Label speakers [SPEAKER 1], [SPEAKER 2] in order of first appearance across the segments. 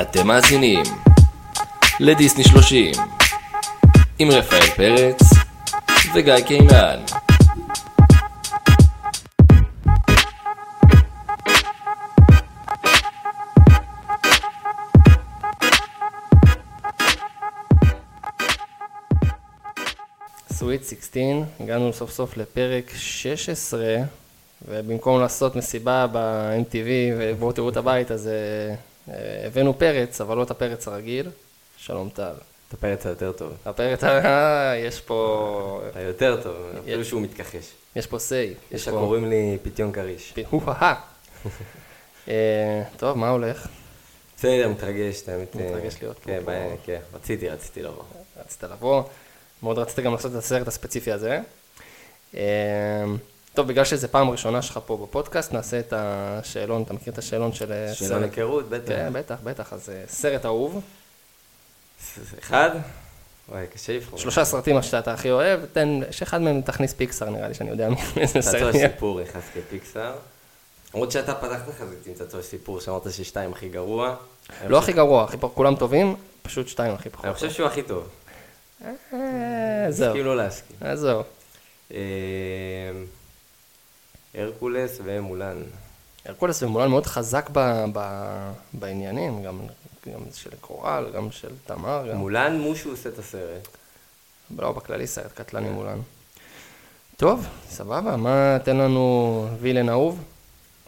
[SPEAKER 1] אתם מאזינים לדיסני 30 עם רפאל פרץ וגיא קינן. סוויט 16, הגענו סוף סוף לפרק 16, ובמקום לעשות מסיבה ב-MTV ובואו תראו את הבית, אז אה, אה, הבאנו פרץ, אבל לא את הפרץ הרגיל. שלום טל.
[SPEAKER 2] את הפרץ היותר טוב,
[SPEAKER 1] הפרק, אה, יש פה,
[SPEAKER 2] היותר טוב, אפילו שהוא מתכחש.
[SPEAKER 1] יש פה סיי.
[SPEAKER 2] יש
[SPEAKER 1] פה...
[SPEAKER 2] הקוראים לי פיתיון כריש.
[SPEAKER 1] פי- הו-הה. אה, טוב, מה הולך?
[SPEAKER 2] בסדר, מתרגש, האמת. אה,
[SPEAKER 1] מתרגש להיות פה, כן,
[SPEAKER 2] כן,
[SPEAKER 1] פה.
[SPEAKER 2] בעיה, כן, רציתי, רציתי לבוא.
[SPEAKER 1] רצית לבוא, מאוד רצית גם לעשות את הסרט הספציפי הזה. אה, טוב, בגלל שזו פעם ראשונה שלך פה בפודקאסט, נעשה את השאלון, אתה מכיר את השאלון של... אה,
[SPEAKER 2] שאלה
[SPEAKER 1] סרט?
[SPEAKER 2] להיכרות, בטח.
[SPEAKER 1] כן, בטח, בטח, אז אה, סרט אהוב,
[SPEAKER 2] ס- ס- אחד? וואי, קשה לבחור.
[SPEAKER 1] שלושה סרטים שאתה הכי אוהב, תן, שאחד מהם תכניס פיקסר נראה לי, שאני יודע מאיזה
[SPEAKER 2] צעצוע
[SPEAKER 1] סרט. יהיה.
[SPEAKER 2] סיפור נכנס כפיקסאר. למרות שאתה פתחת חזית עם צעצוע סיפור, שאמרת ששתיים הכי גרוע.
[SPEAKER 1] לא הכי גרוע, הכי פח- כולם טובים, פשוט שתיים הכי
[SPEAKER 2] אני
[SPEAKER 1] פחות.
[SPEAKER 2] חושב שהוא הכי טוב.
[SPEAKER 1] אה, זהו,
[SPEAKER 2] מסכים לא להסכים.
[SPEAKER 1] אה, זהו.
[SPEAKER 2] אה, הרקולס ומולן.
[SPEAKER 1] הרקולס ומולן מאוד חזק ב, ב, בעניינים, גם, גם של קורל, גם של תמר, גם...
[SPEAKER 2] מולן מושו עושה את הסרט.
[SPEAKER 1] לא, בכללי סרט קטלני מולן. טוב, סבבה, מה תן לנו וילן אהוב?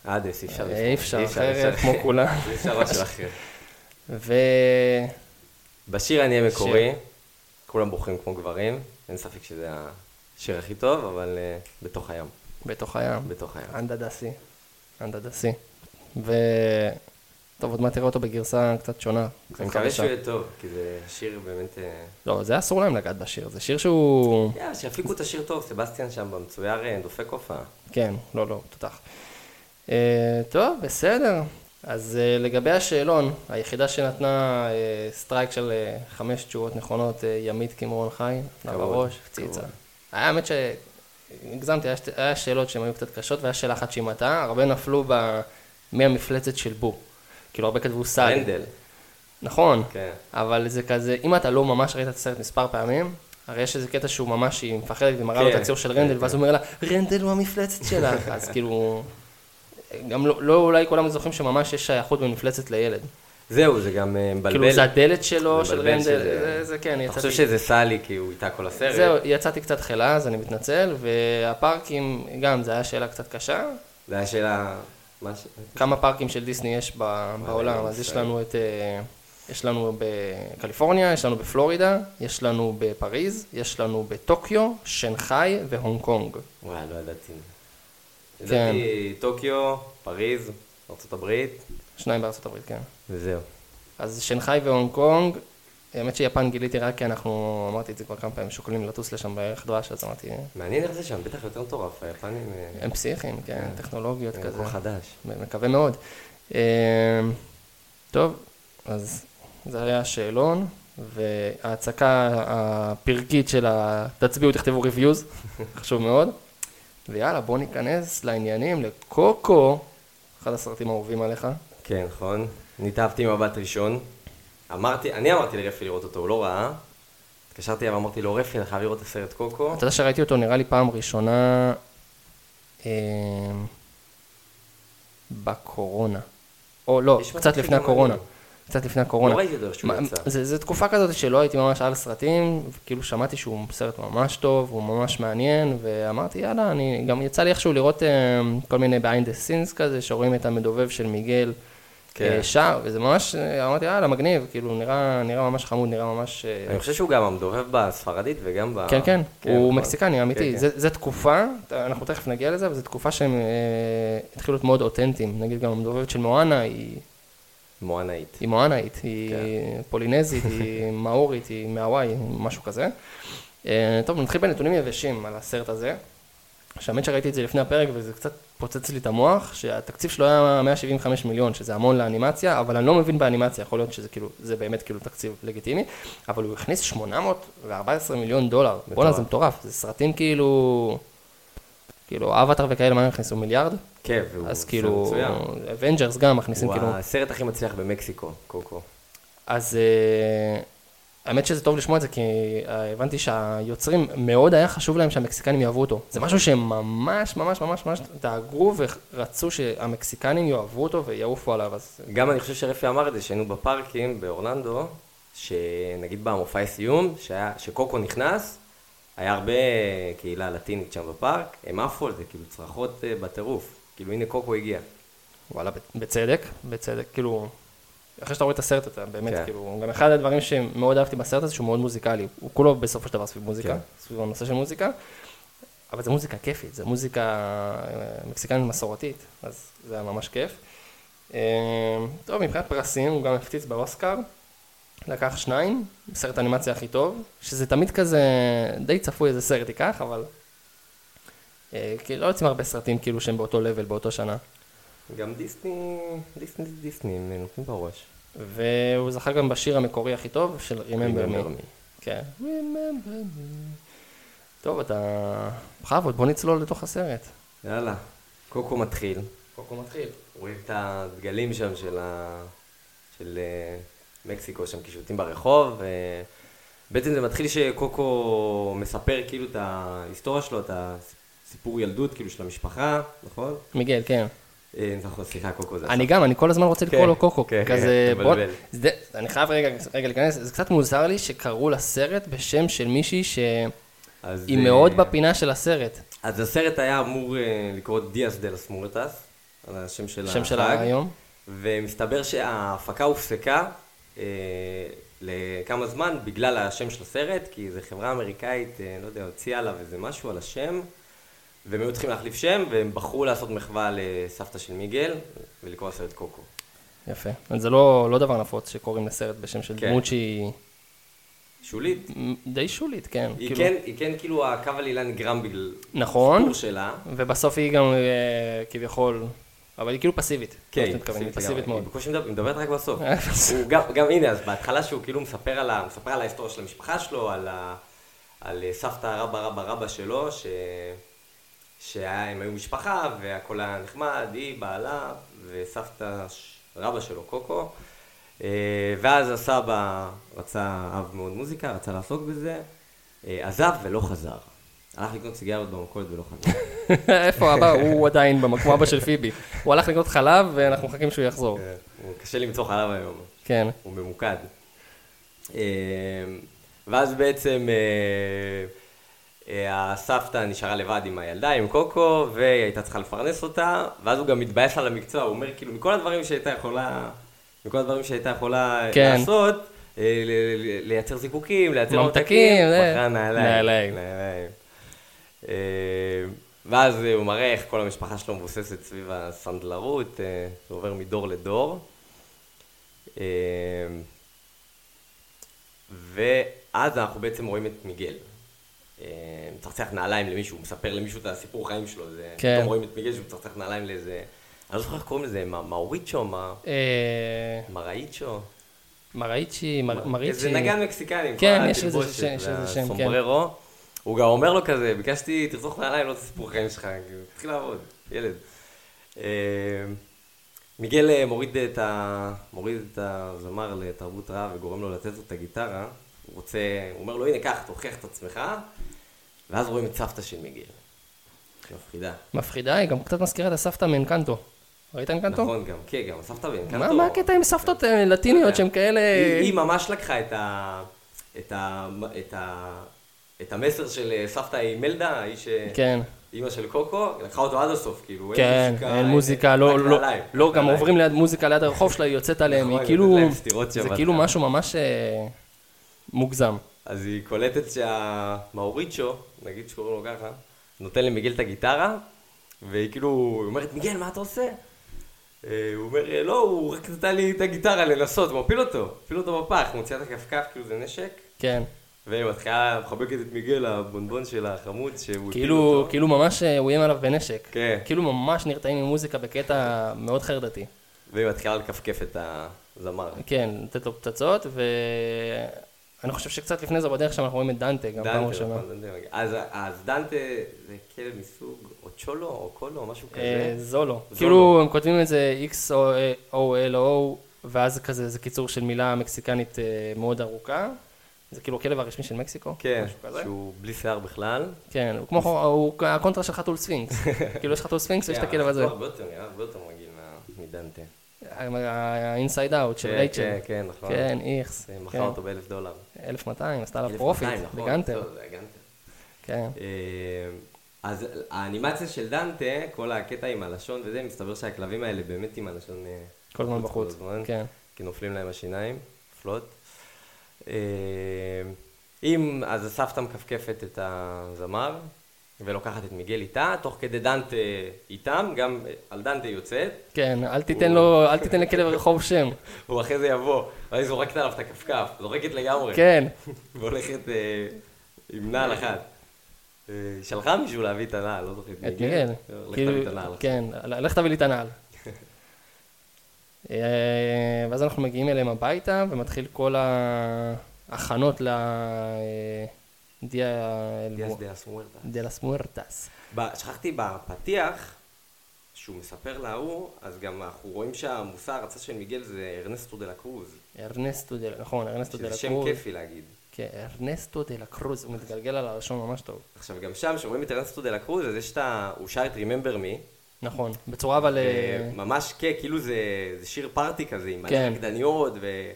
[SPEAKER 2] עדס, אי אפשר
[SPEAKER 1] אה,
[SPEAKER 2] לבחור.
[SPEAKER 1] אי אפשר
[SPEAKER 2] אי
[SPEAKER 1] אחרת,
[SPEAKER 2] אפשר.
[SPEAKER 1] כמו כולם.
[SPEAKER 2] אי אפשר משהו אחר.
[SPEAKER 1] ו...
[SPEAKER 2] בשיר אני אהיה מקורי, כולם בוכים כמו גברים, אין ספק שזה השיר הכי טוב, אבל אה, בתוך הים,
[SPEAKER 1] בתוך הים.
[SPEAKER 2] בתוך הים.
[SPEAKER 1] אנדה דסי. אנדה דסי. ו... טוב, עוד מעט תראה אותו בגרסה קצת שונה. קצת
[SPEAKER 2] אני מקווה
[SPEAKER 1] חדשה.
[SPEAKER 2] שהוא יהיה טוב, כי זה שיר באמת... אה,
[SPEAKER 1] לא, זה אסור להם לגעת בשיר, זה שיר שהוא...
[SPEAKER 2] יאללה, שיפיקו את השיר טוב, סבסטיאן שם במצויר אה, דופק הופעה.
[SPEAKER 1] כן, לא, לא, תותח. Uh, טוב, בסדר. אז uh, לגבי השאלון, היחידה שנתנה uh, סטרייק של uh, חמש תשובות נכונות, uh, ימית קמרון חי, נער
[SPEAKER 2] כבוד,
[SPEAKER 1] בראש, פציצה.
[SPEAKER 2] כבוד.
[SPEAKER 1] האמת שהגזמתי, היה, שת- היה שאלות שהן היו קצת קשות, והיה שאלה אחת שהיא מטעה, הרבה נפלו ב... מהמפלצת של בו. כאילו, הרבה כתבו סל.
[SPEAKER 2] רנדל,
[SPEAKER 1] נכון.
[SPEAKER 2] כן.
[SPEAKER 1] אבל זה כזה, אם אתה לא ממש ראית את הסרט מספר פעמים, הרי יש איזה קטע שהוא ממש, היא מפחדת ומראה לו את
[SPEAKER 2] כן,
[SPEAKER 1] הציור של
[SPEAKER 2] כן,
[SPEAKER 1] רנדל, ואז הוא אומר לה, רנדל הוא המפלצת שלך, אז כאילו, גם לא, לא אולי כולם זוכרים שממש יש שייכות בין מפלצת לילד.
[SPEAKER 2] זהו, זה גם אה, מבלבל.
[SPEAKER 1] כאילו זה הדלת שלו, של
[SPEAKER 2] מבלבל
[SPEAKER 1] רנדל,
[SPEAKER 2] שזה-
[SPEAKER 1] זה, זה כן,
[SPEAKER 2] אתה חושב
[SPEAKER 1] יצאתי,
[SPEAKER 2] שזה סלי, כי הוא איתה כל הסרט.
[SPEAKER 1] זהו, יצאתי קצת חילה, אז אני מתנצל, והפארקים, גם, זו הייתה שאלה קצת קשה,
[SPEAKER 2] זה היה שאלה... מה ש...
[SPEAKER 1] כמה פארקים של דיסני יש ב- בעולם, אז יש לנו את... אה, יש לנו בקליפורניה, יש לנו בפלורידה, יש לנו בפריז, יש לנו בטוקיו, שנגחאי והונג קונג.
[SPEAKER 2] וואי, לא ידעתי.
[SPEAKER 1] כן.
[SPEAKER 2] ידעתי טוקיו, פריז, ארה"ב,
[SPEAKER 1] שניים בארצות הברית, כן.
[SPEAKER 2] וזהו.
[SPEAKER 1] אז שנגחאי והונג קונג, האמת שיפן גיליתי רק כי אנחנו, אמרתי את זה כבר כמה פעמים, שוקלים לטוס לשם בערך דבש, אז אמרתי,
[SPEAKER 2] מעניין איך זה שם, בטח יותר מטורף, היפנים... אה,
[SPEAKER 1] הם פסיכים, כן, טכנולוגיות
[SPEAKER 2] אה,
[SPEAKER 1] כזה.
[SPEAKER 2] הכל חדש.
[SPEAKER 1] מקווה מאוד. אה, טוב, אז זה היה השאלון, וההצקה הפרקית של ה... תצביעו, תכתבו reviews, חשוב מאוד. ויאללה, בוא ניכנס לעניינים, לקוקו, אחד הסרטים האהובים עליך.
[SPEAKER 2] כן, נכון. ניתבתי מבט ראשון. אמרתי, אני אמרתי לרפי לראות אותו, הוא לא ראה. התקשרתי אליו, אמרתי לו, רפי, אני חייב לראות את הסרט קוקו.
[SPEAKER 1] אתה יודע שראיתי אותו נראה לי פעם ראשונה אה, בקורונה. או לא,
[SPEAKER 2] יש מצב
[SPEAKER 1] קצת לפני
[SPEAKER 2] שגם
[SPEAKER 1] הקורונה.
[SPEAKER 2] אני.
[SPEAKER 1] קצת לפני הקורונה.
[SPEAKER 2] לא ראיתי אותו איך שהוא
[SPEAKER 1] מה-
[SPEAKER 2] יצא.
[SPEAKER 1] זה, זה תקופה כזאת שלא הייתי ממש על סרטים, כאילו שמעתי שהוא סרט ממש טוב, הוא ממש מעניין, ואמרתי יאללה, אני גם יצא לי איכשהו לראות אה, כל מיני ב-Ind the scenes כזה, שרואים את המדובב של מיגל
[SPEAKER 2] כן.
[SPEAKER 1] אה, שר, וזה ממש, אה, אמרתי יאללה, מגניב, כאילו נראה, נראה ממש חמוד, נראה ממש... אה,
[SPEAKER 2] אני חושב שהוא גם המדובב בספרדית וגם ב...
[SPEAKER 1] כן, כן, הוא
[SPEAKER 2] נכון.
[SPEAKER 1] מקסיקני,
[SPEAKER 2] אה, כן.
[SPEAKER 1] אמיתי. זה- זה תקופה, אנחנו תכף נגיע לזה, אבל זו תקופה שהם אה, התחילו להיות מאוד אותנטיים. נגיד גם המדובבת של מואנה היא
[SPEAKER 2] מואנאית.
[SPEAKER 1] היא מואנאית, היא פולינזית, היא מאורית, היא מהוואי, משהו כזה. אה, טוב, נתחיל בנתונים יבשים על הסרט הזה. שהאמת שראיתי את זה לפני הפרק וזה קצת פוצץ לי את המוח, שהתקציב שלו היה 175 מיליון, שזה המון לאנימציה, אבל אני לא מבין באנימציה, יכול להיות שזה כאילו, זה באמת כאילו תקציב לגיטימי, אבל הוא הכניס 814 מיליון דולר, בואנה זה מטורף, זה סרטים כאילו, כאילו אבטר וכאלה, מה הם הכניסו מיליארד?
[SPEAKER 2] כן, והוא
[SPEAKER 1] אז
[SPEAKER 2] סרט
[SPEAKER 1] כאילו,
[SPEAKER 2] מצוין.
[SPEAKER 1] אבנג'רס גם מכניסים
[SPEAKER 2] הוא
[SPEAKER 1] כאילו
[SPEAKER 2] הסרט הכי מצליח במקסיקו, קוקו.
[SPEAKER 1] אז אה, האמת שזה טוב לשמוע את זה, כי אה, הבנתי שהיוצרים, מאוד היה חשוב להם שהמקסיקנים יאהבו אותו. זה משהו שהם ממש ממש ממש ממש דאגו ורצו שהמקסיקנים יאהבו אותו ויעופו עליו, אז אה,
[SPEAKER 2] גם אני חושב שרפי אמר את זה, שהיינו בפארקים באורלנדו, שנגיד במופעי סיום, שהיה, שקוקו נכנס, היה הרבה אה, קהילה לטינית שם בפארק, הם עפו על זה, כאילו צרחות אה, בטירוף, כאילו הנה קוקו הגיע.
[SPEAKER 1] וואלה, ב- בצדק, בצדק, כאילו, אחרי שאתה רואה את הסרט אתה באמת,
[SPEAKER 2] כן.
[SPEAKER 1] כאילו, גם אחד הדברים שמאוד אהבתי בסרט הזה, שהוא מאוד מוזיקלי, הוא כולו בסופו של דבר סביב מוזיקה,
[SPEAKER 2] כן.
[SPEAKER 1] סביב הנושא של מוזיקה, אבל זה מוזיקה כיפית, זה מוזיקה אה, מקסיקנית מסורתית, אז זה היה ממש כיף. אה, טוב, מבחינת פרסים, הוא גם הפציץ באוסקר, לקח שניים, סרט האנימציה הכי טוב, שזה תמיד כזה, די צפוי איזה סרט ייקח, אבל... אה, כי לא יוצאים הרבה סרטים כאילו שהם באותו לבל, באותו שנה.
[SPEAKER 2] גם דיסני, דיסני זה דיסני, הם נותנים בראש.
[SPEAKER 1] והוא זכה גם בשיר המקורי הכי טוב של Remember
[SPEAKER 2] Remember
[SPEAKER 1] Me.
[SPEAKER 2] Me.
[SPEAKER 1] כן. Remember Me. טוב, אתה... בכבוד, בוא נצלול לתוך הסרט.
[SPEAKER 2] יאללה, קוקו מתחיל,
[SPEAKER 1] קוקו מתחיל.
[SPEAKER 2] רואים את הדגלים שם של, ה... של אה, מקסיקו, שם קישוטים ברחוב, ובעצם זה מתחיל שקוקו מספר כאילו את ההיסטוריה שלו, את הסיפור ילדות כאילו של המשפחה, נכון?
[SPEAKER 1] מיגל, כן.
[SPEAKER 2] אה, נכון, סליחה, קוקו זה...
[SPEAKER 1] אני גם, אני כל הזמן רוצה לקרוא
[SPEAKER 2] כן,
[SPEAKER 1] לו קוקו.
[SPEAKER 2] כן,
[SPEAKER 1] כזה,
[SPEAKER 2] אתה
[SPEAKER 1] בוא...
[SPEAKER 2] מבלבל.
[SPEAKER 1] זה- אני חייב רגע רגע להיכנס, זה קצת מוזר לי שקראו לסרט בשם של מישהי שהיא
[SPEAKER 2] אז, אה,
[SPEAKER 1] מאוד בפינה של הסרט.
[SPEAKER 2] אז הסרט היה אמור אה, לקרוא דיאס דה לס מורטס, על השם של
[SPEAKER 1] השם של
[SPEAKER 2] החג,
[SPEAKER 1] היום?
[SPEAKER 2] ומסתבר שההפקה הופסקה אה, לכמה זמן בגלל השם של הסרט, כי זו חברה אמריקאית, אה, לא יודע, הוציאה עליו איזה משהו על השם, והם היו צריכים להחליף שם, והם בחרו לעשות מחווה לסבתא של מיגל, ולקרוא לסרט קוקו.
[SPEAKER 1] יפה. אז זה לא לא דבר נפוץ שקוראים לסרט בשם של
[SPEAKER 2] כן.
[SPEAKER 1] דמות שהיא
[SPEAKER 2] שולית.
[SPEAKER 1] די שולית, כן.
[SPEAKER 2] היא,
[SPEAKER 1] כאילו-
[SPEAKER 2] כן, היא כן, כאילו, הקו העלילה נגרם בגלל
[SPEAKER 1] נכון.
[SPEAKER 2] הסיפור שלה.
[SPEAKER 1] ובסוף היא גם אה, כביכול, אבל היא כאילו פסיבית.
[SPEAKER 2] כן,
[SPEAKER 1] לא מתכוון, היא פסיבית
[SPEAKER 2] לגמרי.
[SPEAKER 1] מאוד.
[SPEAKER 2] היא בקושי מדברת- היא מדברת רק בסוף.
[SPEAKER 1] אה, בסוף.
[SPEAKER 2] הוא גם, גם הנה, אז בהתחלה שהוא כאילו מספר על, ה, מספר על ההיסטוריה של המשפחה שלו, על, ה, על אה, סבתא רבא רבא רבא שלו, ש, שהם היו משפחה והכל היה נחמד, היא, בעלה וסבתא ש- רבא שלו, קוקו. אה, ואז הסבא רצה, אהב מאוד מוזיקה, רצה לעסוק בזה, אה, עזב ולא חזר. הלך לקנות סיגריות במכולת ולא חזר.
[SPEAKER 1] איפה אבא? הוא עדיין במקום אבא של פיבי. הוא הלך לקנות חלב ואנחנו מחכים שהוא יחזור.
[SPEAKER 2] אה, הוא- קשה למצוא חלב היום.
[SPEAKER 1] כן.
[SPEAKER 2] הוא ממוקד. אה, ואז בעצם אה, אה, הסבתא נשארה לבד עם הילדה, עם קוקו, והיא הייתה צריכה לפרנס אותה, ואז הוא גם מתבאס על המקצוע, הוא אומר, כאילו, מכל הדברים שהייתה יכולה, מכל הדברים שהייתה יכולה
[SPEAKER 1] כן.
[SPEAKER 2] לעשות, אה, ל- ל- לייצר זיקוקים, לייצר
[SPEAKER 1] ממתקים,
[SPEAKER 2] ממתקים,
[SPEAKER 1] זה.
[SPEAKER 2] בחרה נעליים.
[SPEAKER 1] נעליים.
[SPEAKER 2] נעליים. אה, ואז אה, הוא מראה איך כל המשפחה שלו מבוססת סביב הסנדלרות, אה, זה עובר מדור לדור. אה, ואז אנחנו בעצם רואים את מיגל. אה, מצחצח נעליים למישהו, הוא מספר למישהו את הסיפור חיים שלו, זה...
[SPEAKER 1] כן.
[SPEAKER 2] פתאום רואים את מיגל שהוא מצחצח נעליים לאיזה... אני לא זוכר איך קוראים לזה, מה- מאוריצ'ו, מה-
[SPEAKER 1] אה,
[SPEAKER 2] מראיצ'ו?
[SPEAKER 1] מראיצ'י, מר- מריצ'י.
[SPEAKER 2] איזה נגן מקסיקני, עם
[SPEAKER 1] כן,
[SPEAKER 2] כל
[SPEAKER 1] יש לזה
[SPEAKER 2] התלבושת
[SPEAKER 1] שם- יש לזה שם, כן.
[SPEAKER 2] והסומבררו. הוא גם אומר לו כזה, ביקשתי, תרצוך נעליים, לא את הסיפור חיים שלך, כאילו, תתחיל לעבוד, ילד. אה, מיגל אה, מוריד את, ה... מוריד את הזמר לתרבות רעה וגורם לו לתת לו את הגיטרה. הוא רוצה, הוא אומר לו, הנה, קח, תוכיח את עצמך. ואז רואים את סבתא של מיגל. מפחידה.
[SPEAKER 1] מפחידה, היא גם קצת מזכירה את הסבתא מאנקנטו. ראית אנקנטו?
[SPEAKER 2] נכון, גם, כן, גם הסבתא בן.
[SPEAKER 1] מה מה הקטע עם סבתות אה, לטיניות שהן כאלה...
[SPEAKER 2] כן. היא, היא ממש לקחה את, ה, את, ה, את, ה, את המסר של אה, סבתא עם מלדה, האיש, ש...
[SPEAKER 1] כן.
[SPEAKER 2] אימא של קוקו, לקחה אותו עד הסוף, כאילו,
[SPEAKER 1] כן, אין מוזיקה,
[SPEAKER 2] רק
[SPEAKER 1] לא, לא,
[SPEAKER 2] נעליים.
[SPEAKER 1] לא, גם
[SPEAKER 2] נעליים.
[SPEAKER 1] עוברים ליד מוזיקה ליד הרחוב שלה, היא יוצאת עליהם,
[SPEAKER 2] אה, נכון,
[SPEAKER 1] היא
[SPEAKER 2] היא
[SPEAKER 1] כאילו,
[SPEAKER 2] נותנת להם סטירות שם
[SPEAKER 1] זה
[SPEAKER 2] בהתחלה.
[SPEAKER 1] כאילו משהו ממש אה, מוגזם.
[SPEAKER 2] אז היא קולטת שהמאוריצ'ו, נגיד שקוראים לו ככה, נותן למיגל את הגיטרה, והיא כאילו היא אומרת, מיגל, מה אתה עושה? אה, הוא אומר, "אה, לא, הוא רק נתן לי את הגיטרה לנסות, הוא מפיל אותו, מפיל אותו בפח, מוציאה את הכפכף, כאילו זה נשק,
[SPEAKER 1] כן.
[SPEAKER 2] ומתחילה מחבקת את מיגל, הבונבון של החמוד, שהוא הפיל
[SPEAKER 1] כאילו,
[SPEAKER 2] אותו.
[SPEAKER 1] כאילו ממש אה, הוא איים עליו בנשק.
[SPEAKER 2] כן.
[SPEAKER 1] כאילו ממש נרתעים ממוזיקה בקטע מאוד חרדתי.
[SPEAKER 2] והיא מתחילה לקפקף את הזמר.
[SPEAKER 1] כן, לתת לו פצצות, ואני חושב שקצת לפני זה בדרך שם אנחנו רואים את דנטה, גם פעם
[SPEAKER 2] דנטה,
[SPEAKER 1] ראשונה.
[SPEAKER 2] נכון, דנטה מגיע. אז- אז דנטה זה כלב מסוג, או צ'ולו, או קולו, משהו
[SPEAKER 1] אה,
[SPEAKER 2] כזה.
[SPEAKER 1] זולו.
[SPEAKER 2] זולו.
[SPEAKER 1] אה, כאילו הם כותבים את זה XOLO ואז כזה, זה קיצור של מילה מקסיקנית אה, מאוד ארוכה. זה כאילו הכלב הרשמי של מקסיקו,
[SPEAKER 2] כן,
[SPEAKER 1] משהו כזה.
[SPEAKER 2] שהוא בלי שיער בכלל.
[SPEAKER 1] כן, הוא כמו, הוא הקונטרה של חתול ספינקס. כאילו יש חתול ספינקס ויש את
[SPEAKER 2] כן,
[SPEAKER 1] הכלב הזה. כן.
[SPEAKER 2] הוא הרבה יותר, נראה הרבה יותר מגעיל מה- מדנטה.
[SPEAKER 1] ה-inside out של
[SPEAKER 2] כן,
[SPEAKER 1] רייצ'ל.
[SPEAKER 2] כן, כן, נכון.
[SPEAKER 1] כן, איכס.
[SPEAKER 2] זה
[SPEAKER 1] כן.
[SPEAKER 2] מכר אותו באלף דולר.
[SPEAKER 1] 1200, עשתה עליו
[SPEAKER 2] 1200,
[SPEAKER 1] פרופיט,
[SPEAKER 2] נכון,
[SPEAKER 1] בגנטר.
[SPEAKER 2] טוב, זה היה גנטר.
[SPEAKER 1] כן.
[SPEAKER 2] אה, אז האנימציה של דנטה, כל הקטע עם הלשון וזה, מסתבר שהכלבים האלה באמת עם הלשון... אה,
[SPEAKER 1] כל הזמן בחוץ,
[SPEAKER 2] הזמן,
[SPEAKER 1] כן.
[SPEAKER 2] כי נופלים להם השיניים, נופלות. אה, אם, אז הסבתא מכפכפת את הזמר, ולוקחת את מיגל איתה, תוך כדי דנטה איתם, גם אה, על דנטה יוצאת,
[SPEAKER 1] כן, אל תיתן לו, אל תיתן לכלב הרחוב שם.
[SPEAKER 2] הוא אחרי זה יבוא, ואני זורקת עליו את הכפכף, זורקת לגמרי.
[SPEAKER 1] כן.
[SPEAKER 2] והולכת אה, עם נעל אחת. אה, שלחה מישהו להביא את הנעל, לא זוכר.
[SPEAKER 1] את מיגל.
[SPEAKER 2] הולכת
[SPEAKER 1] כאילו,
[SPEAKER 2] להביא את הנעל.
[SPEAKER 1] כן, ל- לך תביא לי את הנעל. אה, ואז אנחנו מגיעים אליהם הביתה, ומתחיל כל ההכנות ל... אה, דיה אל
[SPEAKER 2] דיאס
[SPEAKER 1] מו-
[SPEAKER 2] דיאס מוארטה.
[SPEAKER 1] דה לס מוארטס.
[SPEAKER 2] ב- שכחתי בפתיח, שהוא מספר להוא, אז גם אנחנו רואים שהמושא ההרצה של מיגל זה ארנסטו דה לה קרוז.
[SPEAKER 1] ארנסטו דה, נכון, ארנסטו דה
[SPEAKER 2] שזה
[SPEAKER 1] לה
[SPEAKER 2] שם
[SPEAKER 1] קרוז.
[SPEAKER 2] כיפי להגיד.
[SPEAKER 1] כן, ארנסטו דה לה קרוז, הוא מתגלגל על הלשון ממש טוב.
[SPEAKER 2] עכשיו, גם שם, כשרואים את ארנסטו דה לה קרוז, אז יש את ה... הוא שר את Remember Me.
[SPEAKER 1] נכון, בצורה אבל... אה,
[SPEAKER 2] ממש כן, כאילו זה, זה שיר פארטי כזה, עם
[SPEAKER 1] כן.
[SPEAKER 2] מלא רקדניות, ו...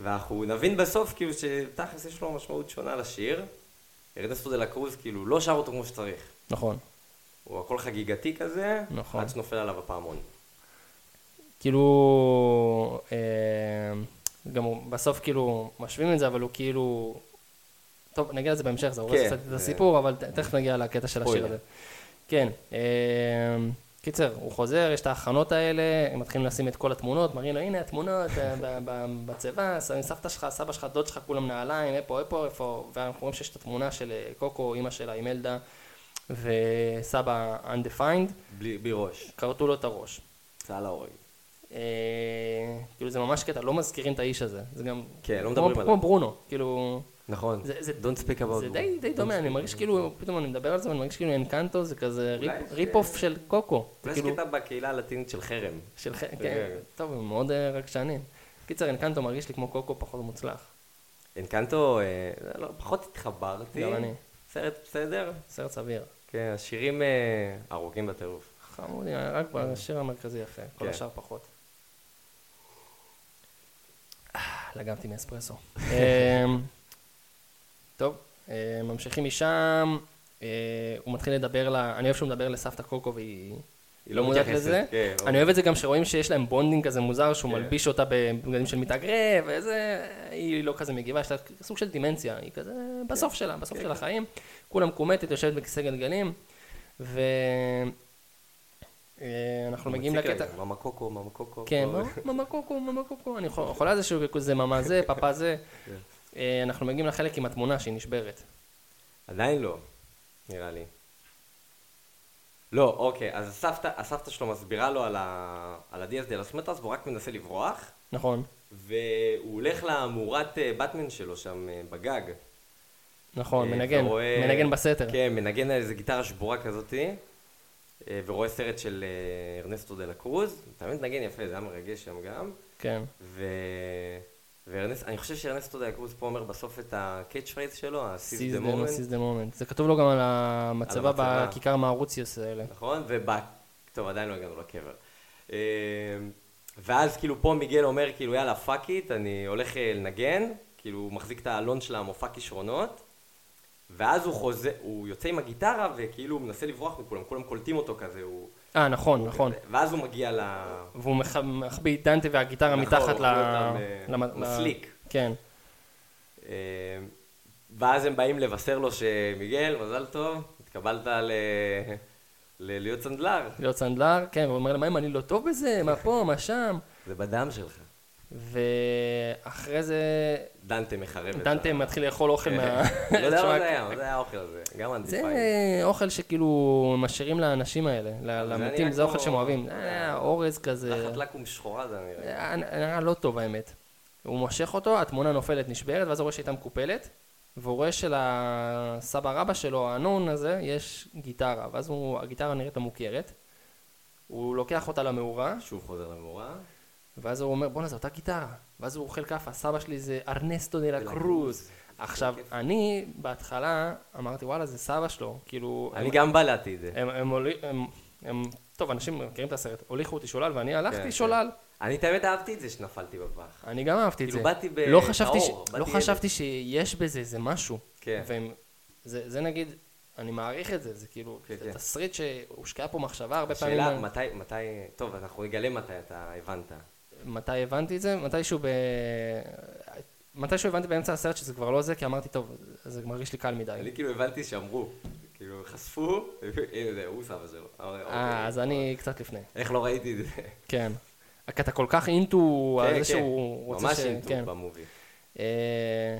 [SPEAKER 2] ואנחנו נבין בסוף כאילו שתכלס יש לו משמעות שונה לשיר. ארנסטו דה לה קרוז כאילו לא שר אותו כמו שצריך.
[SPEAKER 1] נכון.
[SPEAKER 2] הוא הכל חגיגתי כזה,
[SPEAKER 1] נכון.
[SPEAKER 2] עד שנופל עליו הפעמון.
[SPEAKER 1] כאילו, אה, גם הוא בסוף כאילו משווים את זה, אבל הוא כאילו... טוב, נגיע לזה בהמשך, זה הורס
[SPEAKER 2] כן,
[SPEAKER 1] קצת את
[SPEAKER 2] זה-
[SPEAKER 1] הסיפור, אבל ת- תכף נגיע לקטע של השיר
[SPEAKER 2] ספוילר.
[SPEAKER 1] הזה. כן, אה, קיצר, הוא חוזר, יש את ההכנות האלה, הם מתחילים לשים את כל התמונות, מראים לו, הנה התמונות אה, ב- ב- בצבא, ס- סבתא שלך, סבא שלך, דוד שלך, כולם נעליים, איפה, איפה, איפה, ואנחנו רואים שיש את התמונה של אה, קוקו, אימא שלה עם אלדה, וסבא undefined,
[SPEAKER 2] בלי, בלי ראש.
[SPEAKER 1] כרתו לו את הראש.
[SPEAKER 2] צהל להורג.
[SPEAKER 1] אה, כאילו זה ממש קטע, לא מזכירים את האיש הזה, זה גם
[SPEAKER 2] כן, לא
[SPEAKER 1] כמו-
[SPEAKER 2] מדברים עליו.
[SPEAKER 1] כמו ברונו, כאילו
[SPEAKER 2] נכון.
[SPEAKER 1] זה- זה-
[SPEAKER 2] Don't speak about
[SPEAKER 1] זה
[SPEAKER 2] it.
[SPEAKER 1] די די דומה, אני מרגיש כאילו, פתאום אני מדבר על זה, ואני מרגיש כאילו אנקנטו זה כזה
[SPEAKER 2] אולי
[SPEAKER 1] ריפ-
[SPEAKER 2] זה-
[SPEAKER 1] ריפ אוף של קוקו, זה
[SPEAKER 2] אולי יש
[SPEAKER 1] כאילו,
[SPEAKER 2] קטע בקהילה הלטינית של חרם.
[SPEAKER 1] של ח- כן,
[SPEAKER 2] כן.
[SPEAKER 1] טוב, הם מאוד אה, רגשנים. קיצר, אנקנטו מרגיש לי כמו קוקו פחות מוצלח,
[SPEAKER 2] אינקנטו, אה, לא, פחות התחברתי.
[SPEAKER 1] גם אני.
[SPEAKER 2] סרט בסדר?
[SPEAKER 1] סרט סביר.
[SPEAKER 2] כן, השירים אה, ארוכים בטירוף.
[SPEAKER 1] חמודי, רק בשיר המרכזי יפה, כל
[SPEAKER 2] כן.
[SPEAKER 1] השאר פחות. אה, לגמתי מאספרסו. אמ, טוב, אה, ממשיכים משם, אה, הוא מתחיל לדבר, לה, אני אוהב שהוא מדבר לסבתא קוקו והיא
[SPEAKER 2] היא לא מתייחסת, כן, לא.
[SPEAKER 1] אני אוהב את זה גם שרואים שיש להם בונדינג כזה מוזר, שהוא
[SPEAKER 2] כן.
[SPEAKER 1] מלביש אותה בבגדים של מתאגרף, וזה, היא לא כזה מגיבה, יש לה סוג של דימנציה, היא כזה בסוף
[SPEAKER 2] כן.
[SPEAKER 1] שלה, בסוף של החיים, כולם קומטת, יושבת בכיסא גלגלים, ו... אה, אנחנו מגיעים
[SPEAKER 2] מציק
[SPEAKER 1] לקטע,
[SPEAKER 2] לה, ממה קוקו, ממה קוקו.
[SPEAKER 1] כן,
[SPEAKER 2] כל-
[SPEAKER 1] מה- ממה קוקו, ממה קוקו, אני חו- חולה על זה שהוא כזה ממה זה, פאפה זה.
[SPEAKER 2] כן.
[SPEAKER 1] אה, אנחנו מגיעים לחלק עם התמונה שהיא נשברת.
[SPEAKER 2] עדיין לא, נראה לי. לא, אוקיי, אז הסבתא, הסבתא שלו מסבירה לו על, ה, על הדיאס דה לס מטרס, והוא רק מנסה לברוח,
[SPEAKER 1] נכון,
[SPEAKER 2] והוא הולך למורת אה, באטמן שלו שם אה, בגג.
[SPEAKER 1] נכון,
[SPEAKER 2] אה,
[SPEAKER 1] מנגן,
[SPEAKER 2] ורואה-
[SPEAKER 1] מנגן בסתר.
[SPEAKER 2] כן, מנגן על איזה גיטרה שבורה כזאתי, אה, ורואה סרט של אה, ארנסטו דה לה קרוז, תמיד מנגן יפה, זה היה מרגש שם גם.
[SPEAKER 1] כן,
[SPEAKER 2] ו... וארנס, אני חושב שארנסטו דה קרוז פה אומר בסוף את הקאץ' פרייז שלו, ה-Seize
[SPEAKER 1] סיז
[SPEAKER 2] the
[SPEAKER 1] דה מומנט.
[SPEAKER 2] moment,
[SPEAKER 1] סיז דה מומנט. זה כתוב לו גם על המצבה
[SPEAKER 2] המצבה.
[SPEAKER 1] בכיכר מהרוציוס האלה.
[SPEAKER 2] נכון? וב... טוב, עדיין לא הגענו לקבר. אה, ואז כאילו פה מיגל אומר כאילו יאללה פאק איט, אני הולך אה, לנגן, כאילו הוא מחזיק את האלון של המופע כישרונות, ואז הוא חוזר, הוא יוצא עם הגיטרה וכאילו הוא מנסה לברוח מכולם, כולם קולטים אותו כזה, הוא...
[SPEAKER 1] אה, נכון, נכון.
[SPEAKER 2] ואז הוא מגיע ל...
[SPEAKER 1] והוא מח- מחביא את דנטה והגיטרה
[SPEAKER 2] נכון,
[SPEAKER 1] מתחת
[SPEAKER 2] הוא
[SPEAKER 1] ל...
[SPEAKER 2] אוכל אותם,
[SPEAKER 1] למ-
[SPEAKER 2] הוא
[SPEAKER 1] ל-
[SPEAKER 2] סליק.
[SPEAKER 1] כן,
[SPEAKER 2] אה, ואז הם באים לבשר לו שמיגל, מזל טוב, התקבלת ל... ל... להיות סנדלר.
[SPEAKER 1] להיות סנדלר, כן, והוא אומר להם, מה אם אני לא טוב בזה? מה פה, מה שם?
[SPEAKER 2] זה בדם שלך.
[SPEAKER 1] ואחרי זה
[SPEAKER 2] דנטה מחרב את
[SPEAKER 1] דנטה מתחיל לאכול אוכל מה...
[SPEAKER 2] לא יודע מה
[SPEAKER 1] שרק-
[SPEAKER 2] זה היה, מה זה היה האוכל הזה. גם
[SPEAKER 1] זה
[SPEAKER 2] אנטיפיים.
[SPEAKER 1] אוכל שכאילו משאירים לאנשים האלה, ל-
[SPEAKER 2] זה
[SPEAKER 1] למתים,
[SPEAKER 2] נראה
[SPEAKER 1] זה אוכל
[SPEAKER 2] כמו-
[SPEAKER 1] שהם אוהבים. אה, אורז כזה.
[SPEAKER 2] תחת לקום שחורה זה נראה.
[SPEAKER 1] היה נראה לא טוב האמת. הוא מושך אותו, התמונה נופלת, נשברת, ואז הוא רואה שהיא הייתה מקופלת, והוא רואה שלסבא רבא שלו, הנון הזה, יש גיטרה, ואז הוא, הגיטרה נראית לו מוכרת. הוא לוקח אותה למאורה,
[SPEAKER 2] שוב חוזר למורה.
[SPEAKER 1] ואז הוא אומר, בואנה, זו אותה גיטרה. ואז הוא אוכל כאפה, סבא שלי זה ארנסטו דה לה קרוז. עכשיו, אני בהתחלה אמרתי, וואלה, זה סבא שלו. כאילו,
[SPEAKER 2] אני גם כן, בלעתי את זה.
[SPEAKER 1] הם, הם, עולי- הם, הם, טוב, אנשים מכירים את הסרט, הוליכו אותי שולל ואני
[SPEAKER 2] כן, כן.
[SPEAKER 1] הלכתי שולל.
[SPEAKER 2] אני את האמת אהבתי את זה שנפלתי בפח.
[SPEAKER 1] אני גם אהבתי את זה.
[SPEAKER 2] כאילו, באתי ב-
[SPEAKER 1] לא חשבתי, ש...
[SPEAKER 2] טהור, באתי
[SPEAKER 1] לא
[SPEAKER 2] ילד.
[SPEAKER 1] חשבתי שיש בזה איזה משהו.
[SPEAKER 2] כן.
[SPEAKER 1] והם... זה, זה נגיד, אני מעריך את זה, זה כאילו,
[SPEAKER 2] כן,
[SPEAKER 1] זה
[SPEAKER 2] כן.
[SPEAKER 1] תסריט שהושקעה פה מחשבה הרבה פעמים. לא.
[SPEAKER 2] השאלה, מתי, מתי, טוב, אז אנחנו נגלה מתי אתה הבנת.
[SPEAKER 1] מתי הבנתי את זה? מתישהו ב... מתישהו הבנתי באמצע הסרט שזה כבר לא זה, כי אמרתי, טוב, זה מרגיש לי קל מדי.
[SPEAKER 2] אני כאילו הבנתי שאמרו, כאילו חשפו, הנה זה, הוא סבא שלו. אמרתי, אוקיי.
[SPEAKER 1] אה, אז אני קצת לפני.
[SPEAKER 2] איך לא ראיתי את זה?
[SPEAKER 1] כן. כי אתה כל כך אינטו
[SPEAKER 2] כן,
[SPEAKER 1] על
[SPEAKER 2] כן.
[SPEAKER 1] זה שהוא רוצה
[SPEAKER 2] ממש
[SPEAKER 1] ש...
[SPEAKER 2] אינטו
[SPEAKER 1] כן.
[SPEAKER 2] במובי.
[SPEAKER 1] אה,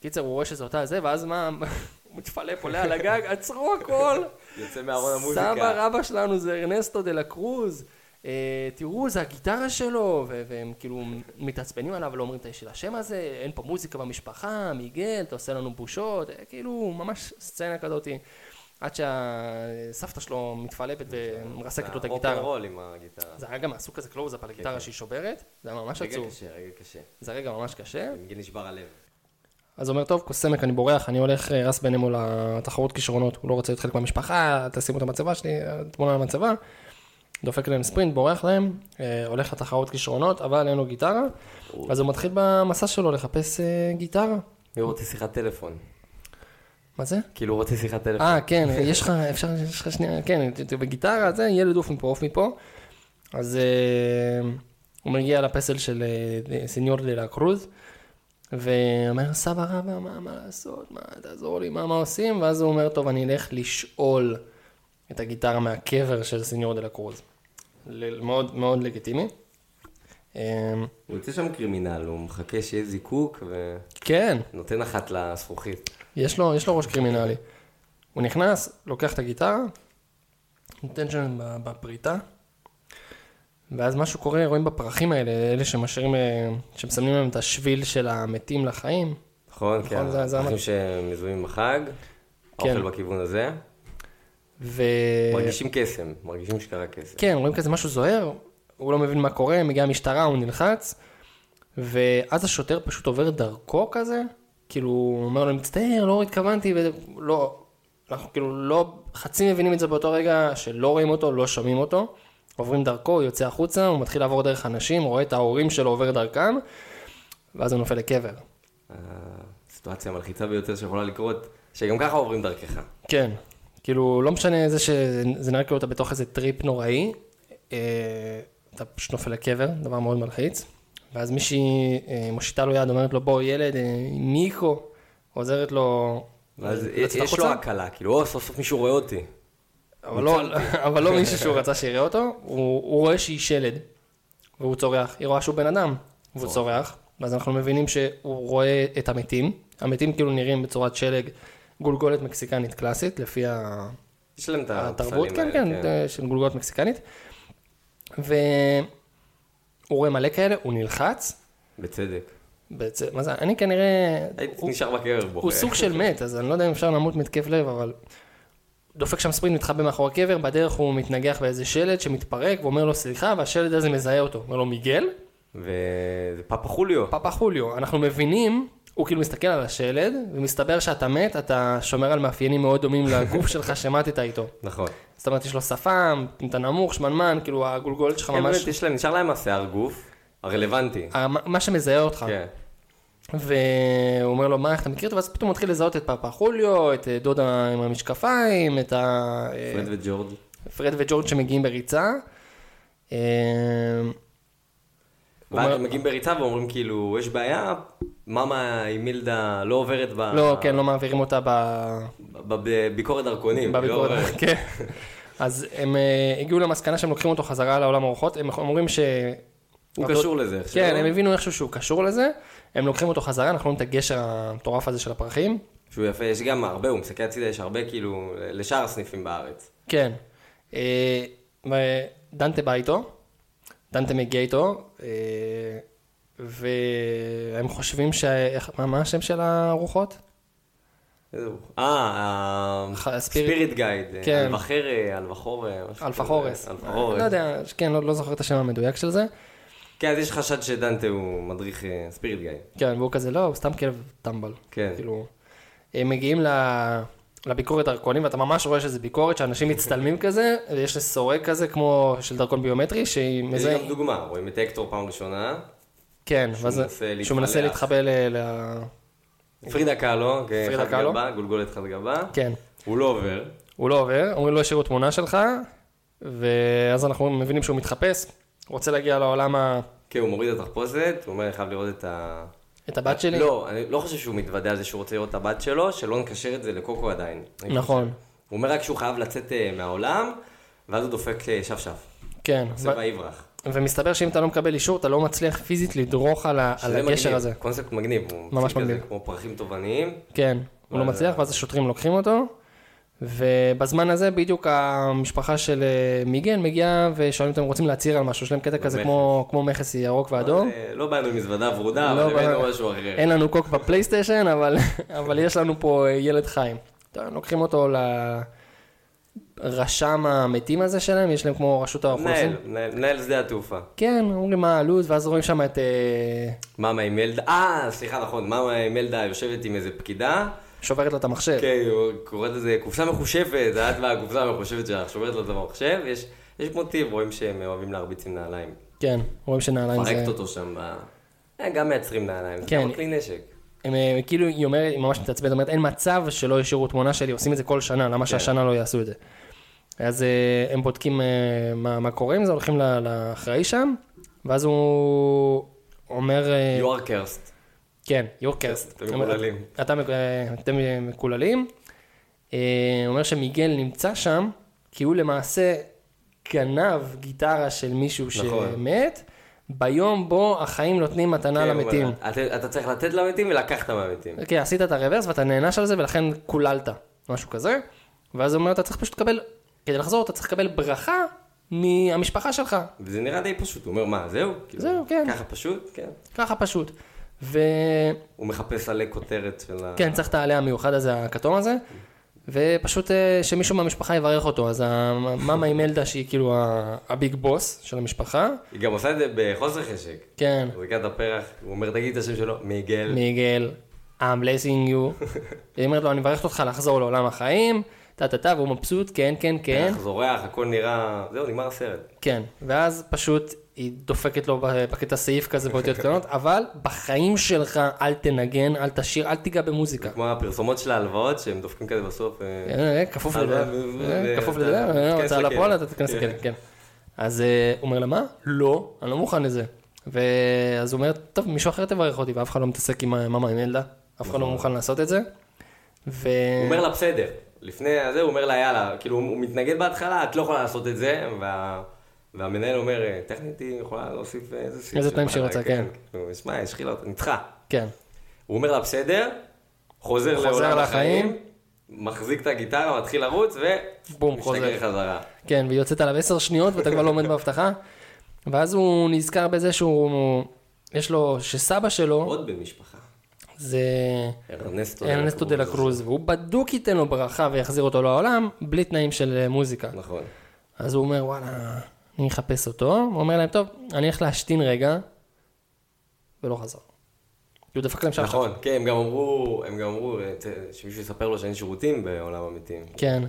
[SPEAKER 1] קיצר, הוא רואה שזה אותה זה, ואז מה, הוא מתפלפ, עולה על הגג, עצרו הכל.
[SPEAKER 2] יוצא מארון המוזיקה.
[SPEAKER 1] סבא רבא שלנו זה ארנסטו דה לה קרוז. אה, תראו, זה הגיטרה שלו, ו- והם כאילו מתעצבנים עליו ולא אומרים את של השם הזה, אין פה מוזיקה במשפחה, מיגל, אתה עושה לנו בושות, אה, כאילו, ממש סצנה כזאתי. עד שהסבתא שלו מתפלפת ומרסקת לו את
[SPEAKER 2] הרוק אנד
[SPEAKER 1] הגיטרה.
[SPEAKER 2] רול אה, עם הגיטרה.
[SPEAKER 1] זה היה גם מהסוג כזה קלוז-אפ על הגיטרה
[SPEAKER 2] כן.
[SPEAKER 1] שהיא שוברת, זה היה ממש
[SPEAKER 2] רגע
[SPEAKER 1] עצוב.
[SPEAKER 2] קשה, רגע קשה.
[SPEAKER 1] זה רגע ממש קשה.
[SPEAKER 2] בגלל נשבר הלב.
[SPEAKER 1] אז הוא אומר, טוב, כוס סמק, אני בורח, אני הולך אה, רס בינינו לתחרות כישרונות, הוא לא רוצה להיות חלק מהמשפחה, תשימו את המצבה שלי, אה, תמונה על המצבה. דופק להם ספרינט, בורח להם, אה, הולך לתחרות כישרונות, אבל אין לו גיטרה, אז הוא מתחיל במסע שלו לחפש אה, גיטרה.
[SPEAKER 2] הוא רוצה שיחת טלפון.
[SPEAKER 1] מה זה?
[SPEAKER 2] כאילו הוא רוצה שיחת טלפון.
[SPEAKER 1] אה, כן, יש לך, אפשר, יש לך שנייה, כן, ת- ת- בגיטרה, זה, ילד עוף מפה, עוף מפה. אז אה, הוא מגיע לפסל של אה, ד- סניור דה לה קרוז, ואומר, סבא רבא, מה, מה לעשות, מה, תעזור לי, מה, מה עושים? ואז הוא אומר, טוב, אני אלך לשאול את הגיטרה מהקבר של סניור דה לה קרוז. ל- מאוד מאוד לגיטימי. אה,
[SPEAKER 2] הוא יוצא שם קרימינל, הוא מחכה שיהיה זיקוק ונותן
[SPEAKER 1] כן.
[SPEAKER 2] אחת לזכוכית.
[SPEAKER 1] יש לו, יש לו ראש קרימינלי. הוא נכנס, לוקח את הגיטרה, נותן שם ב- בפריטה, ואז משהו קורה, רואים בפרחים האלה, אלה שמשאירים, אה, שמסמנים להם את השביל של המתים לחיים.
[SPEAKER 2] נכון, כן.
[SPEAKER 1] זה- זה
[SPEAKER 2] אנשים
[SPEAKER 1] המצב.
[SPEAKER 2] שמזוהים עם החג,
[SPEAKER 1] כן. אה,
[SPEAKER 2] האוכל בכיוון הזה.
[SPEAKER 1] ו...
[SPEAKER 2] מרגישים קסם, מרגישים שקרה קסם.
[SPEAKER 1] כן, רואים כזה משהו זוהר, הוא לא מבין מה קורה, מגיעה המשטרה, הוא נלחץ, ואז השוטר פשוט עובר דרכו כזה, כאילו, הוא אומר לו, אני מצטער, לא התכוונתי, ולא, אנחנו כאילו לא, חצי מבינים את זה באותו רגע, שלא רואים אותו, לא שומעים אותו, עוברים דרכו, הוא יוצא החוצה, הוא מתחיל לעבור דרך אנשים, רואה את ההורים שלו עובר דרכם, ואז הוא נופל לקבר. כן.
[SPEAKER 2] הסיטואציה המלחיצה אה, ביותר שיכולה לקרות, שגם ככה עוברים דרכך.
[SPEAKER 1] כן, כאילו לא משנה זה שזה נראה כאילו אתה בתוך איזה טריפ נוראי, אה, אתה פשוט נופל לקבר, דבר מאוד מלחיץ, ואז מישהי אה, מושיטה לו יד, אומרת לו בוא ילד, אה, ניקו, עוזרת לו אה,
[SPEAKER 2] ואז
[SPEAKER 1] לצאת
[SPEAKER 2] יש לו
[SPEAKER 1] החוצה,
[SPEAKER 2] הקלה, כאילו, או, סוף סוף מישהו רואה אותי.
[SPEAKER 1] אבל לא- אבל לא מישהו שהוא רצה שיראה אותו, הוא הוא רואה שהיא שלד, והוא צורח, היא רואה שהוא בן אדם, והוא צורח, ואז אנחנו מבינים שהוא רואה את המתים, המתים כאילו נראים בצורת שלג, גולגולת מקסיקנית קלאסית, לפי ה...
[SPEAKER 2] יש להם את
[SPEAKER 1] התרבות,
[SPEAKER 2] הפסלים
[SPEAKER 1] כן,
[SPEAKER 2] האלה,
[SPEAKER 1] כן, אה, של גולגולת מקסיקנית. והוא רואה מלא כאלה, הוא נלחץ.
[SPEAKER 2] בצדק.
[SPEAKER 1] בעצם, מה זה, אני כנראה,
[SPEAKER 2] הייתי
[SPEAKER 1] כן. הוא-
[SPEAKER 2] נשאר בקרב בוכה.
[SPEAKER 1] הוא סוג של מת, אז אני לא יודע אם אפשר למות מתקף לב, אבל... דופק שם ספרינט, מתחבא מאחורי קבר, בדרך הוא מתנגח באיזה שלד שמתפרק ואומר לו סליחה, והשלד הזה מזהה אותו. אומר לו מיגל?
[SPEAKER 2] וזה פאפה חוליו.
[SPEAKER 1] פאפה חוליו, אנחנו מבינים, הוא כאילו מסתכל על השלד, ומסתבר שאתה מת, אתה שומר על מאפיינים מאוד דומים לגוף שלך שמטת איתו.
[SPEAKER 2] נכון.
[SPEAKER 1] זאת אומרת, יש לו שפם, אתה נמוך, שמנמן, כאילו הגולגולת שלך
[SPEAKER 2] כן,
[SPEAKER 1] ממש... אה,
[SPEAKER 2] באמת, יש להם, נשאר להם השיער גוף הרלוונטי.
[SPEAKER 1] המ- מה שמזהה אותך.
[SPEAKER 2] כן.
[SPEAKER 1] אה. והוא אומר לו, מה, איך אתה מכיר אותו? ואז פתאום הוא מתחיל לזהות את פאפה חוליו, את אה, דודה עם המשקפיים, את ה... אה,
[SPEAKER 2] פרד וג'ורג'.
[SPEAKER 1] פרד וג'ורג' שמגיעים בריצה. אה, הוא
[SPEAKER 2] ואז
[SPEAKER 1] אומר-
[SPEAKER 2] הם מגיעים בריצה ואומרים כאילו, יש בעיה, מאמה עם מילדה לא עוברת ב...
[SPEAKER 1] לא, כן, לא מעבירים אותה ב...
[SPEAKER 2] ב- בביקורת דרכונים. היא לא
[SPEAKER 1] בביקורת,
[SPEAKER 2] עוברת.
[SPEAKER 1] כן. אז הם אה, הגיעו למסקנה שהם לוקחים אותו חזרה לעולם הרוחות, הם אומרים ש...
[SPEAKER 2] הוא קשור לזה איכשהו.
[SPEAKER 1] כן, הם הבינו איכשהו שהוא קשור לזה, הם לוקחים אותו חזרה, אנחנו רואים את הגשר המטורף הזה של הפרחים.
[SPEAKER 2] שהוא יפה, יש גם הרבה, הוא מסתכל הצידה, יש הרבה כאילו, לשאר הסניפים בארץ.
[SPEAKER 1] כן. אה, ודנטה בא איתו, דנטה מגיע איתו, אה, והם חושבים ש... איך- מה- מה השם של הרוחות?
[SPEAKER 2] איזה הוא? אה,
[SPEAKER 1] ח- הספיריט-
[SPEAKER 2] ספיריט גייד. אה,
[SPEAKER 1] כן. אה,
[SPEAKER 2] אלבחר, אלבחור.
[SPEAKER 1] אלפחורס.
[SPEAKER 2] אלבחורס.
[SPEAKER 1] לא יודע, כן, לא, לא זוכר את השם המדויק של זה.
[SPEAKER 2] כן, אז יש חשד שדנטה הוא מדריך אה, ספיריט גיא.
[SPEAKER 1] כן, והוא כזה, לא, הוא סתם כלב טמבל.
[SPEAKER 2] כן.
[SPEAKER 1] כאילו, הם מגיעים ל... לביקורת דרכונים, ואתה ממש רואה שזה ביקורת, שאנשים מצטלמים כזה, ויש סורק כזה, כמו של דרכון ביומטרי, שהיא
[SPEAKER 2] יש
[SPEAKER 1] מזהה...
[SPEAKER 2] גם דוגמה, רואים את הקטור פעם ראשונה,
[SPEAKER 1] כן,
[SPEAKER 2] שהוא
[SPEAKER 1] ואז...
[SPEAKER 2] מנסה להתחלף.
[SPEAKER 1] שהוא מנסה להתחבא ל... ל...
[SPEAKER 2] פרידה קאלו, כן,
[SPEAKER 1] פרידה
[SPEAKER 2] חד
[SPEAKER 1] קאלו.
[SPEAKER 2] גבה, גולגולת חד גבה,
[SPEAKER 1] כן.
[SPEAKER 2] הוא לא עובר,
[SPEAKER 1] הוא לא עובר, אומרים לו השאירו תמונה שלך, ואז אנחנו מבינים שהוא מתחפש, רוצה להגיע לעולם ה...
[SPEAKER 2] כן, הוא מוריד את התחפושת, הוא אומר, אני חייב לראות את ה...
[SPEAKER 1] את הבת שלי.
[SPEAKER 2] לא, אני לא חושב שהוא מתוודע על זה שהוא רוצה לראות את הבת שלו, שלא נקשר את זה לקוקו עדיין. אני
[SPEAKER 1] נכון.
[SPEAKER 2] חושב. הוא אומר רק שהוא חייב לצאת אה, מהעולם, ואז הוא דופק אה, שפשף,
[SPEAKER 1] כן.
[SPEAKER 2] עושה ויברח.
[SPEAKER 1] ומסתבר שאם אתה לא מקבל אישור, אתה לא מצליח פיזית לדרוך על, ה... על
[SPEAKER 2] שזה
[SPEAKER 1] הגשר
[SPEAKER 2] מגניב,
[SPEAKER 1] הזה.
[SPEAKER 2] קונספט מגניב, הוא
[SPEAKER 1] ממש
[SPEAKER 2] מציג כזה
[SPEAKER 1] מגניב.
[SPEAKER 2] כמו פרחים תובעניים.
[SPEAKER 1] כן, הוא לא
[SPEAKER 2] ואז-
[SPEAKER 1] מצליח, ואז השוטרים לוקחים אותו, ובזמן הזה בדיוק המשפחה של אה, מיגן מגיעה ושואלים אותם, רוצים להצהיר על משהו, יש להם קטע כזה כמו כמו מכס ירוק ואדום.
[SPEAKER 2] אה, כן. לא באנו עם מזוודה ורודה,
[SPEAKER 1] לא,
[SPEAKER 2] אבל הבאנו
[SPEAKER 1] אבל-
[SPEAKER 2] משהו אחר.
[SPEAKER 1] אין לנו קוק בפלייסטיישן, אבל, אבל יש לנו פה אה, ילד חיים. טוב, הם לוקחים אותו לרשם המתים הזה שלהם, יש להם כמו רשות האוכלוסין.
[SPEAKER 2] מנהל, מנהל- מנהל שדה התעופה.
[SPEAKER 1] כן, אומרים מה הלו"ז, ואז רואים שם את אה,
[SPEAKER 2] מאמה עם ילדה, אה, סליחה, נכון, מאמה עם ילדה יושבת עם איזה פקידה,
[SPEAKER 1] שוברת לו את המחשב.
[SPEAKER 2] כן, הוא קוראת לזה קופסה מחושבת, את והקופסה המחושבת שלך, שומרת לו את המחשב, יש, יש מוטיב, רואים שהם אוהבים להרביץ עם נעליים.
[SPEAKER 1] כן, רואים שנעליים זה...
[SPEAKER 2] פרקת אותו שם, ב... אה, גם מייצרים נעליים, זה
[SPEAKER 1] כן.
[SPEAKER 2] גם כלי נשק.
[SPEAKER 1] הם, אה, כאילו, היא אומרת, היא ממש מתעצבנת, אומרת, אין מצב שלא ישאירו תמונה שלי, עושים את זה כל שנה,
[SPEAKER 2] כן.
[SPEAKER 1] למה שהשנה לא יעשו את זה? אז אה, הם בודקים אה, מה, מה קורה עם זה, הולכים ל- לאחראי שם, ואז הוא אומר... אה,
[SPEAKER 2] You are cursed.
[SPEAKER 1] כן, your cursed.
[SPEAKER 2] אתם מקוללים.
[SPEAKER 1] אתה, מק- אה, אתם אה, מקוללים. אה, הוא אומר שמיגל נמצא שם, כי הוא למעשה גנב גיטרה של מישהו
[SPEAKER 2] נכון.
[SPEAKER 1] שמת, ביום בו החיים נותנים מתנה
[SPEAKER 2] כן,
[SPEAKER 1] למתים.
[SPEAKER 2] אבל אתה, אתה צריך לתת למתים ולקחת מהמתים.
[SPEAKER 1] כן, עשית את הרוורס ואתה נענש על זה ולכן קוללת, משהו כזה. ואז הוא אומר, אתה צריך פשוט לקבל, כדי לחזור, אתה צריך לקבל ברכה מהמשפחה שלך.
[SPEAKER 2] וזה נראה די פשוט, הוא אומר, מה, זהו? כאילו,
[SPEAKER 1] זהו, כן.
[SPEAKER 2] ככה פשוט, כן.
[SPEAKER 1] ככה פשוט. ו...
[SPEAKER 2] הוא מחפש עלי כותרת של ה...
[SPEAKER 1] כן, צריך את העלה המיוחד הזה, הכתום הזה, ופשוט אה, שמישהו מהמשפחה יברך אותו, אז המאמה עם אלדה שהיא כאילו ה- הביג בוס של המשפחה,
[SPEAKER 2] היא גם עושה את זה בחוסר חשק.
[SPEAKER 1] כן,
[SPEAKER 2] זריקת הפרח, הוא אומר, תגיד את השם שלו, מיגל.
[SPEAKER 1] מיגל, I'm blessing you, היא אומרת לו, אני מברכת אותך לחזור לעולם החיים, טה טה טה, והוא מבסוט, כן, כן, כן,
[SPEAKER 2] פרח זורח, הכל נראה... זהו, נגמר הסרט.
[SPEAKER 1] כן, ואז פשוט היא דופקת לו ב- בקטע סעיף כזה באותיות קטנות, אבל בחיים שלך אל תנגן, אל תשיר, אל תיגע במוזיקה.
[SPEAKER 2] כמו הפרסומות של ההלוואות שהם דופקים כזה בסוף. אה,
[SPEAKER 1] אה, אה, כפוף
[SPEAKER 2] הלוואה,
[SPEAKER 1] לדבר,
[SPEAKER 2] ו-
[SPEAKER 1] אה,
[SPEAKER 2] ו-
[SPEAKER 1] כפוף
[SPEAKER 2] אתה
[SPEAKER 1] לדבר, אה,
[SPEAKER 2] תיכנס
[SPEAKER 1] הוצאה
[SPEAKER 2] לכלא.
[SPEAKER 1] לפועל, אתה תיכנס לכלא, כן. אז אה, הוא אומר לה, מה? לא, אני לא מוכן לזה. ואז הוא אומר, טוב, מישהו אחר תברך אותי, ואף אחד לא מתעסק עם המאמה עם ילדה, אף אחד לא מוכן לעשות את זה. ו...
[SPEAKER 2] הוא אומר לה בסדר, לפני הזה הוא אומר לה יאללה, כאילו הוא הוא מתנגד בהתחלה, את לא יכולה לעשות את זה, וה- והמנהל אומר, "אה, טכנית היא יכולה להוסיף אה, איזה סעיף.
[SPEAKER 1] איזה תנאים
[SPEAKER 2] שבא לה",
[SPEAKER 1] שהיא רוצה, כן.
[SPEAKER 2] כאילו, שמע, יש חילה, ניצחה.
[SPEAKER 1] כן,
[SPEAKER 2] הוא אומר לה בסדר, חוזר
[SPEAKER 1] חוזר
[SPEAKER 2] לעולם
[SPEAKER 1] לחיים.
[SPEAKER 2] החיים, מחזיק את הגיטרה, מתחיל לרוץ, ו...
[SPEAKER 1] בום, חוזר.
[SPEAKER 2] משתגר חזרה.
[SPEAKER 1] כן, והיא יוצאת עליו עשר שניות ואתה כבר לא עומד בהבטחה. ואז הוא נזכר בזה שהוא, יש לו, שסבא שלו
[SPEAKER 2] עוד בן משפחה.
[SPEAKER 1] זה
[SPEAKER 2] ארנסטו.
[SPEAKER 1] ארנסטו דה לה קרוז, והוא בדוק ייתן לו ברכה ויחזיר אותו לעולם, בלי תנאים של אה, מוזיקה.
[SPEAKER 2] נכון.
[SPEAKER 1] אז הוא אומר, וואלה, אני אחפש אותו. הוא אומר להם, טוב, אני הולך להשתין רגע, ולא חזר. הוא דפק להם שם עכשיו.
[SPEAKER 2] נכון, כן, הם גם אמרו, הם גם אמרו אה, ת- שמישהו יספר לו שאין שירותים בעולם המתים.
[SPEAKER 1] כן.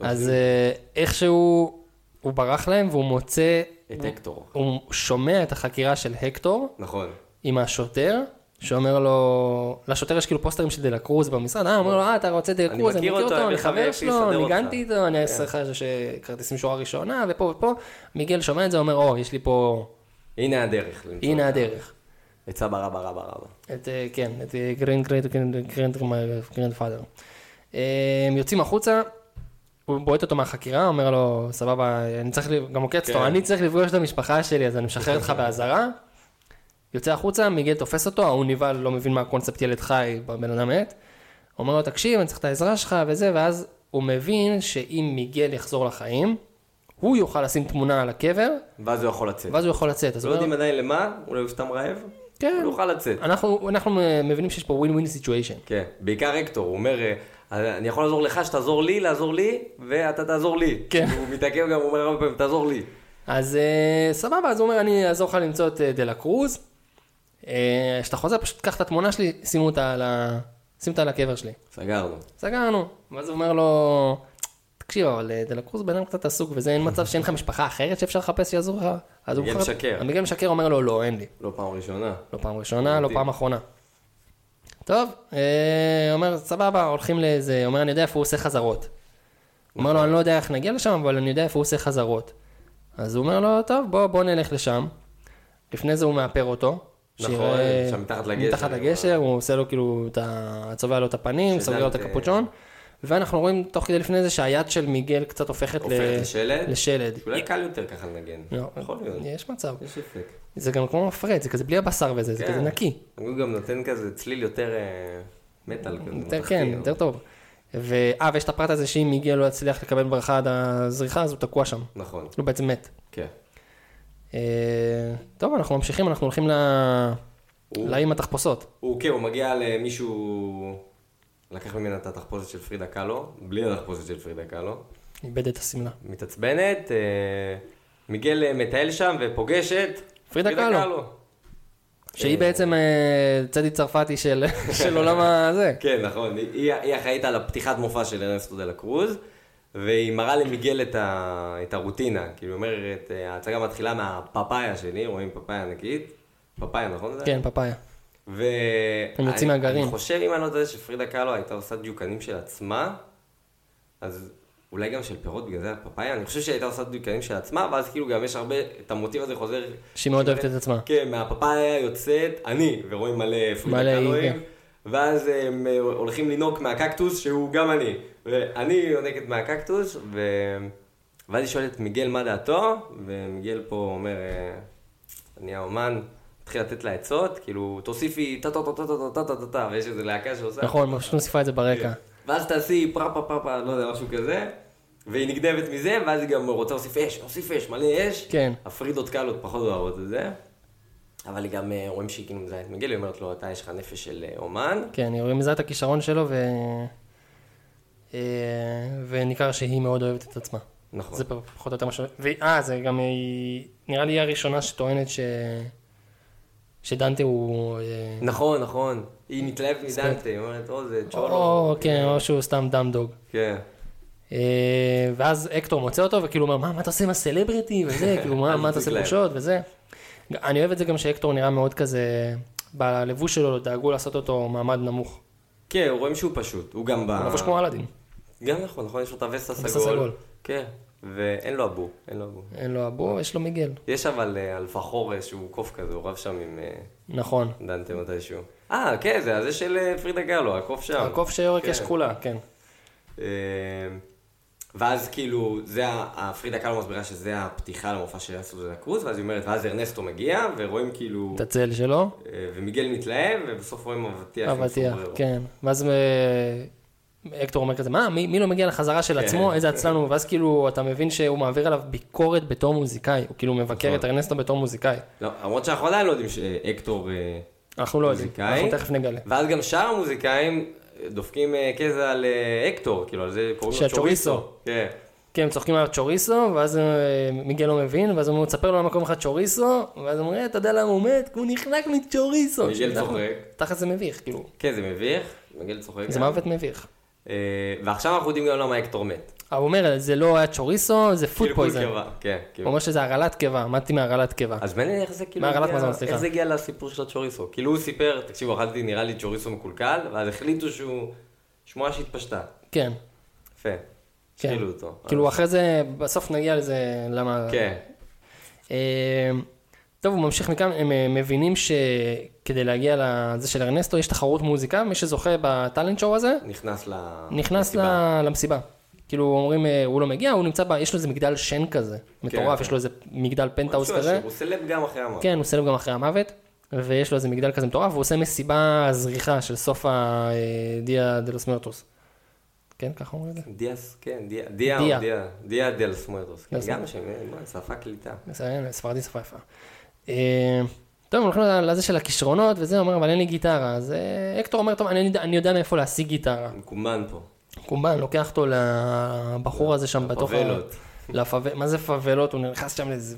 [SPEAKER 1] אז אה, איכשהו, הוא ברח להם והוא מוצא,
[SPEAKER 2] את הקטור.
[SPEAKER 1] הוא שומע את החקירה של הקטור
[SPEAKER 2] נכון.
[SPEAKER 1] עם השוטר. שאומר לו, לשוטר יש כאילו פוסטרים של דלה קרוז במשרד, אה, אומר לו, אה, אתה רוצה דלה
[SPEAKER 2] אני
[SPEAKER 1] קרוז, אני
[SPEAKER 2] מכיר
[SPEAKER 1] מכיר
[SPEAKER 2] אותו,
[SPEAKER 1] אותו,
[SPEAKER 2] אני
[SPEAKER 1] אני חבר
[SPEAKER 2] חבר,
[SPEAKER 1] שלו,
[SPEAKER 2] שיסדר
[SPEAKER 1] ניגנתי
[SPEAKER 2] אותך." כן.
[SPEAKER 1] איתו, אני אעשה לך ש- כרטיסים שורה ראשונה, ופה ופה, מיגל שומע את זה, אומר, או, יש לי פה,
[SPEAKER 2] הנה הדרך. למצוא
[SPEAKER 1] הנה
[SPEAKER 2] אותה.
[SPEAKER 1] הדרך.
[SPEAKER 2] את סבא רבא רבא רבא.
[SPEAKER 1] את, אה, כן, את אה, גרנד גרנד גרנד גרנד גרנד פאדר. אה, הם יוצאים החוצה, הוא בועט אותו מהחקירה, אומר לו, סבבה, אני צריך, ל- גם עוקץ אותו,
[SPEAKER 2] כן.
[SPEAKER 1] אני צריך לפגוש את המשפחה שלי, אז אני משחרר אותך באזהרה. יוצא החוצה, מיגל תופס אותו, ההוא נבהל, לא מבין מה הקונספט ילד חי, בבן אדם מת. אומר לו, תקשיב, אני צריך את העזרה שלך וזה, ואז הוא מבין שאם מיגל יחזור לחיים, הוא יוכל לשים תמונה על הקבר,
[SPEAKER 2] ואז הוא יכול לצאת.
[SPEAKER 1] ואז הוא יכול לצאת. אז
[SPEAKER 2] לא
[SPEAKER 1] הוא אומר,
[SPEAKER 2] יודעים עדיין למה, אולי הוא סתם רעב?
[SPEAKER 1] כן.
[SPEAKER 2] הוא יוכל לצאת.
[SPEAKER 1] אנחנו אנחנו מבינים שיש פה ווין ווין סיטואשן.
[SPEAKER 2] כן, בעיקר הקטור, הוא אומר, אה, אני יכול לעזור לך, שתעזור לי, לעזור לי, ואתה תעזור לי.
[SPEAKER 1] כן.
[SPEAKER 2] הוא מתעכב גם, הוא אומר הרבה פעמים, תעזור לי.
[SPEAKER 1] אז אה, סבבה, אז הוא אומר, אני אעזור לך למצוא את אה, דלה קרוז. אה, כשאתה חוזר, פשוט קח את התמונה שלי, שימו אותה על, ה... שימו אותה על הקבר שלי.
[SPEAKER 2] סגרנו.
[SPEAKER 1] סגרנו. ואז הוא אומר לו, תקשיב, אבל אה, דה לה קרוז בן אדם קצת עסוק וזה, אין מצב שאין לך משפחה אחרת שאפשר לחפש שיעזור לך? אז הוא
[SPEAKER 2] מיגל
[SPEAKER 1] מחפש-
[SPEAKER 2] משקר.
[SPEAKER 1] המיגל משקר אומר לו, לא, אין לי.
[SPEAKER 2] לא פעם ראשונה.
[SPEAKER 1] לא פעם ראשונה, לא פעם אחרונה. טוב, אה, אומר, סבבה, הולכים לאיזה, אומר, אני יודע איפה הוא עושה חזרות. הוא אומר
[SPEAKER 2] נכון.
[SPEAKER 1] לו, אני לא יודע איך נגיע לשם, אבל אני יודע איפה הוא עושה חזרות. אז הוא אומר לו, טוב, בוא, בוא נלך לשם. לפני זה הוא מאפר אותו.
[SPEAKER 2] נכון,
[SPEAKER 1] שיראה-
[SPEAKER 2] שם מתחת לגשר.
[SPEAKER 1] מתחת לגשר, הוא עושה לו כאילו, את ה- צובע לו את הפנים,
[SPEAKER 2] שזה
[SPEAKER 1] סוגר לו את
[SPEAKER 2] את, אה,
[SPEAKER 1] הקפוצ'ון. ואנחנו רואים תוך כדי לפני זה שהיד של מיגל קצת הופכת ל-
[SPEAKER 2] הופכת לשלד?
[SPEAKER 1] לשלד.
[SPEAKER 2] אולי קל יותר ככה לנגן.
[SPEAKER 1] לא,
[SPEAKER 2] יכול להיות.
[SPEAKER 1] יש מצב.
[SPEAKER 2] יש אפק.
[SPEAKER 1] זה גם כמו מפרט, זה כזה בלי הבשר וזה, זה
[SPEAKER 2] כן.
[SPEAKER 1] כזה נקי.
[SPEAKER 2] הוא גם נותן כזה צליל יותר אה, מטאל כזה.
[SPEAKER 1] יותר
[SPEAKER 2] מתכתי,
[SPEAKER 1] כן,
[SPEAKER 2] אבל-
[SPEAKER 1] יותר טוב. ו- אה, ויש את הפרט הזה שאם מיגל לא יצליח לקבל ברכה עד הזריחה, אז הוא תקוע שם.
[SPEAKER 2] נכון,
[SPEAKER 1] הוא בעצם מת.
[SPEAKER 2] כן.
[SPEAKER 1] אה, טוב, אנחנו ממשיכים, אנחנו הולכים ל...
[SPEAKER 2] הוא-
[SPEAKER 1] לאי עם התחפושות.
[SPEAKER 2] הוא כן, הוא מגיע למישהו... לקח ממנה את התחפושת של פרידה קאלו, בלי התחפושת של פרידה קאלו.
[SPEAKER 1] איבד את השמלה.
[SPEAKER 2] מתעצבנת, אה, מיגל אה, מטייל שם ופוגש את
[SPEAKER 1] פרידה קאלו. שהיא בעצם אה, צדי צרפתי של של עולם הזה.
[SPEAKER 2] כן, נכון, היא, היא אחראית על הפתיחת מופע של ארנסטו דה לה קרוז, והיא מראה למיגל את, ה, את הרוטינה, כאילו היא אומרת, אה, ההצגה מתחילה מהפאפאיה שלי, רואים פאפאיה ענקית, פאפאיה, נכון? זה?
[SPEAKER 1] כן, פאפאיה.
[SPEAKER 2] ו...
[SPEAKER 1] הם יוצאים
[SPEAKER 2] אני-
[SPEAKER 1] מהגרעין.
[SPEAKER 2] אני חושב, אם אני לא טועה, שפרידה קאלו הייתה עושה דיוקנים של עצמה, אז אולי גם של פירות, בגלל זה הפאפאיה, אני חושב שהיא הייתה עושה דיוקנים של עצמה, ואז כאילו גם יש הרבה, את המוטיב הזה חוזר...
[SPEAKER 1] שהיא מאוד אוהבת את עצמה.
[SPEAKER 2] כן, מהפאפאיה יוצאת אני, ורואים מלא פרידה
[SPEAKER 1] מלא,
[SPEAKER 2] קאלואים,
[SPEAKER 1] כן.
[SPEAKER 2] ואז הם אה, הולכים לנהוג מהקקטוס, שהוא גם אני, ואני יונקת מהקקטוס, ו... ואז היא שואלת מיגל מה דעתו, ומיגל פה אומר, אה, אני האומן, מתחיל לתת לה עצות, כאילו, תוסיפי טה טה טה טה טה טה טה טה טה, ויש איזה להקה שעושה,
[SPEAKER 1] נכון, פשוט מוסיפה את זה ברקע.
[SPEAKER 2] ואז תעשי פרה פרה פרה פרה, לא יודע, משהו כזה, והיא נגנבת מזה, ואז היא גם רוצה להוסיף אש, להוסיף אש, מלא אש.
[SPEAKER 1] כן.
[SPEAKER 2] הפרידות קלות פחות אוהבות את זה, אבל היא גם אה, רואים שהיא כאילו מזהה את מגיל, היא אומרת לו, אתה יש לך נפש של אה, אומן.
[SPEAKER 1] כן, היא רמיזה את הכישרון שלו ו... אה, וניכר שהיא מאוד אוהבת את עצמה.
[SPEAKER 2] נכון.
[SPEAKER 1] זה פחות או יותר משהו. אה, זה גם היא... נראה לי היא הראשונה שטוענת ש... שדנטה הוא... אה,
[SPEAKER 2] נכון, נכון. היא מתלהבת מדנטה, היא אומרת, או זה צ'ולו.
[SPEAKER 1] או, אוקיי. כן, או שהוא סתם דאם דוג.
[SPEAKER 2] כן.
[SPEAKER 1] אה, ואז אקטור מוצא אותו וכאילו אומר, מה, מה אתה עושה עם הסלבריטי וזה, כאילו, מה,
[SPEAKER 2] אל
[SPEAKER 1] מה אתה
[SPEAKER 2] תציג
[SPEAKER 1] עושה
[SPEAKER 2] להם.
[SPEAKER 1] בושות וזה. אני אוהב את זה גם שאקטור נראה מאוד כזה, בלבוש שלו לא דאגו לעשות אותו מעמד נמוך.
[SPEAKER 2] כן, רואים שהוא פשוט, הוא גם ב...
[SPEAKER 1] הוא לבוש כמו אלאדין,
[SPEAKER 2] גם נכון, נכון, יש לו את הווסט
[SPEAKER 1] הווסט
[SPEAKER 2] הסגול.
[SPEAKER 1] הסגול.
[SPEAKER 2] כן, ואין לו אבו, אין לו אבו.
[SPEAKER 1] אין לו אבו, יש לו מיגל.
[SPEAKER 2] יש אבל אה, על פחור איזשהו קוף כזה, הוא רב שם עם אה,
[SPEAKER 1] נכון.
[SPEAKER 2] דנטה מתישהו. אה, כן, זה הזה של אה, פרידה גלו, הקוף שם.
[SPEAKER 1] הקוף שיורק
[SPEAKER 2] כן.
[SPEAKER 1] יש כולה, כן.
[SPEAKER 2] אה, ואז כאילו, זה, ה- הפרידה קלו מסבירה שזה הפתיחה למופע של אסו דה קרוז, ואז היא אומרת, ואז ארנסטו מגיע, ורואים כאילו,
[SPEAKER 1] את הצל שלו,
[SPEAKER 2] אה, ומיגל מתלהב, ובסוף רואים אבטיח. עם
[SPEAKER 1] אבטיח,
[SPEAKER 2] סומבררו.
[SPEAKER 1] כן. ואז אה, הקטור אומר כזה, מה, מי מי לא מגיע לחזרה של
[SPEAKER 2] כן.
[SPEAKER 1] עצמו, איזה עצלן הוא, ואז כאילו אתה מבין שהוא מעביר עליו ביקורת בתור מוזיקאי, הוא כאילו מבקר
[SPEAKER 2] נכון.
[SPEAKER 1] את ארנסטו בתור מוזיקאי.
[SPEAKER 2] לא, למרות שאנחנו עדיין לא יודעים שהקטור אה,
[SPEAKER 1] אנחנו לא יודעים,
[SPEAKER 2] מוזיקאי.
[SPEAKER 1] אנחנו תכף נגלה.
[SPEAKER 2] ואז גם שאר המוזיקאים אה, דופקים אה, קזע על אה, הקטור, כאילו, על זה קוראים לו
[SPEAKER 1] של צ'וריסו.
[SPEAKER 2] צ'וריסו. כן.
[SPEAKER 1] כן, הם צוחקים עליו צ'וריסו, ואז אה, מיגל לא מבין, ואז הוא אומר, תספר לו על מקום אחד צ'וריסו, ואז הוא אומר, "אה, אתה יודע למה הוא מת? כי הוא נחנק מצ'וריסו. נכון.
[SPEAKER 2] מיגל צוחק.
[SPEAKER 1] תחת זה מביך, כאילו,
[SPEAKER 2] כן, זה מביך, מיגל צוחק.
[SPEAKER 1] זה מוות מביך.
[SPEAKER 2] אה, ועכשיו אנחנו יודעים גם למה הקטור מת.
[SPEAKER 1] אבל הוא אומר, זה לא היה צ'וריסו, זה פוד
[SPEAKER 2] כאילו, כול
[SPEAKER 1] פויזן.
[SPEAKER 2] קיבה. כן,
[SPEAKER 1] הוא
[SPEAKER 2] כאילו.
[SPEAKER 1] אומר שזה הרעלת קיבה, מתי מהרעלת קיבה.
[SPEAKER 2] אז מעניין איך זה כאילו,
[SPEAKER 1] אוקיי. מהרעלת
[SPEAKER 2] הגיע-
[SPEAKER 1] מזון, סליחה.
[SPEAKER 2] איך זה הגיע לסיפור של הצ'וריסו? כאילו הוא סיפר, תקשיבו, אכלתי נראה לי צ'וריסו מקולקל, ואז החליטו שהוא, שמועה שהתפשטה.
[SPEAKER 1] כן,
[SPEAKER 2] יפה.
[SPEAKER 1] כן.
[SPEAKER 2] כאילו אותו.
[SPEAKER 1] כאילו אחרי זה, בסוף נגיע לזה, למה...
[SPEAKER 2] כן.
[SPEAKER 1] אה, טוב, הוא ממשיך מכאן, הם אה, מבינים שכדי להגיע לזה של ארנסטו, יש תחרות מוזיקה, מי שזוכה בטאלנט שואו הזה,
[SPEAKER 2] נכנס ל...
[SPEAKER 1] נכנס
[SPEAKER 2] לסיבה.
[SPEAKER 1] ל- למסיבה. כאילו אומרים, אה, הוא לא מגיע, הוא נמצא, ב... יש לו איזה מגדל שן כזה, מטורף,
[SPEAKER 2] כן.
[SPEAKER 1] יש לו איזה מגדל פנטהאוס
[SPEAKER 2] משהו
[SPEAKER 1] כזה.
[SPEAKER 2] עשיר, הוא סלב גם אחרי המוות.
[SPEAKER 1] כן, הוא סלב גם אחרי המוות, ויש לו איזה מגדל כזה מטורף, והוא עושה מסיבה זריחה של סוף אה, הדיה דלוס מרטוס. כן, ככה אומרים את זה?
[SPEAKER 2] דיאס, כן, דיה, דיה,
[SPEAKER 1] דיה.
[SPEAKER 2] או דיה, דיה דל סמואטוס. כן,
[SPEAKER 1] דל
[SPEAKER 2] גם שם, אה, מה, שפה קליטה.
[SPEAKER 1] בסדר, ספרדית שפה יפה. אה, טוב, הם הולכים לזה של הכישרונות וזה, אומר, אבל אין לי גיטרה. אז אה, הקטור אומר, טוב, אני יודע- אני יודע מאיפה להשיג גיטרה.
[SPEAKER 2] מקומן פה.
[SPEAKER 1] קומבן לוקח אותו לבחור הזה שם בתוך ה...
[SPEAKER 2] הפבלות.
[SPEAKER 1] לפאב... מה זה פאבלות? הוא נכנס שם לאיזה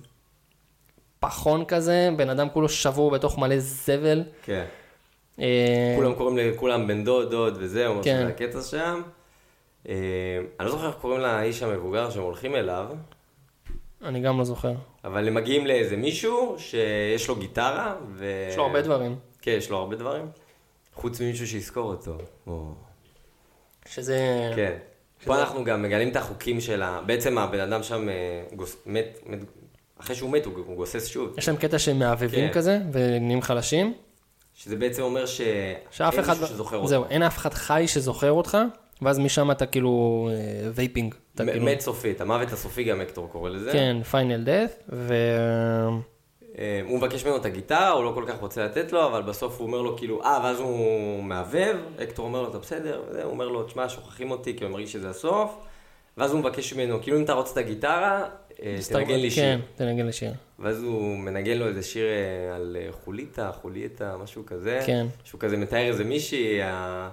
[SPEAKER 1] פחון כזה, בן אדם כולו שבור בתוך מלא זבל.
[SPEAKER 2] כן.
[SPEAKER 1] אה,
[SPEAKER 2] כולם קוראים לכולם בן דוד, דוד וזהו, משהו
[SPEAKER 1] כן.
[SPEAKER 2] כן. הקטע שם. אה, אני לא זוכר איך קוראים לאיש המבוגר שהם הולכים אליו,
[SPEAKER 1] אני גם לא זוכר.
[SPEAKER 2] אבל הם מגיעים לאיזה מישהו שיש לו גיטרה, ו...
[SPEAKER 1] יש לו הרבה דברים.
[SPEAKER 2] כן, יש לו הרבה דברים. חוץ ממישהו שיזכור אותו. או...
[SPEAKER 1] שזה...
[SPEAKER 2] כן. פה אנחנו גם מגלים את החוקים של ה... בעצם הבן אדם שם אה, גוס... מת, מת... אחרי שהוא מת הוא הוא גוסס שוב.
[SPEAKER 1] יש להם קטע שהם מעבבים
[SPEAKER 2] כן.
[SPEAKER 1] כזה, ונהיים חלשים.
[SPEAKER 2] שזה בעצם אומר ש...
[SPEAKER 1] שאף
[SPEAKER 2] אין
[SPEAKER 1] אחד... לא-
[SPEAKER 2] מישהו שזוכר אותו.
[SPEAKER 1] זהו, אין אף אחד חי שזוכר אותך, ואז משם אתה כאילו אה, וייפינג. אתה
[SPEAKER 2] מ-
[SPEAKER 1] כאילו...
[SPEAKER 2] מת סופית, המוות הסופי גם הקטור קורא לזה.
[SPEAKER 1] כן, פיינל דף, ו...
[SPEAKER 2] אה, הוא מבקש ממנו את הגיטרה, הוא לא כל כך רוצה לתת לו, אבל בסוף הוא אומר לו כאילו, אה, ואז הוא מעבב, הקטור אומר לו, אתה בסדר? וזה, הוא אומר לו, תשמע, שוכחים אותי, כי הוא מרגיש שזה הסוף. ואז הוא מבקש ממנו, כאילו אם אתה רוצה את הגיטרה, אה, תנגן לי שיר.
[SPEAKER 1] כן, תנגן לי שיר.
[SPEAKER 2] ואז הוא מנגן לו איזה שיר אה, על אה, חוליטה, חולייטה, משהו כזה.
[SPEAKER 1] כן.
[SPEAKER 2] שהוא כזה מתאר איזה מישהי, ה-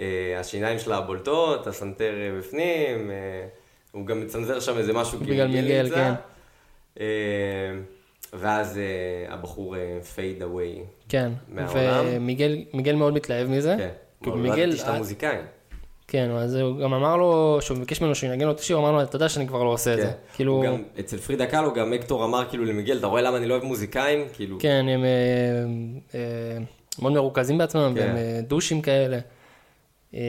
[SPEAKER 2] אה, השיניים שלה בולטות, הסנטר אה, בפנים, אה, הוא גם מצנזר שם איזה משהו
[SPEAKER 1] בגלל מיגל,
[SPEAKER 2] נמצא.
[SPEAKER 1] כן.
[SPEAKER 2] אה, ואז אה, הבחור פייד אווי.
[SPEAKER 1] כן.
[SPEAKER 2] מהעולם?
[SPEAKER 1] ומיגל מיגל מאוד מתלהב מזה.
[SPEAKER 2] כן.
[SPEAKER 1] כאילו,
[SPEAKER 2] אבל ידעתי
[SPEAKER 1] מיגל...
[SPEAKER 2] שאתה מוזיקאי.
[SPEAKER 1] כן, אז הוא גם אמר לו, שהוא ביקש ממנו שהוא ינגן לו את השיר, הוא אמר לו, אתה יודע שאני כבר לא עושה את זה.
[SPEAKER 2] כן.
[SPEAKER 1] כאילו,
[SPEAKER 2] הוא גם- אצל פרידה קלו גם הקטור אמר כאילו למיגל, אתה רואה למה אני לא אוהב מוזיקאים? כאילו,
[SPEAKER 1] כן, הם אה, אה, מאוד מרוכזים בעצמם,
[SPEAKER 2] כן.
[SPEAKER 1] והם אה, דושים כאלה. אה,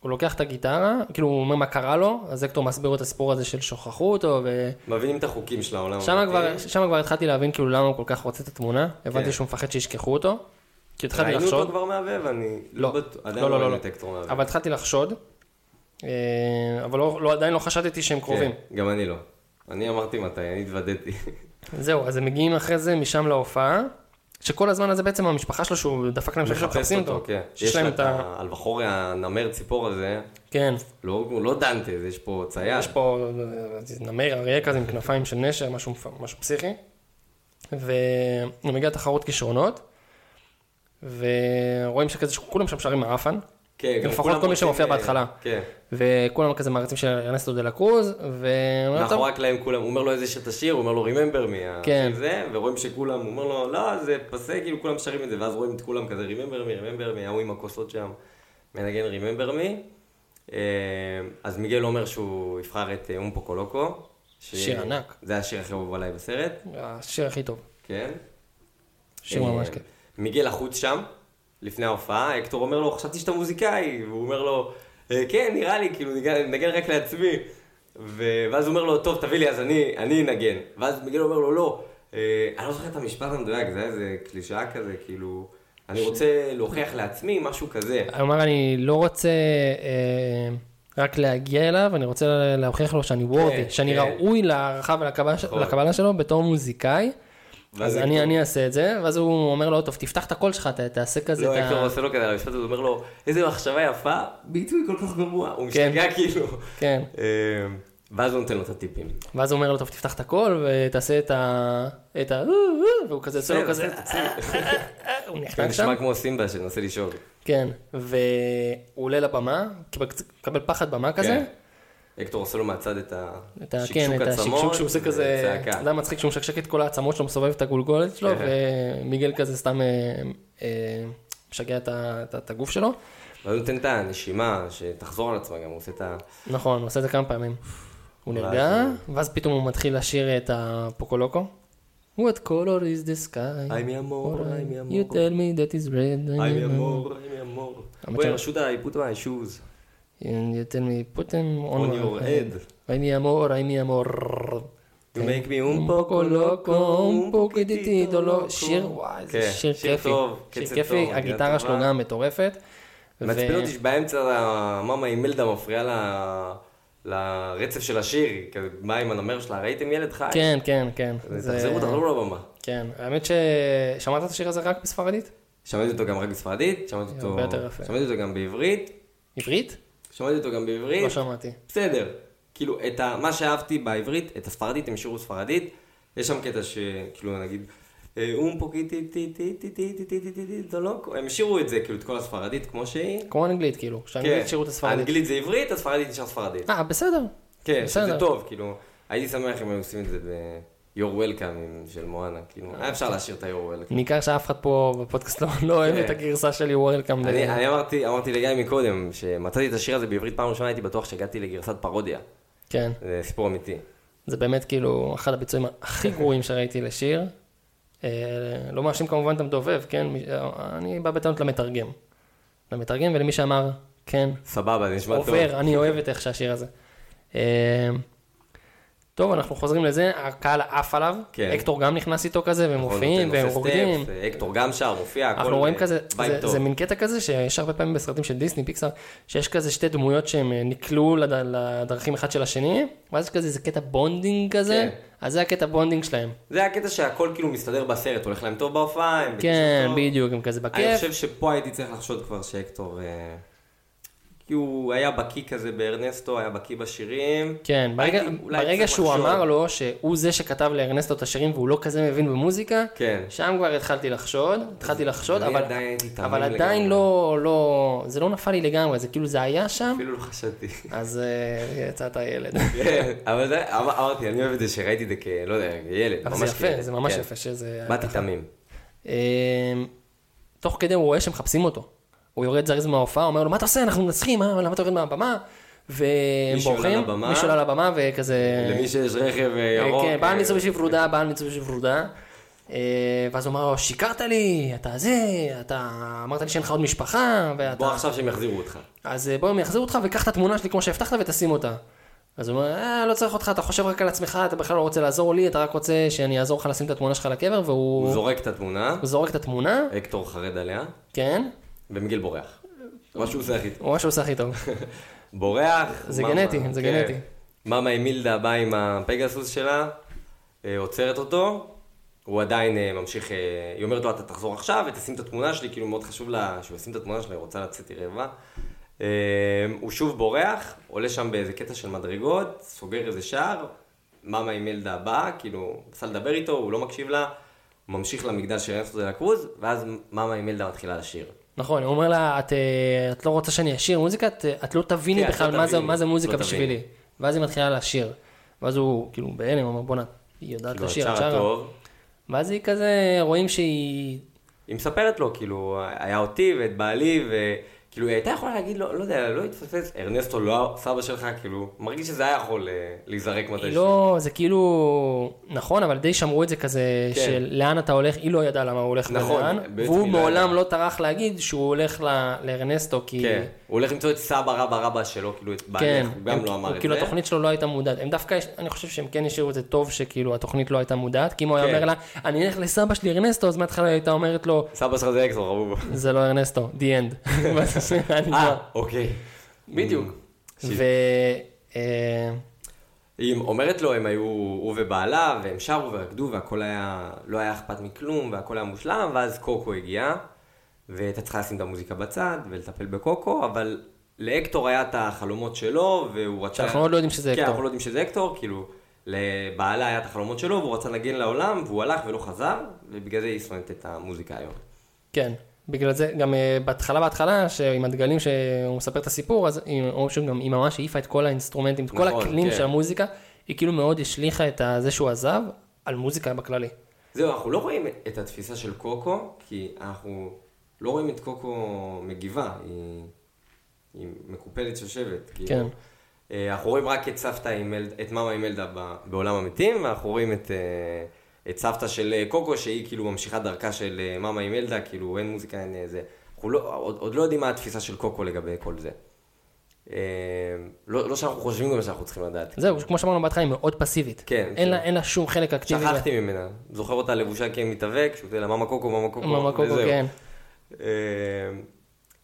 [SPEAKER 1] הוא לוקח את הגיטרה, כאילו הוא אומר מה קרה לו, אז אקטור מסביר לו את הסיפור הזה של שוכחו אותו, ו...
[SPEAKER 2] מבינים את החוקים של העולם.
[SPEAKER 1] שם
[SPEAKER 2] הפרטי.
[SPEAKER 1] כבר, שם כבר התחלתי להבין כאילו למה הוא כל כך רוצה את התמונה, הבנתי
[SPEAKER 2] כן.
[SPEAKER 1] שהוא מפחד שישכחו אותו, כי התחלתי
[SPEAKER 2] ראינו אותו
[SPEAKER 1] לחשוד,
[SPEAKER 2] כבר מהבהב? אני
[SPEAKER 1] לא.
[SPEAKER 2] לא בטוח, עדיין
[SPEAKER 1] לא, לא,
[SPEAKER 2] לא
[SPEAKER 1] לא,
[SPEAKER 2] ראינו
[SPEAKER 1] לא.
[SPEAKER 2] את אקטור מהבהב.
[SPEAKER 1] אבל התחלתי לחשוד, אה, אבל לא, לא, עדיין לא חשדתי שהם קרובים.
[SPEAKER 2] כן, גם אני לא. אני אמרתי מתי, אני התוודעתי.
[SPEAKER 1] זהו, אז הם מגיעים אחרי זה משם להופעה, שכל הזמן הזה בעצם המשפחה שלו שהוא דפק להם שהם מחפשים אותו,
[SPEAKER 2] כן.
[SPEAKER 1] שיש להם את ה...
[SPEAKER 2] על בחורי הנמר ציפור הזה,
[SPEAKER 1] כן,
[SPEAKER 2] לא- הוא לא דנטה, זה יש פה צייד.
[SPEAKER 1] יש פה אה, נמר אריה כזה עם כנפיים של נשר, משהו, מפ- משהו פסיכי, והוא מגיע לתחרות כישרונות, ורואים שכזה שכולם שם שרים מעפן.
[SPEAKER 2] כן, גם
[SPEAKER 1] לפחות כל
[SPEAKER 2] כולם
[SPEAKER 1] מי
[SPEAKER 2] רוצים,
[SPEAKER 1] שמופיע
[SPEAKER 2] אה,
[SPEAKER 1] בהתחלה.
[SPEAKER 2] כן.
[SPEAKER 1] וכולם כזה מעריצים של ארנסטו דה לה קרוז, ו...
[SPEAKER 2] מאחורי הקלעים כולם, הוא אומר לו איזה שיר תשיר, הוא אומר לו Remember me, ה-
[SPEAKER 1] כן.
[SPEAKER 2] זה, ורואים שכולם, הוא אומר לו, לא, זה פסה, כאילו כולם שרים את זה, ואז רואים את כולם כזה Remember me, Remember me, ההוא עם הכוסות שם, מנגן Remember me. אה, אז מיגל אומר שהוא יבחר את אה, אומפו קולוקו. ש-
[SPEAKER 1] שיר ענק.
[SPEAKER 2] זה השיר הכי אהוב עליי בסרט,
[SPEAKER 1] השיר הכי טוב,
[SPEAKER 2] כן.
[SPEAKER 1] שיר
[SPEAKER 2] אה,
[SPEAKER 1] ממש כיף.
[SPEAKER 2] מיגל החוץ שם, לפני ההופעה, הקטור אומר לו, חשבתי שאתה מוזיקאי, והוא אומר לו, "אה, כן, נראה לי, כאילו, נגן- נגן רק לעצמי. ו- ואז הוא אומר לו, טוב, תביא לי, אז אני אני אנגן. ואז מיגל אומר לו, לא, אה, אני לא זוכר את המשפט המדויק, זה היה איזה קלישאה כזה, כאילו, אני רוצה להוכיח לעצמי משהו כזה.
[SPEAKER 1] הוא אמר, אני לא רוצה אה, רק להגיע אליו, אני רוצה להוכיח לו שאני וורדי,
[SPEAKER 2] כן,
[SPEAKER 1] שאני
[SPEAKER 2] כן.
[SPEAKER 1] ראוי להערכה ולקבלה ש-
[SPEAKER 2] נכון.
[SPEAKER 1] לקבלה שלו בתור מוזיקאי.
[SPEAKER 2] ואז
[SPEAKER 1] אז
[SPEAKER 2] כאילו- הקטור-
[SPEAKER 1] אני אני אעשה את זה, ואז הוא אומר לו, טוב, תפתח את הקול שלך, ת- תעשה כזה
[SPEAKER 2] לא,
[SPEAKER 1] את
[SPEAKER 2] הקטור
[SPEAKER 1] ה...
[SPEAKER 2] עושה לו כזה על המשפט הזה, הוא אומר לו, איזה מחשבה יפה, ביטוי כל כך גרוע. הוא
[SPEAKER 1] כן.
[SPEAKER 2] משתגע כאילו.
[SPEAKER 1] כן.
[SPEAKER 2] אה, ואז הוא נותן לו את הטיפים.
[SPEAKER 1] ואז הוא אומר לו, טוב, תפתח את הקול ותעשה את ה... את ה... והוא כזה יוצא לו כזה, הוא
[SPEAKER 2] זה
[SPEAKER 1] נחנק שם.
[SPEAKER 2] כן, נשמע כמו סימבה שמנסה לשאול.
[SPEAKER 1] כן, והוא עולה לבמה, קיבל- מקבל פחד במה
[SPEAKER 2] כן.
[SPEAKER 1] כזה,
[SPEAKER 2] הקטור עושה לו מהצד את
[SPEAKER 1] את ה- כן, את השקשוק שהוא עושה כזה, לא. אתה
[SPEAKER 2] וצעקה.
[SPEAKER 1] יודע מצחיק שהוא משקשק את כל העצמות שלו, מסובב את הגולגולת שלו,
[SPEAKER 2] כן.
[SPEAKER 1] ומיגל כזה סתם אה, אה, משגע את ה- את ה- את הגוף שלו.
[SPEAKER 2] ואז הוא נותן את הנשימה שתחזור על עצמה גם, הוא עושה את ה...
[SPEAKER 1] נכון, הוא עושה את זה כמה פעמים. הוא
[SPEAKER 2] ואז
[SPEAKER 1] נרגע,
[SPEAKER 2] הוא-
[SPEAKER 1] ואז פתאום הוא מתחיל לשיר את הפוקולוקו. What color is the sky?
[SPEAKER 2] I'm a more, I'm a
[SPEAKER 1] You
[SPEAKER 2] more.
[SPEAKER 1] tell me that is red.
[SPEAKER 2] I'm a more, I'm a more.
[SPEAKER 1] המצב-
[SPEAKER 2] בואי, רשות האיפות מהשוז.
[SPEAKER 1] And you tell me put them on,
[SPEAKER 2] On
[SPEAKER 1] my
[SPEAKER 2] your head.
[SPEAKER 1] I'm a more, I'm a
[SPEAKER 2] You
[SPEAKER 1] כן.
[SPEAKER 2] make me um
[SPEAKER 1] un
[SPEAKER 2] un
[SPEAKER 1] poco
[SPEAKER 2] poco
[SPEAKER 1] loco,
[SPEAKER 2] loco,
[SPEAKER 1] un
[SPEAKER 2] un
[SPEAKER 1] poquitito
[SPEAKER 2] poquitito
[SPEAKER 1] loco.
[SPEAKER 2] loco.
[SPEAKER 1] שיר, וואי, איזה
[SPEAKER 2] כן,
[SPEAKER 1] שיר
[SPEAKER 2] שיר
[SPEAKER 1] כיפי.
[SPEAKER 2] טוב,
[SPEAKER 1] שיר
[SPEAKER 2] קצב
[SPEAKER 1] כיפי,
[SPEAKER 2] טוב,
[SPEAKER 1] הגיטרה
[SPEAKER 2] מילה
[SPEAKER 1] שלו
[SPEAKER 2] טובה.
[SPEAKER 1] גם מטורפת. ו-
[SPEAKER 2] מעצבן אותי שבאמצע המאמה עם מלדה מפריעה ל- לרצף של השיר, היא כזה, מה עם הנמר שלה, ראיתם ילד חי? לא
[SPEAKER 1] כן, כן, כן.
[SPEAKER 2] אז
[SPEAKER 1] זה-
[SPEAKER 2] תחזרו, תחזרו לבמה.
[SPEAKER 1] כן, האמת ששמעת את השיר הזה רק בספרדית?
[SPEAKER 2] שמעתי אותו גם רק בספרדית, שמעתי
[SPEAKER 1] זה
[SPEAKER 2] אותו
[SPEAKER 1] הרבה יותר יפה.
[SPEAKER 2] שמעתי אותו גם בעברית,
[SPEAKER 1] עברית?
[SPEAKER 2] שמעתי אותו גם
[SPEAKER 1] לא
[SPEAKER 2] בעברית,
[SPEAKER 1] שמעתי.
[SPEAKER 2] בסדר. כאילו, את ה... מה שאהבתי בעברית, את הספרדית, הם שירו ספרדית. יש שם קטע שכאילו, נגיד, אה, אום פוקי טי טי טי טי טי טי טי טי טי טי דולוק. הם שירו את זה, כאילו, את כל הספרדית כמו שהיא. כן.
[SPEAKER 1] כמו אנגלית, כאילו, שהאנגלית שירו את הספרדית.
[SPEAKER 2] האנגלית זה עברית, הספרדית נשאר ספרדית.
[SPEAKER 1] אה, בסדר.
[SPEAKER 2] כן, שזה
[SPEAKER 1] בסדר.
[SPEAKER 2] טוב, כאילו, הייתי שמח אם היו עושים את זה ב-You're Welcome של מואנה,
[SPEAKER 1] אה.
[SPEAKER 2] כאילו, היה אפשר להשאיר את ה-You're Welcome.
[SPEAKER 1] ניכר שאף אחד פה בפודקאסט לא- לא אוהב את הגרסה של You Welcome.
[SPEAKER 2] כן. אני אני אמרתי אמרתי לגיא מקודם, שמצאתי את השיר הזה בעברית פעם ראשונה, הייתי בטוח שהגעתי לגרסת פרודיה.
[SPEAKER 1] כן,
[SPEAKER 2] זה סיפור אמיתי.
[SPEAKER 1] זה באמת כאילו אחד הביצועים הכי גרועים שראיתי לשיר. אה, לא מאשים כמובן את המדובב, כן? מי- אה, אני בא בטענות למתרגם. למתרגם ולמי שאמר, כן,
[SPEAKER 2] סבבה, זה נשמע טוב.
[SPEAKER 1] עובר, אני אוהב את איך שהשיר הזה. אה, טוב, אנחנו חוזרים לזה, הקהל עף עליו,
[SPEAKER 2] כן.
[SPEAKER 1] הקטור גם נכנס איתו כזה, והם
[SPEAKER 2] נכון,
[SPEAKER 1] מופיעים,
[SPEAKER 2] נותן
[SPEAKER 1] והם
[SPEAKER 2] נושא
[SPEAKER 1] רוקדים.
[SPEAKER 2] סטפס, הקטור גם שר, מופיע, הכל
[SPEAKER 1] אנחנו רואים
[SPEAKER 2] אה,
[SPEAKER 1] כזה,
[SPEAKER 2] וייב
[SPEAKER 1] זה,
[SPEAKER 2] טוב.
[SPEAKER 1] זה מין קטע כזה שיש הרבה פעמים בסרטים של דיסני, פיקסאר, שיש כזה שתי דמויות שהם אה, נקלעו לד- לדרכים אחד של השני, ואז יש כזה איזה קטע בונדינג כזה,
[SPEAKER 2] כן.
[SPEAKER 1] אז זה הקטע בונדינג שלהם.
[SPEAKER 2] זה הקטע שהכל כאילו מסתדר בסרט, הולך להם טוב בהופעה, הם בקשר
[SPEAKER 1] כן,
[SPEAKER 2] טוב.
[SPEAKER 1] בדיוק, הם כזה
[SPEAKER 2] אני
[SPEAKER 1] בכיף.
[SPEAKER 2] חושב שפה הייתי צריך לחשוד כבר שהקטור... אה, כי הוא היה בקיא כזה בארנסטו, היה בקיא בשירים.
[SPEAKER 1] כן, ברגע,
[SPEAKER 2] הייתי- אולי
[SPEAKER 1] ברגע
[SPEAKER 2] צריך
[SPEAKER 1] שהוא
[SPEAKER 2] לחשוב.
[SPEAKER 1] אמר לו שהוא זה שכתב לארנסטו את השירים והוא לא כזה מבין במוזיקה,
[SPEAKER 2] כן.
[SPEAKER 1] שם כבר התחלתי לחשוד, התחלתי לחשוד,
[SPEAKER 2] אני
[SPEAKER 1] אבל
[SPEAKER 2] עדיין הייתי תמים
[SPEAKER 1] אבל
[SPEAKER 2] לגמרי.
[SPEAKER 1] עדיין לא, לא, זה לא נפל לי לגמרי, זה כאילו זה היה שם,
[SPEAKER 2] אפילו לא חשדתי.
[SPEAKER 1] אז אה, יצאת ילד.
[SPEAKER 2] כן, אבל זה- אמר- אמרתי, אני אוהב את זה שראיתי את זה כ... לא יודע, ילד.
[SPEAKER 1] אבל זה
[SPEAKER 2] ממש
[SPEAKER 1] יפה,
[SPEAKER 2] כילד.
[SPEAKER 1] זה ממש
[SPEAKER 2] כן.
[SPEAKER 1] יפה שזה...
[SPEAKER 2] באתי תמים.
[SPEAKER 1] אמ, תוך כדי הוא רואה שמחפשים אותו. הוא יורד זריז מההופעה, אומר לו, מה אתה עושה? אנחנו מנצחים, אה? למה אתה יורד מהבמה? והם
[SPEAKER 2] מישהו עלה
[SPEAKER 1] בורחים,
[SPEAKER 2] לבמה?
[SPEAKER 1] מישהו עלה לבמה וכזה...
[SPEAKER 2] למי שיש רכב אה,
[SPEAKER 1] אה,
[SPEAKER 2] ירוק.
[SPEAKER 1] כן,
[SPEAKER 2] אה,
[SPEAKER 1] בעל מצווה של ורודה, בעל מצווה של ורודה. אה, ואז הוא אמר לו, שיקרת לי, אתה זה, אתה אמרת לי שאין לך עוד משפחה,
[SPEAKER 2] בוא
[SPEAKER 1] ואתה...
[SPEAKER 2] עכשיו שהם יחזירו אותך.
[SPEAKER 1] אז אה, בוא הם יחזירו אותך ויקח את התמונה שלי כמו שהבטחת ותשים אותה. אז הוא אומר, אה, לא צריך אותך, אתה חושב רק על עצמך, אתה בכלל לא רוצה לעזור לי, אתה רק רוצה שאני אעזור לך לשים את התמונה שלך לקבר, והוא
[SPEAKER 2] הוא זורק את התמונה,
[SPEAKER 1] הוא זורק את התמונה,
[SPEAKER 2] הקטור חרד עליה,
[SPEAKER 1] כן,
[SPEAKER 2] ומיגל בורח. מה שהוא עושה הכי טוב.
[SPEAKER 1] הוא ממש עושה הכי טוב.
[SPEAKER 2] בורח.
[SPEAKER 1] זה
[SPEAKER 2] מאמה,
[SPEAKER 1] גנטי, זה
[SPEAKER 2] כן.
[SPEAKER 1] גנטי.
[SPEAKER 2] מאמה אמילדה באה עם הפגסוס שלה, אה, עוצרת אותו, הוא עדיין אה, ממשיך, אה, היא אומרת לו, אתה תחזור עכשיו ותשים את התמונה שלי, כאילו מאוד חשוב לה, שהוא ישים את התמונה שלה, היא רוצה לצאת, היא רעבה. אה, הוא שוב בורח, עולה שם באיזה קטע של מדרגות, סוגר איזה שער, מאמה אמילדה באה, כאילו, מנסה לדבר איתו, הוא לא מקשיב לה, הוא ממשיך למגדל של רנסו דה לקרוז, ואז מאמה אמילדה מתחילה לשיר.
[SPEAKER 1] נכון, הוא אומר לה, "את, אה, את לא רוצה שאני אשיר מוזיקה? את, אה, את לא תביני
[SPEAKER 2] כן, את
[SPEAKER 1] בכלל
[SPEAKER 2] לא
[SPEAKER 1] מה זה-
[SPEAKER 2] תביני,
[SPEAKER 1] מה זה מוזיקה
[SPEAKER 2] לא
[SPEAKER 1] בשבילי.
[SPEAKER 2] תביני.
[SPEAKER 1] ואז היא מתחילה לשיר. ואז הוא כאילו בהלם, הוא אומר, בואנה, היא יודעת
[SPEAKER 2] כאילו, את
[SPEAKER 1] לשיר, את
[SPEAKER 2] שרה
[SPEAKER 1] שרה.
[SPEAKER 2] טוב.
[SPEAKER 1] ואז היא כזה, רואים שהיא...
[SPEAKER 2] היא מספרת לו, כאילו, היה אותי ואת בעלי, וכאילו, היא הייתה יכולה להגיד, לא, לא יודע, לא התפספס, ארנסטו לא סבא שלך, כאילו, מרגיש שזה היה יכול אה, להיזרק
[SPEAKER 1] היא
[SPEAKER 2] מתישהו.
[SPEAKER 1] לא, זה כאילו, נכון, אבל די שמרו את זה כזה,
[SPEAKER 2] כן.
[SPEAKER 1] של לאן אתה הולך, היא לא ידעה למה הוא הולך
[SPEAKER 2] נכון,
[SPEAKER 1] ולאן,
[SPEAKER 2] בעצם
[SPEAKER 1] והוא
[SPEAKER 2] היא לא
[SPEAKER 1] מעולם לא
[SPEAKER 2] ידעה.
[SPEAKER 1] טרח להגיד שהוא הולך ל- לארנסטו, כי...
[SPEAKER 2] כן, הוא הולך למצוא את סבא רבא רבא שלו, כאילו, את בעלי,
[SPEAKER 1] כן,
[SPEAKER 2] הוא גם
[SPEAKER 1] הם-
[SPEAKER 2] לא אמר את זה.
[SPEAKER 1] כאילו התוכנית שלו לא הייתה מודעת, הם דווקא, יש- אני חושב שהם כן השאירו את זה טוב שכאילו התוכנית לא הייתה מודעת, כי אם הוא היה
[SPEAKER 2] כן.
[SPEAKER 1] אומר לה, אני אלך לסבא שלי ארנסטו, אז מההתחלה היא הייתה אומרת לו,
[SPEAKER 2] סבא שלך זה אקסור, רבוב.
[SPEAKER 1] זה לא ארנסטו, the end. ואז השנייה נגמר.
[SPEAKER 2] אה, אוקיי. בדיוק.
[SPEAKER 1] ו... אה,
[SPEAKER 2] היא אומרת לו, הם היו, הוא ובעלה, והם שרו ורקדו, והכל היה, לא היה אכפת מכלום, והכל היה מושלם, ואז קוקו הגיעה, והייתה צריכה לשים את המוזיקה בצד, ולטפל בקוקו, אבל להקטור היה את החלומות שלו, והוא רצה...
[SPEAKER 1] שאנחנו עוד לא יודעים שזה
[SPEAKER 2] כן,
[SPEAKER 1] הקטור.
[SPEAKER 2] אנחנו לא יודעים שזה הקטור, כאילו, לבעלה היה את החלומות שלו, והוא רצה להגן לעולם, והוא הלך ולא חזר, ובגלל זה היא שונאת את המוזיקה היום.
[SPEAKER 1] כן, בגלל זה, גם אה, בהתחלה בהתחלה, שעם הדגלים שהוא מספר את הסיפור, אז היא, או שגם, היא ממש העיפה את כל האינסטרומנטים, את כל
[SPEAKER 2] נכון,
[SPEAKER 1] הכלים
[SPEAKER 2] כן.
[SPEAKER 1] של המוזיקה, היא כאילו מאוד השליכה את ה- זה שהוא עזב, על מוזיקה בכללי.
[SPEAKER 2] זהו, אנחנו לא רואים את התפיסה של קוקו, כי אנחנו לא רואים את קוקו מגיבה, היא, היא מקופלת שיושבת. כאילו.
[SPEAKER 1] כן.
[SPEAKER 2] אה, אנחנו רואים רק את סבתא, עם אל, את מאמה עם אלדה ב- בעולם המתים, ואנחנו רואים את, אה, את סבתא של אה, קוקו, שהיא כאילו ממשיכה דרכה של אה, מאמה עם אלדה, כאילו אין מוזיקה, אין אה, זה. אנחנו לא, עוד, עוד לא יודעים מה התפיסה של קוקו לגבי כל זה. אה, לא, לא שאנחנו חושבים גם שאנחנו צריכים לדעת.
[SPEAKER 1] זהו, כמו שאמרנו בהתחלה, היא מאוד פסיבית.
[SPEAKER 2] כן,
[SPEAKER 1] אין, לה,
[SPEAKER 2] כן.
[SPEAKER 1] אין לה שום חלק אקטיבי.
[SPEAKER 2] שכחתי ממנה, זוכר אותה לבושה כמתאבק, שהוא קורא לה מאמה קוקו, מאמה קוקו,
[SPEAKER 1] מאמה קוקו,
[SPEAKER 2] וזהו.
[SPEAKER 1] כן.
[SPEAKER 2] אה,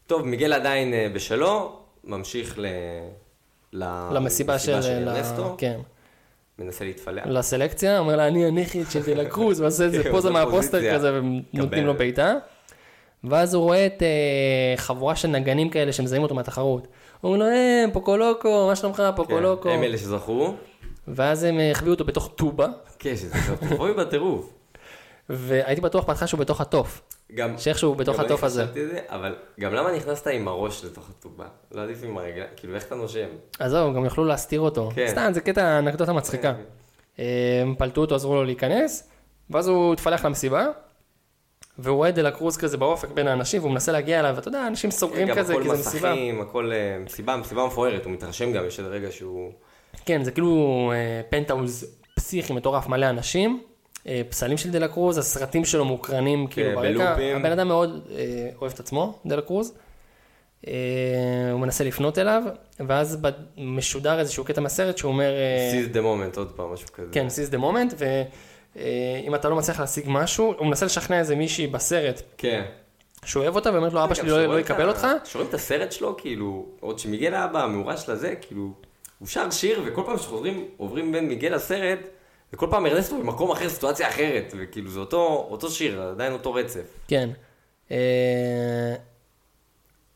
[SPEAKER 2] טוב, מיגל עדיין אה, בשלו, ממשיך ל... ל-
[SPEAKER 1] למסיבה של... ל-
[SPEAKER 2] אה, ארנסטו,
[SPEAKER 1] כן. לא,
[SPEAKER 2] מנסה להתפלח.
[SPEAKER 1] לסלקציה, אומר לה, אני הנכד של דה לה קרוז, ועושה איזה
[SPEAKER 2] כן,
[SPEAKER 1] פוזה
[SPEAKER 2] עושה
[SPEAKER 1] מהפוסטר
[SPEAKER 2] פוזיציה.
[SPEAKER 1] כזה, ונותנים לו
[SPEAKER 2] קבל.
[SPEAKER 1] בעיטה. ואז הוא רואה את אה, חבורה של נגנים כאלה שמזהים אותו מהתחרות. אומרים לו, אה, פוקולוקו, מה שלומך, פוקולוקו.
[SPEAKER 2] כן, הם אלה שזכו.
[SPEAKER 1] ואז הם אה, החביאו אותו בתוך טובה,
[SPEAKER 2] כן, שזה חפוי בטירוף.
[SPEAKER 1] והייתי בטוח בהתחלה שהוא בתוך התוף.
[SPEAKER 2] גם...
[SPEAKER 1] שאיכשהו בתוך
[SPEAKER 2] גם אני
[SPEAKER 1] הטוף הזה.
[SPEAKER 2] חשבתי את זה, אבל גם למה נכנסת עם הראש לתוך הטובה? לא עדיף עם הרגליים, כאילו איך אתה נושם?
[SPEAKER 1] אז זהו, גם יכלו להסתיר אותו.
[SPEAKER 2] כן.
[SPEAKER 1] סתם, זה קטע אנקדוטה מצחיקה. אה, הם פלטו אותו, עזרו לו להיכנס, ואז הוא התפלח למסיבה, והוא רואה את דה לה קרוז כזה באופק בין האנשים, והוא מנסה להגיע אליו, ואתה יודע, אנשים סוגרים
[SPEAKER 2] גם
[SPEAKER 1] כזה,
[SPEAKER 2] הכל
[SPEAKER 1] כי זה מסיבה.
[SPEAKER 2] מסכים, הכל אה, מסיבה, מסיבה מפוארת, הוא מתרשם גם, יש איזה רגע שהוא...
[SPEAKER 1] כן, זה כאילו אה, פנטהאוז פסיכי מטורף, מלא אנשים. אה, פסלים של דלה קרוז, הסרטים שלו מוקרנים כאילו ברקע.
[SPEAKER 2] כן, בלופים.
[SPEAKER 1] הבן אדם מאוד אה, אוהב את עצמו, דלה קרוז. אה, הוא מנסה לפנות אליו, ואז ב- משודר איזשהו קטע מהסרט שהוא אומר... אה,
[SPEAKER 2] seize the moment, עוד פעם, משהו כזה.
[SPEAKER 1] כן, seize the moment, ואם אתה לא מצליח להשיג משהו, הוא מנסה לשכנע איזה מישהי בסרט
[SPEAKER 2] כן.
[SPEAKER 1] שהוא אוהב אותה, ואומרת לו, אבא
[SPEAKER 2] גם
[SPEAKER 1] שלי לא
[SPEAKER 2] שרואים
[SPEAKER 1] לא
[SPEAKER 2] את ה-
[SPEAKER 1] יקבל אותך.
[SPEAKER 2] שרואים את הסרט שלו, כאילו, עוד שמיגל האבא, המאורש לזה, כאילו, הוא שר שיר, וכל פעם שחוזרים, עוברים בין מיגל לסרט, וכל פעם ארנסט הוא במקום אחר, סיטואציה אחרת, וכאילו, זה אותו, אותו שיר, עדיין אותו רצף.
[SPEAKER 1] כן. אה,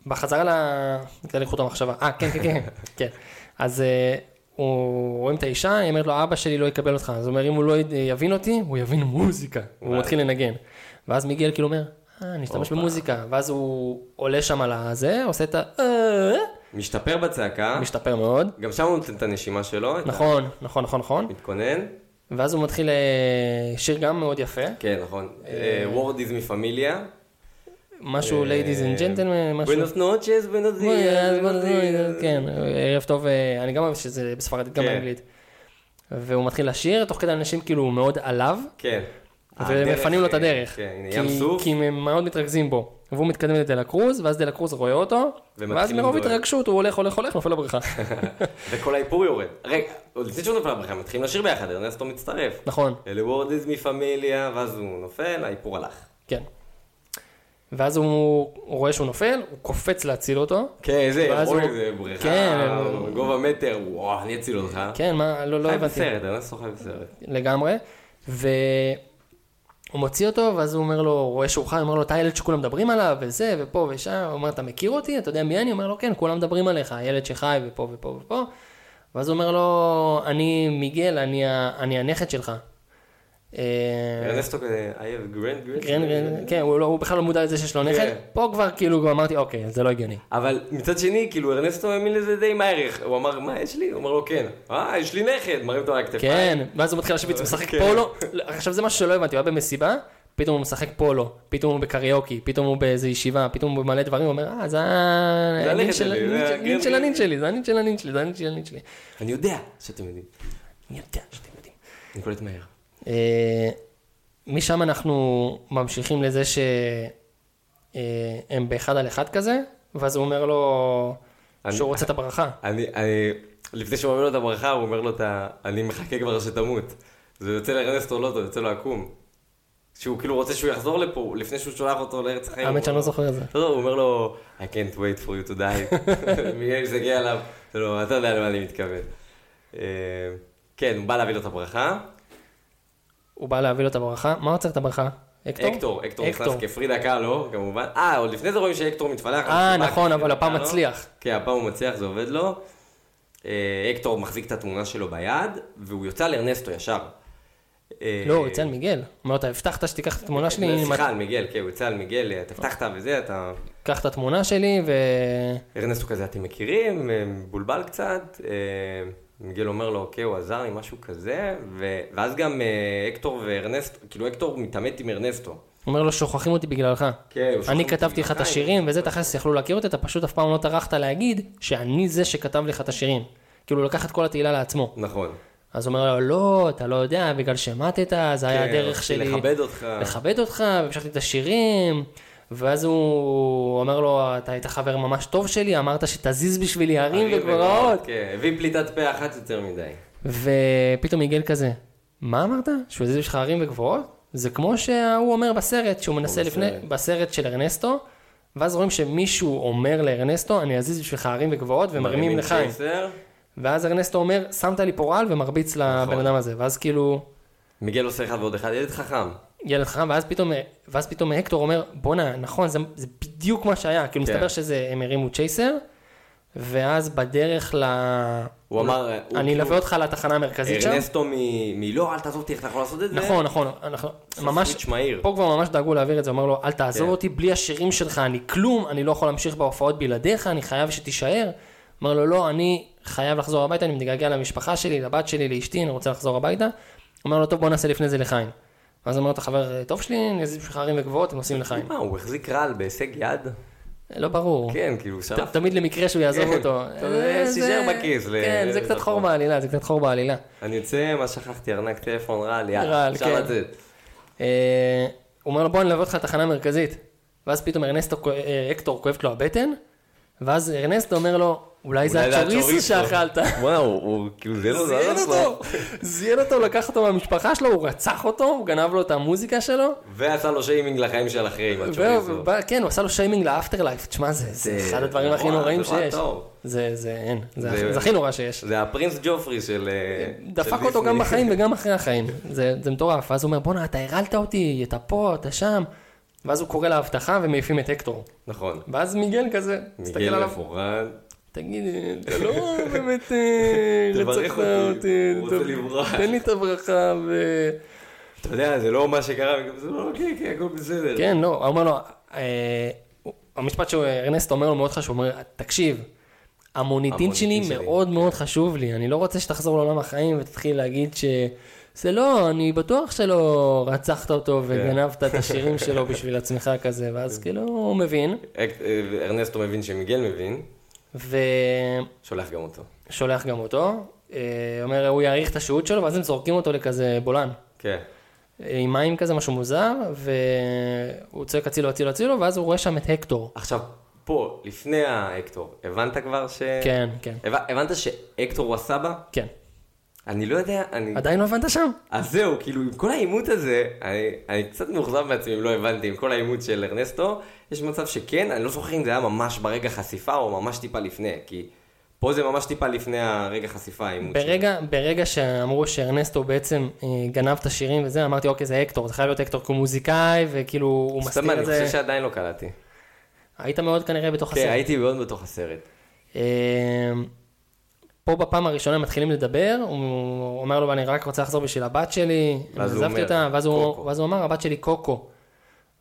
[SPEAKER 1] בחזרה ל- לאריכות המחשבה. אה, כן, כן, כן, כן. אז אה, הוא רואים את האישה, היא אומרת לו, אבא שלי לא יקבל אותך. אז הוא אומר, אם הוא לא יד- יבין אותי, הוא יבין מוזיקה. הוא
[SPEAKER 2] וואי.
[SPEAKER 1] מתחיל לנגן. ואז מיגל כאילו אומר, אה, אני אשתמש
[SPEAKER 2] הופה.
[SPEAKER 1] במוזיקה. ואז הוא עולה שם על הזה, עושה את ה... אה,
[SPEAKER 2] משתפר בצעקה,
[SPEAKER 1] משתפר מאוד.
[SPEAKER 2] גם שם הוא נותן את הנשימה שלו, את
[SPEAKER 1] נכון, נכון, נכון, נכון.
[SPEAKER 2] ה- מתכונן.
[SPEAKER 1] ואז הוא מתחיל אה, שיר גם מאוד יפה,
[SPEAKER 2] כן, נכון.
[SPEAKER 1] אה,
[SPEAKER 2] וורד איז מפמיליה. אה,
[SPEAKER 1] משהו Ladies and Gentlemen, משהו... אה,
[SPEAKER 2] בונוס נוצ'ס, בונוס דיאס, בונוס דיאס.
[SPEAKER 1] כן, ערב טוב, אה, אני גם אוהב שזה בספרדית, גם
[SPEAKER 2] כן.
[SPEAKER 1] באנגלית. והוא מתחיל לשיר, תוך כדי אנשים כאילו מאוד עליו,
[SPEAKER 2] כן.
[SPEAKER 1] ומפנים לו את הדרך.
[SPEAKER 2] כן, הנה,
[SPEAKER 1] כי-
[SPEAKER 2] ים סוף.
[SPEAKER 1] כי הם מאוד מתרכזים בו. והוא מתקדם לדלה קרוז, ואז דלה קרוז רואה אותו,
[SPEAKER 2] ומתחיל
[SPEAKER 1] ואז מרוב
[SPEAKER 2] לדבר.
[SPEAKER 1] התרגשות הוא הולך, הולך, הולך, נופל לבריכה.
[SPEAKER 2] וכל האיפור יורד. רגע, עוד לפני שהוא נופל לבריכה, מתחילים לשיר ביחד, ארנסטו מצטרף.
[SPEAKER 1] נכון,
[SPEAKER 2] לוורד איז מפמיליה, ואז הוא נופל, האיפור הלך.
[SPEAKER 1] כן. ואז הוא הוא רואה שהוא נופל, הוא קופץ להציל אותו.
[SPEAKER 2] כן, זה,
[SPEAKER 1] ואז
[SPEAKER 2] אוי,
[SPEAKER 1] הוא-
[SPEAKER 2] זה בריכה,
[SPEAKER 1] כן,
[SPEAKER 2] גובה מטר, וואו, אני אציל אותך.
[SPEAKER 1] כן, מה, לא לא
[SPEAKER 2] חי
[SPEAKER 1] הבנתי.
[SPEAKER 2] בסרט, ארנסטו חי בסרט.
[SPEAKER 1] לגמרי, והוא מוציא אותו, ואז הוא אומר לו, הוא רואה שהוא חי, הוא אומר לו, אתה הילד שכולם מדברים עליו, וזה, ופה ושם, הוא אומר, אתה מכיר אותי? אתה יודע מי אני? הוא אומר לו, כן, כולם מדברים עליך, הילד שחי, ופה ופה ופה. ואז הוא אומר לו, אני מיגל, אני, ה- אני הנכד שלך. אה,
[SPEAKER 2] ארנסטו כזה, I have grand grand.
[SPEAKER 1] כן, כן, כן, הוא לא- הוא בכלל לא מודע לזה שיש לו נכד.
[SPEAKER 2] כן.
[SPEAKER 1] פה כבר כאילו כבר אמרתי, אוקיי, זה לא הגיוני.
[SPEAKER 2] אבל מצד שני, כאילו, ארנסטו האמין לזה די מהר. הוא אמר, מה, יש לי? הוא אומר לו, כן. אה, יש לי נכד. מרים אותו על הכתפיים.
[SPEAKER 1] כן, ואז הוא מתחיל להשוויץ, הוא משחק
[SPEAKER 2] כן.
[SPEAKER 1] פולו. לא, עכשיו זה משהו שלא הבנתי, הוא היה במסיבה, פתאום הוא משחק פולו, פתאום הוא בקריוקי, פתאום הוא באיזה ישיבה, פתאום הוא במלא דברים, הוא אומר, אה, זה
[SPEAKER 2] זה
[SPEAKER 1] הנין של
[SPEAKER 2] הנכד שלי,
[SPEAKER 1] הנין
[SPEAKER 2] זה
[SPEAKER 1] של-
[SPEAKER 2] הגן
[SPEAKER 1] הנין של
[SPEAKER 2] שלי."
[SPEAKER 1] הנין שלי, זה הנין של הנין שלי, זה הנין של הנין שלי.
[SPEAKER 2] אני יודע שאתם יודעים.
[SPEAKER 1] אני יודע שאתם יודעים.
[SPEAKER 2] אני קולט מהר.
[SPEAKER 1] אה, משם אנחנו ממשיכים לזה שהם באחד על אחד כזה, ואז הוא אומר לו
[SPEAKER 2] אני-
[SPEAKER 1] שהוא רוצה את הברכה.
[SPEAKER 2] אני, אני, לפני שהוא אומר לו את הברכה, הוא אומר לו את ה... אני מחכה כבר שתמות. זה יוצא לארנסטו לוטו, יוצא לו עקום. שהוא כאילו רוצה שהוא יחזור לפה, לפני שהוא שולח אותו לארץ החיים.
[SPEAKER 1] האמת שאני לא זוכר את זה.
[SPEAKER 2] לא, הוא אומר לו, I can't wait for you to die. מיגל מסתכל עליו, זה לא, אתה יודע למה אני מתכוון. אה, כן, הוא בא להביא לו את הברכה.
[SPEAKER 1] הוא בא להביא לו את הברכה, מה הוא צריך את הברכה? הקטור?
[SPEAKER 2] הקטור, הקטור נכנס כפרידה קאלו, כמובן. אה, עוד לפני זה רואים שהקטור מתפלח. כאילו
[SPEAKER 1] אה,
[SPEAKER 2] המסיבה,
[SPEAKER 1] נכון, אבל
[SPEAKER 2] כפרידה
[SPEAKER 1] הפעם
[SPEAKER 2] קאלו.
[SPEAKER 1] מצליח.
[SPEAKER 2] כן, הפעם הוא מצליח, זה עובד לו. אה, הקטור מחזיק את התמונה שלו ביד, והוא יוצא על ארנסטו ישר. אה,
[SPEAKER 1] לא, הוא יצא על מיגל. הוא אומר, אתה הבטחת שתיקח את התמונה שלי, אם
[SPEAKER 2] סליחה, על מיגל, כן, הוא יצא על מיגל, אה, אתה הבטחת וזה, אתה...
[SPEAKER 1] קח את התמונה שלי ו...
[SPEAKER 2] ארנסטו כזה, אתם מכירים, אה, מבולבל קצת. אה, מיגל אומר לו, אוקיי, הוא עזר לי, משהו כזה. ו- ואז גם אה, הקטור וארנסטו, כאילו הקטור מתעמת עם ארנסטו.
[SPEAKER 1] הוא אומר לו, שוכחים אותי בגללך.
[SPEAKER 2] כן, הוא שוכח
[SPEAKER 1] אני
[SPEAKER 2] אותי
[SPEAKER 1] כתבתי לך את
[SPEAKER 2] בגללך,
[SPEAKER 1] השירים, וזה תכלס יכלו להכיר אותי, אתה פשוט אף פעם לא טרחת להגיד שאני זה שכתב לך את השירים. כאילו, הוא לקח את כל התהילה לעצמו.
[SPEAKER 2] נכון.
[SPEAKER 1] אז הוא אומר לו, לא, אתה לא יודע, בגלל שמטת, זה היה
[SPEAKER 2] כן,
[SPEAKER 1] הדרך
[SPEAKER 2] רציתי
[SPEAKER 1] שלי.
[SPEAKER 2] לכבד אותך.
[SPEAKER 1] לכבד אותך, והמשכתי את השירים. ואז הוא אומר לו, אתה היית חבר ממש טוב שלי, אמרת שתזיז בשבילי הרים וגבעות.
[SPEAKER 2] כן, הביא פליטת פה אחת יותר מדי.
[SPEAKER 1] ופתאום יגאל כזה, מה אמרת? שהוא הזיז שלך הרים וגבוהות? זה כמו שההוא אומר בסרט, שהוא מנסה לפני,
[SPEAKER 2] בסרט.
[SPEAKER 1] בסרט של ארנסטו, ואז רואים שמישהו אומר לארנסטו, אני אזיז בשבילך הרים וגבוהות, ומרימים
[SPEAKER 2] מרימים
[SPEAKER 1] לחיים.
[SPEAKER 2] צ'ייסר.
[SPEAKER 1] ואז ארנסטו אומר, שמת לי פה רעל ומרביץ
[SPEAKER 2] נכון.
[SPEAKER 1] לבן אדם הזה, ואז כאילו,
[SPEAKER 2] מיגל עושה אחד ועוד אחד, ילד חכם.
[SPEAKER 1] ילד חכם, ואז פתאום, ואז פתאום הקטור אומר, בואנה, נכון, זה, זה בדיוק מה שהיה, כאילו
[SPEAKER 2] כן.
[SPEAKER 1] מסתבר שזה, הם הרימו צ'ייסר, ואז בדרך ל...
[SPEAKER 2] הוא אמר, הוא
[SPEAKER 1] אני
[SPEAKER 2] כאילו-
[SPEAKER 1] אלווה אותך לתחנה המרכזית שם.
[SPEAKER 2] ארנסטו מ- מלא, אל תעזוב אותי, איך אתה יכול לעשות את זה?
[SPEAKER 1] נכון, נכון, אנחנו
[SPEAKER 2] עשה
[SPEAKER 1] ממש,
[SPEAKER 2] סוויץ' מהיר.
[SPEAKER 1] פה כבר ממש דאגו להעביר את זה, אמר לו, אל תעזוב
[SPEAKER 2] כן.
[SPEAKER 1] אותי, בלי השירים שלך אני כלום, אני לא יכול להמשיך בהופעות בלעדיך, אני חייב שתישאר. אמר לו, לא, אני חייב לחזור הביתה, אני מתגעגע למשפחה שלי, לבת שלי, לאשתי, אני רוצה לחזור הביתה. אמר לו, טוב, בוא נעשה לפני זה לחיים. ואז אמר לו, אתה חבר אה, טוב שלי, אני אעשה בשבילך ערים וגבוהות, הם נוסעים לחיים.
[SPEAKER 2] מה, הוא החזיק רעל בהישג יד?
[SPEAKER 1] לא ברור.
[SPEAKER 2] כן, כאילו,
[SPEAKER 1] ת-
[SPEAKER 2] שלף.
[SPEAKER 1] תמיד למקרה שהוא יעזוב
[SPEAKER 2] כן.
[SPEAKER 1] אותו.
[SPEAKER 2] אתה יודע,
[SPEAKER 1] אה, זה-
[SPEAKER 2] שיזהר בכיס ל-
[SPEAKER 1] כן, זה קצת
[SPEAKER 2] לזכות.
[SPEAKER 1] חור בעלילה, זה קצת חור בעלילה.
[SPEAKER 2] אני יוצא, מה שכחתי, ארנק טלפון רעל, יאללה,
[SPEAKER 1] רעל,
[SPEAKER 2] אפשר
[SPEAKER 1] כן.
[SPEAKER 2] לצאת.
[SPEAKER 1] אה, הוא אומר לו בוא אני אלווה אותך לתחנה המרכזית. ואז פתאום ארנסטו, כו- אה, הקטור כואבת לו הבטן, ואז ארנסטו אומר לו, אולי זה
[SPEAKER 2] אולי זה
[SPEAKER 1] הצ'וריסו
[SPEAKER 2] הצ'וריסו."
[SPEAKER 1] שאכלת.
[SPEAKER 2] וואו, הוא כאילו, זה לא
[SPEAKER 1] זיין
[SPEAKER 2] זז לו.
[SPEAKER 1] אותו, זיין אותו, הוא לקח אותו מהמשפחה שלו, הוא רצח אותו, הוא גנב לו את המוזיקה שלו.
[SPEAKER 2] ועשה לו שיימינג לחיים של אחרי עם
[SPEAKER 1] והוא-
[SPEAKER 2] הצ'וריזו.
[SPEAKER 1] ובא- כן, הוא עשה לו שיימינג לאפטר לייף, תשמע, זה- זה
[SPEAKER 2] לא. זה
[SPEAKER 1] אחד הדברים הכי
[SPEAKER 2] נורא,
[SPEAKER 1] נוראים
[SPEAKER 2] זה נורא
[SPEAKER 1] שיש.
[SPEAKER 2] טוב.
[SPEAKER 1] זה, זה, אין, זה
[SPEAKER 2] זה-
[SPEAKER 1] הכי- זה הכי נורא שיש.
[SPEAKER 2] זה הפרינס ג'ופרי של... אה,
[SPEAKER 1] דפק
[SPEAKER 2] של
[SPEAKER 1] אותו גם
[SPEAKER 2] דיסני.
[SPEAKER 1] בחיים וגם אחרי החיים, זה, זה מטורף, ואז הוא אומר בואנה אתה הרעלת אותי, אתה פה, אתה שם, ואז הוא קורא לאבטחה ומעיפים את הקטור,
[SPEAKER 2] נכון.
[SPEAKER 1] ואז מיגל כזה, מסתכל
[SPEAKER 2] מיגל
[SPEAKER 1] עליו,
[SPEAKER 2] מפורד,
[SPEAKER 1] תגיד, אתה לא באמת אה,
[SPEAKER 2] תברך
[SPEAKER 1] רצחת
[SPEAKER 2] אותי,
[SPEAKER 1] אותי,
[SPEAKER 2] הוא רוצה
[SPEAKER 1] טוב,
[SPEAKER 2] לברוח."
[SPEAKER 1] תן לי את הברכה, ו...
[SPEAKER 2] אתה יודע, זה לא מה שקרה, וגם זה לא, כן, כן, הכל בסדר.
[SPEAKER 1] כן, לא, הוא אומר לו, אה, הוא- המשפט שארנסט אומר לו מאוד חשוב, הוא אומר, תקשיב, המוניטין שלי
[SPEAKER 2] המוניטין שלי,
[SPEAKER 1] מאוד מאוד חשוב לי, אני לא רוצה שתחזור לעולם החיים ותתחיל להגיד ש... זה לא, אני בטוח שלא רצחת אותו
[SPEAKER 2] כן.
[SPEAKER 1] וגנבת את השירים שלו בשביל עצמך כזה, ואז כאילו הוא מבין,
[SPEAKER 2] אק- אה, ארנסטו מבין שמיגל מבין,
[SPEAKER 1] ושולח
[SPEAKER 2] שולח גם אותו.
[SPEAKER 1] גם אותו, אה, אומר, הוא יעריך את השהות שלו, ואז הם זורקים אותו לכזה בולען. אה,
[SPEAKER 2] כן.
[SPEAKER 1] עם מים כזה, משהו מוזר, והוא צועק הצילו, הצילו, הצילו, ואז הוא רואה שם את הקטור.
[SPEAKER 2] עכשיו, פה, לפני ההקטור, הבנת כבר ש...
[SPEAKER 1] כן, כן,
[SPEAKER 2] הבנ- הבנת שהקטור הוא הסבא?
[SPEAKER 1] כן.
[SPEAKER 2] אני לא יודע, אני...
[SPEAKER 1] עדיין לא הבנת שם?
[SPEAKER 2] אז זהו, כאילו, עם כל העימות הזה, אני, אני קצת מאוכזב מעצמי אם לא הבנתי, עם כל העימות של ארנסטו, יש מצב שכן, אני לא זוכר אם זה היה ממש ברגע חשיפה או ממש טיפה לפני, כי פה זה ממש טיפה לפני הרגע חשיפה, העימות שלו.
[SPEAKER 1] ברגע, ברגע שאמרו שארנסטו בעצם אה, גנב את השירים וזה, אמרתי, אוקיי, זה הקטור, זה חייב להיות הקטור כי הוא מוזיקאי, וכאילו, הוא
[SPEAKER 2] סתם,
[SPEAKER 1] מסתיר
[SPEAKER 2] אני
[SPEAKER 1] את זה.
[SPEAKER 2] חושב שעדיין לא קלטתי.
[SPEAKER 1] היית מאוד כנראה בתוך
[SPEAKER 2] כן,
[SPEAKER 1] הסרט.
[SPEAKER 2] הייתי מאוד בתוך הסרט.
[SPEAKER 1] אה, פה בפעם הראשונה הם מתחילים לדבר, הוא אומר לו, אני רק רוצה לחזור בשביל הבת שלי,
[SPEAKER 2] ואז הוא
[SPEAKER 1] עזבתי
[SPEAKER 2] אומר,
[SPEAKER 1] אותה, ואז הוא
[SPEAKER 2] "קוקו".
[SPEAKER 1] ואז הוא אמר, הבת שלי קוקו.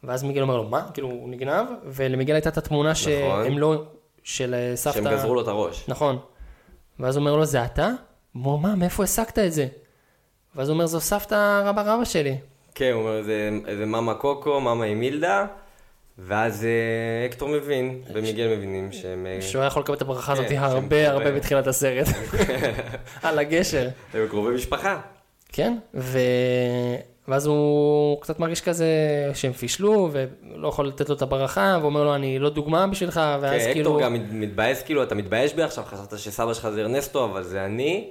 [SPEAKER 1] ואז מיגל אומר לו, מה? כאילו, הוא נגנב, ולמיגל הייתה את התמונה שהם לא, של אה, סבתא.
[SPEAKER 2] נכון. שהם גזרו לו את הראש.
[SPEAKER 1] נכון. ואז הוא אומר לו, זה אתה? הוא אומר, מה, מאיפה הסקת את זה? ואז הוא אומר, זו סבתא רבא רבא שלי.
[SPEAKER 2] כן, הוא אומר, זה, זה מאמה קוקו, מאמה אמילדה, ואז אה, הקטור מבין, ומיגל מבינים שהם... אה,
[SPEAKER 1] שהוא היה יכול לקבל את הברכה הזאת
[SPEAKER 2] כן,
[SPEAKER 1] הרבה
[SPEAKER 2] שם
[SPEAKER 1] הרבה
[SPEAKER 2] קורה.
[SPEAKER 1] בתחילת הסרט. על הגשר.
[SPEAKER 2] הם קרובי משפחה.
[SPEAKER 1] כן, ו... ואז הוא קצת מרגיש כזה שהם פישלו, ולא יכול לתת לו את הברכה, ואומר לו, אני לא דוגמה בשבילך, ואז
[SPEAKER 2] כן,
[SPEAKER 1] כאילו...
[SPEAKER 2] הקטור גם מת- מתבאס, כאילו, אתה מתבייש בי עכשיו, חשבת שסבא שלך זה ארנסטו, אבל זה אני.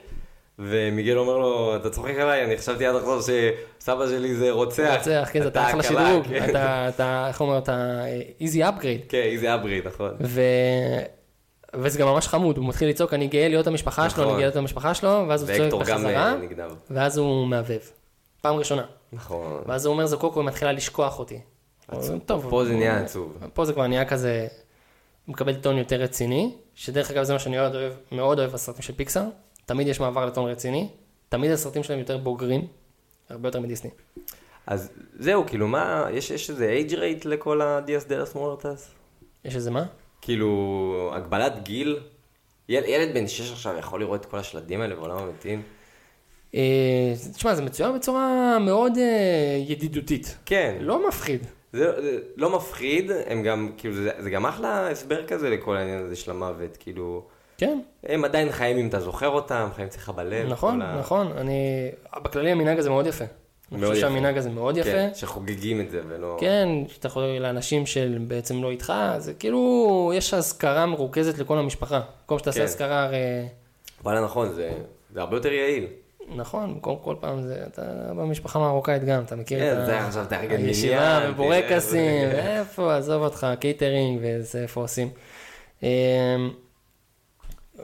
[SPEAKER 2] ומיגל אומר לו, אתה צוחק עליי, אני חשבתי עד עכשיו שסבא שלי זה רוצח.
[SPEAKER 1] רוצח, כן, אתה אחלה
[SPEAKER 2] הכלה,
[SPEAKER 1] שדרוג,
[SPEAKER 2] כן.
[SPEAKER 1] אתה, אתה, איך אומרים, אתה איזי אפגרייד.
[SPEAKER 2] כן, איזה אברי, נכון.
[SPEAKER 1] ו... וזה גם ממש חמוד, הוא מתחיל לצעוק, אני גאה להיות המשפחה שלו, אני
[SPEAKER 2] נכון.
[SPEAKER 1] גאה להיות המשפחה שלו, ואז הוא צועק
[SPEAKER 2] והקטור גם
[SPEAKER 1] בחזרה,
[SPEAKER 2] אה, נגנב.
[SPEAKER 1] ואז הוא מהבהב. פעם ראשונה.
[SPEAKER 2] נכון.
[SPEAKER 1] ואז הוא אומר, זו קוקו, היא מתחילה לשכוח אותי. הוא- טוב,
[SPEAKER 2] פה זה
[SPEAKER 1] הוא-
[SPEAKER 2] נהיה עצוב.
[SPEAKER 1] פה זה כבר נהיה כזה, הוא מקבל טון יותר רציני, שדרך אגב זה מה שאני מאוד אוהב, מאוד אוהב בסרטים של פיקסאר, תמיד יש מעבר לטון רציני, תמיד הסרטים שלהם יותר בוגרים, הרבה יותר מדיסני.
[SPEAKER 2] אז זהו, כאילו, מה, יש יש איזה אייג' רייט לכל ה-DS דלס מורטס?
[SPEAKER 1] יש איזה מה?
[SPEAKER 2] כאילו, הגבלת גיל? יל, ילד בן 6 עכשיו יכול לראות את כל השלדים האלה בעולם המתים?
[SPEAKER 1] אה, תשמע, זה מצוין בצורה מאוד אה, ידידותית.
[SPEAKER 2] כן.
[SPEAKER 1] לא מפחיד.
[SPEAKER 2] זה, זה לא מפחיד, הם גם, כאילו, זה, זה גם אחלה הסבר כזה לכל העניין הזה של המוות, כאילו,
[SPEAKER 1] כן.
[SPEAKER 2] הם עדיין חיים אם אתה זוכר אותם, חיים אצלך בלב.
[SPEAKER 1] נכון,
[SPEAKER 2] כן, כל ה-
[SPEAKER 1] נכון, אני, בכללי המנהג הזה מאוד יפה. אני
[SPEAKER 2] מאוד
[SPEAKER 1] חושב
[SPEAKER 2] יפה.
[SPEAKER 1] שהמנהג הזה מאוד יפה.
[SPEAKER 2] כן, שחוגגים את זה ולא...
[SPEAKER 1] כן, שאתה יכול לאנשים של בעצם לא איתך, זה כאילו, יש אזכרה מרוכזת לכל המשפחה. במקום שתעשה
[SPEAKER 2] כן.
[SPEAKER 1] אזכרה, הרי...
[SPEAKER 2] וואלה, נכון, זה, זה הרבה יותר יעיל.
[SPEAKER 1] נכון, כל, כל פעם זה, אתה במשפחה מרוקאית גם, אתה מכיר
[SPEAKER 2] כן,
[SPEAKER 1] את
[SPEAKER 2] זה עכשיו אתה רגע
[SPEAKER 1] הישיבה,
[SPEAKER 2] מניין,
[SPEAKER 1] ובורקסים,
[SPEAKER 2] תראה,
[SPEAKER 1] ואיפה, עזוב אותך, קייטרינג, וזה איפה עושים. אמ,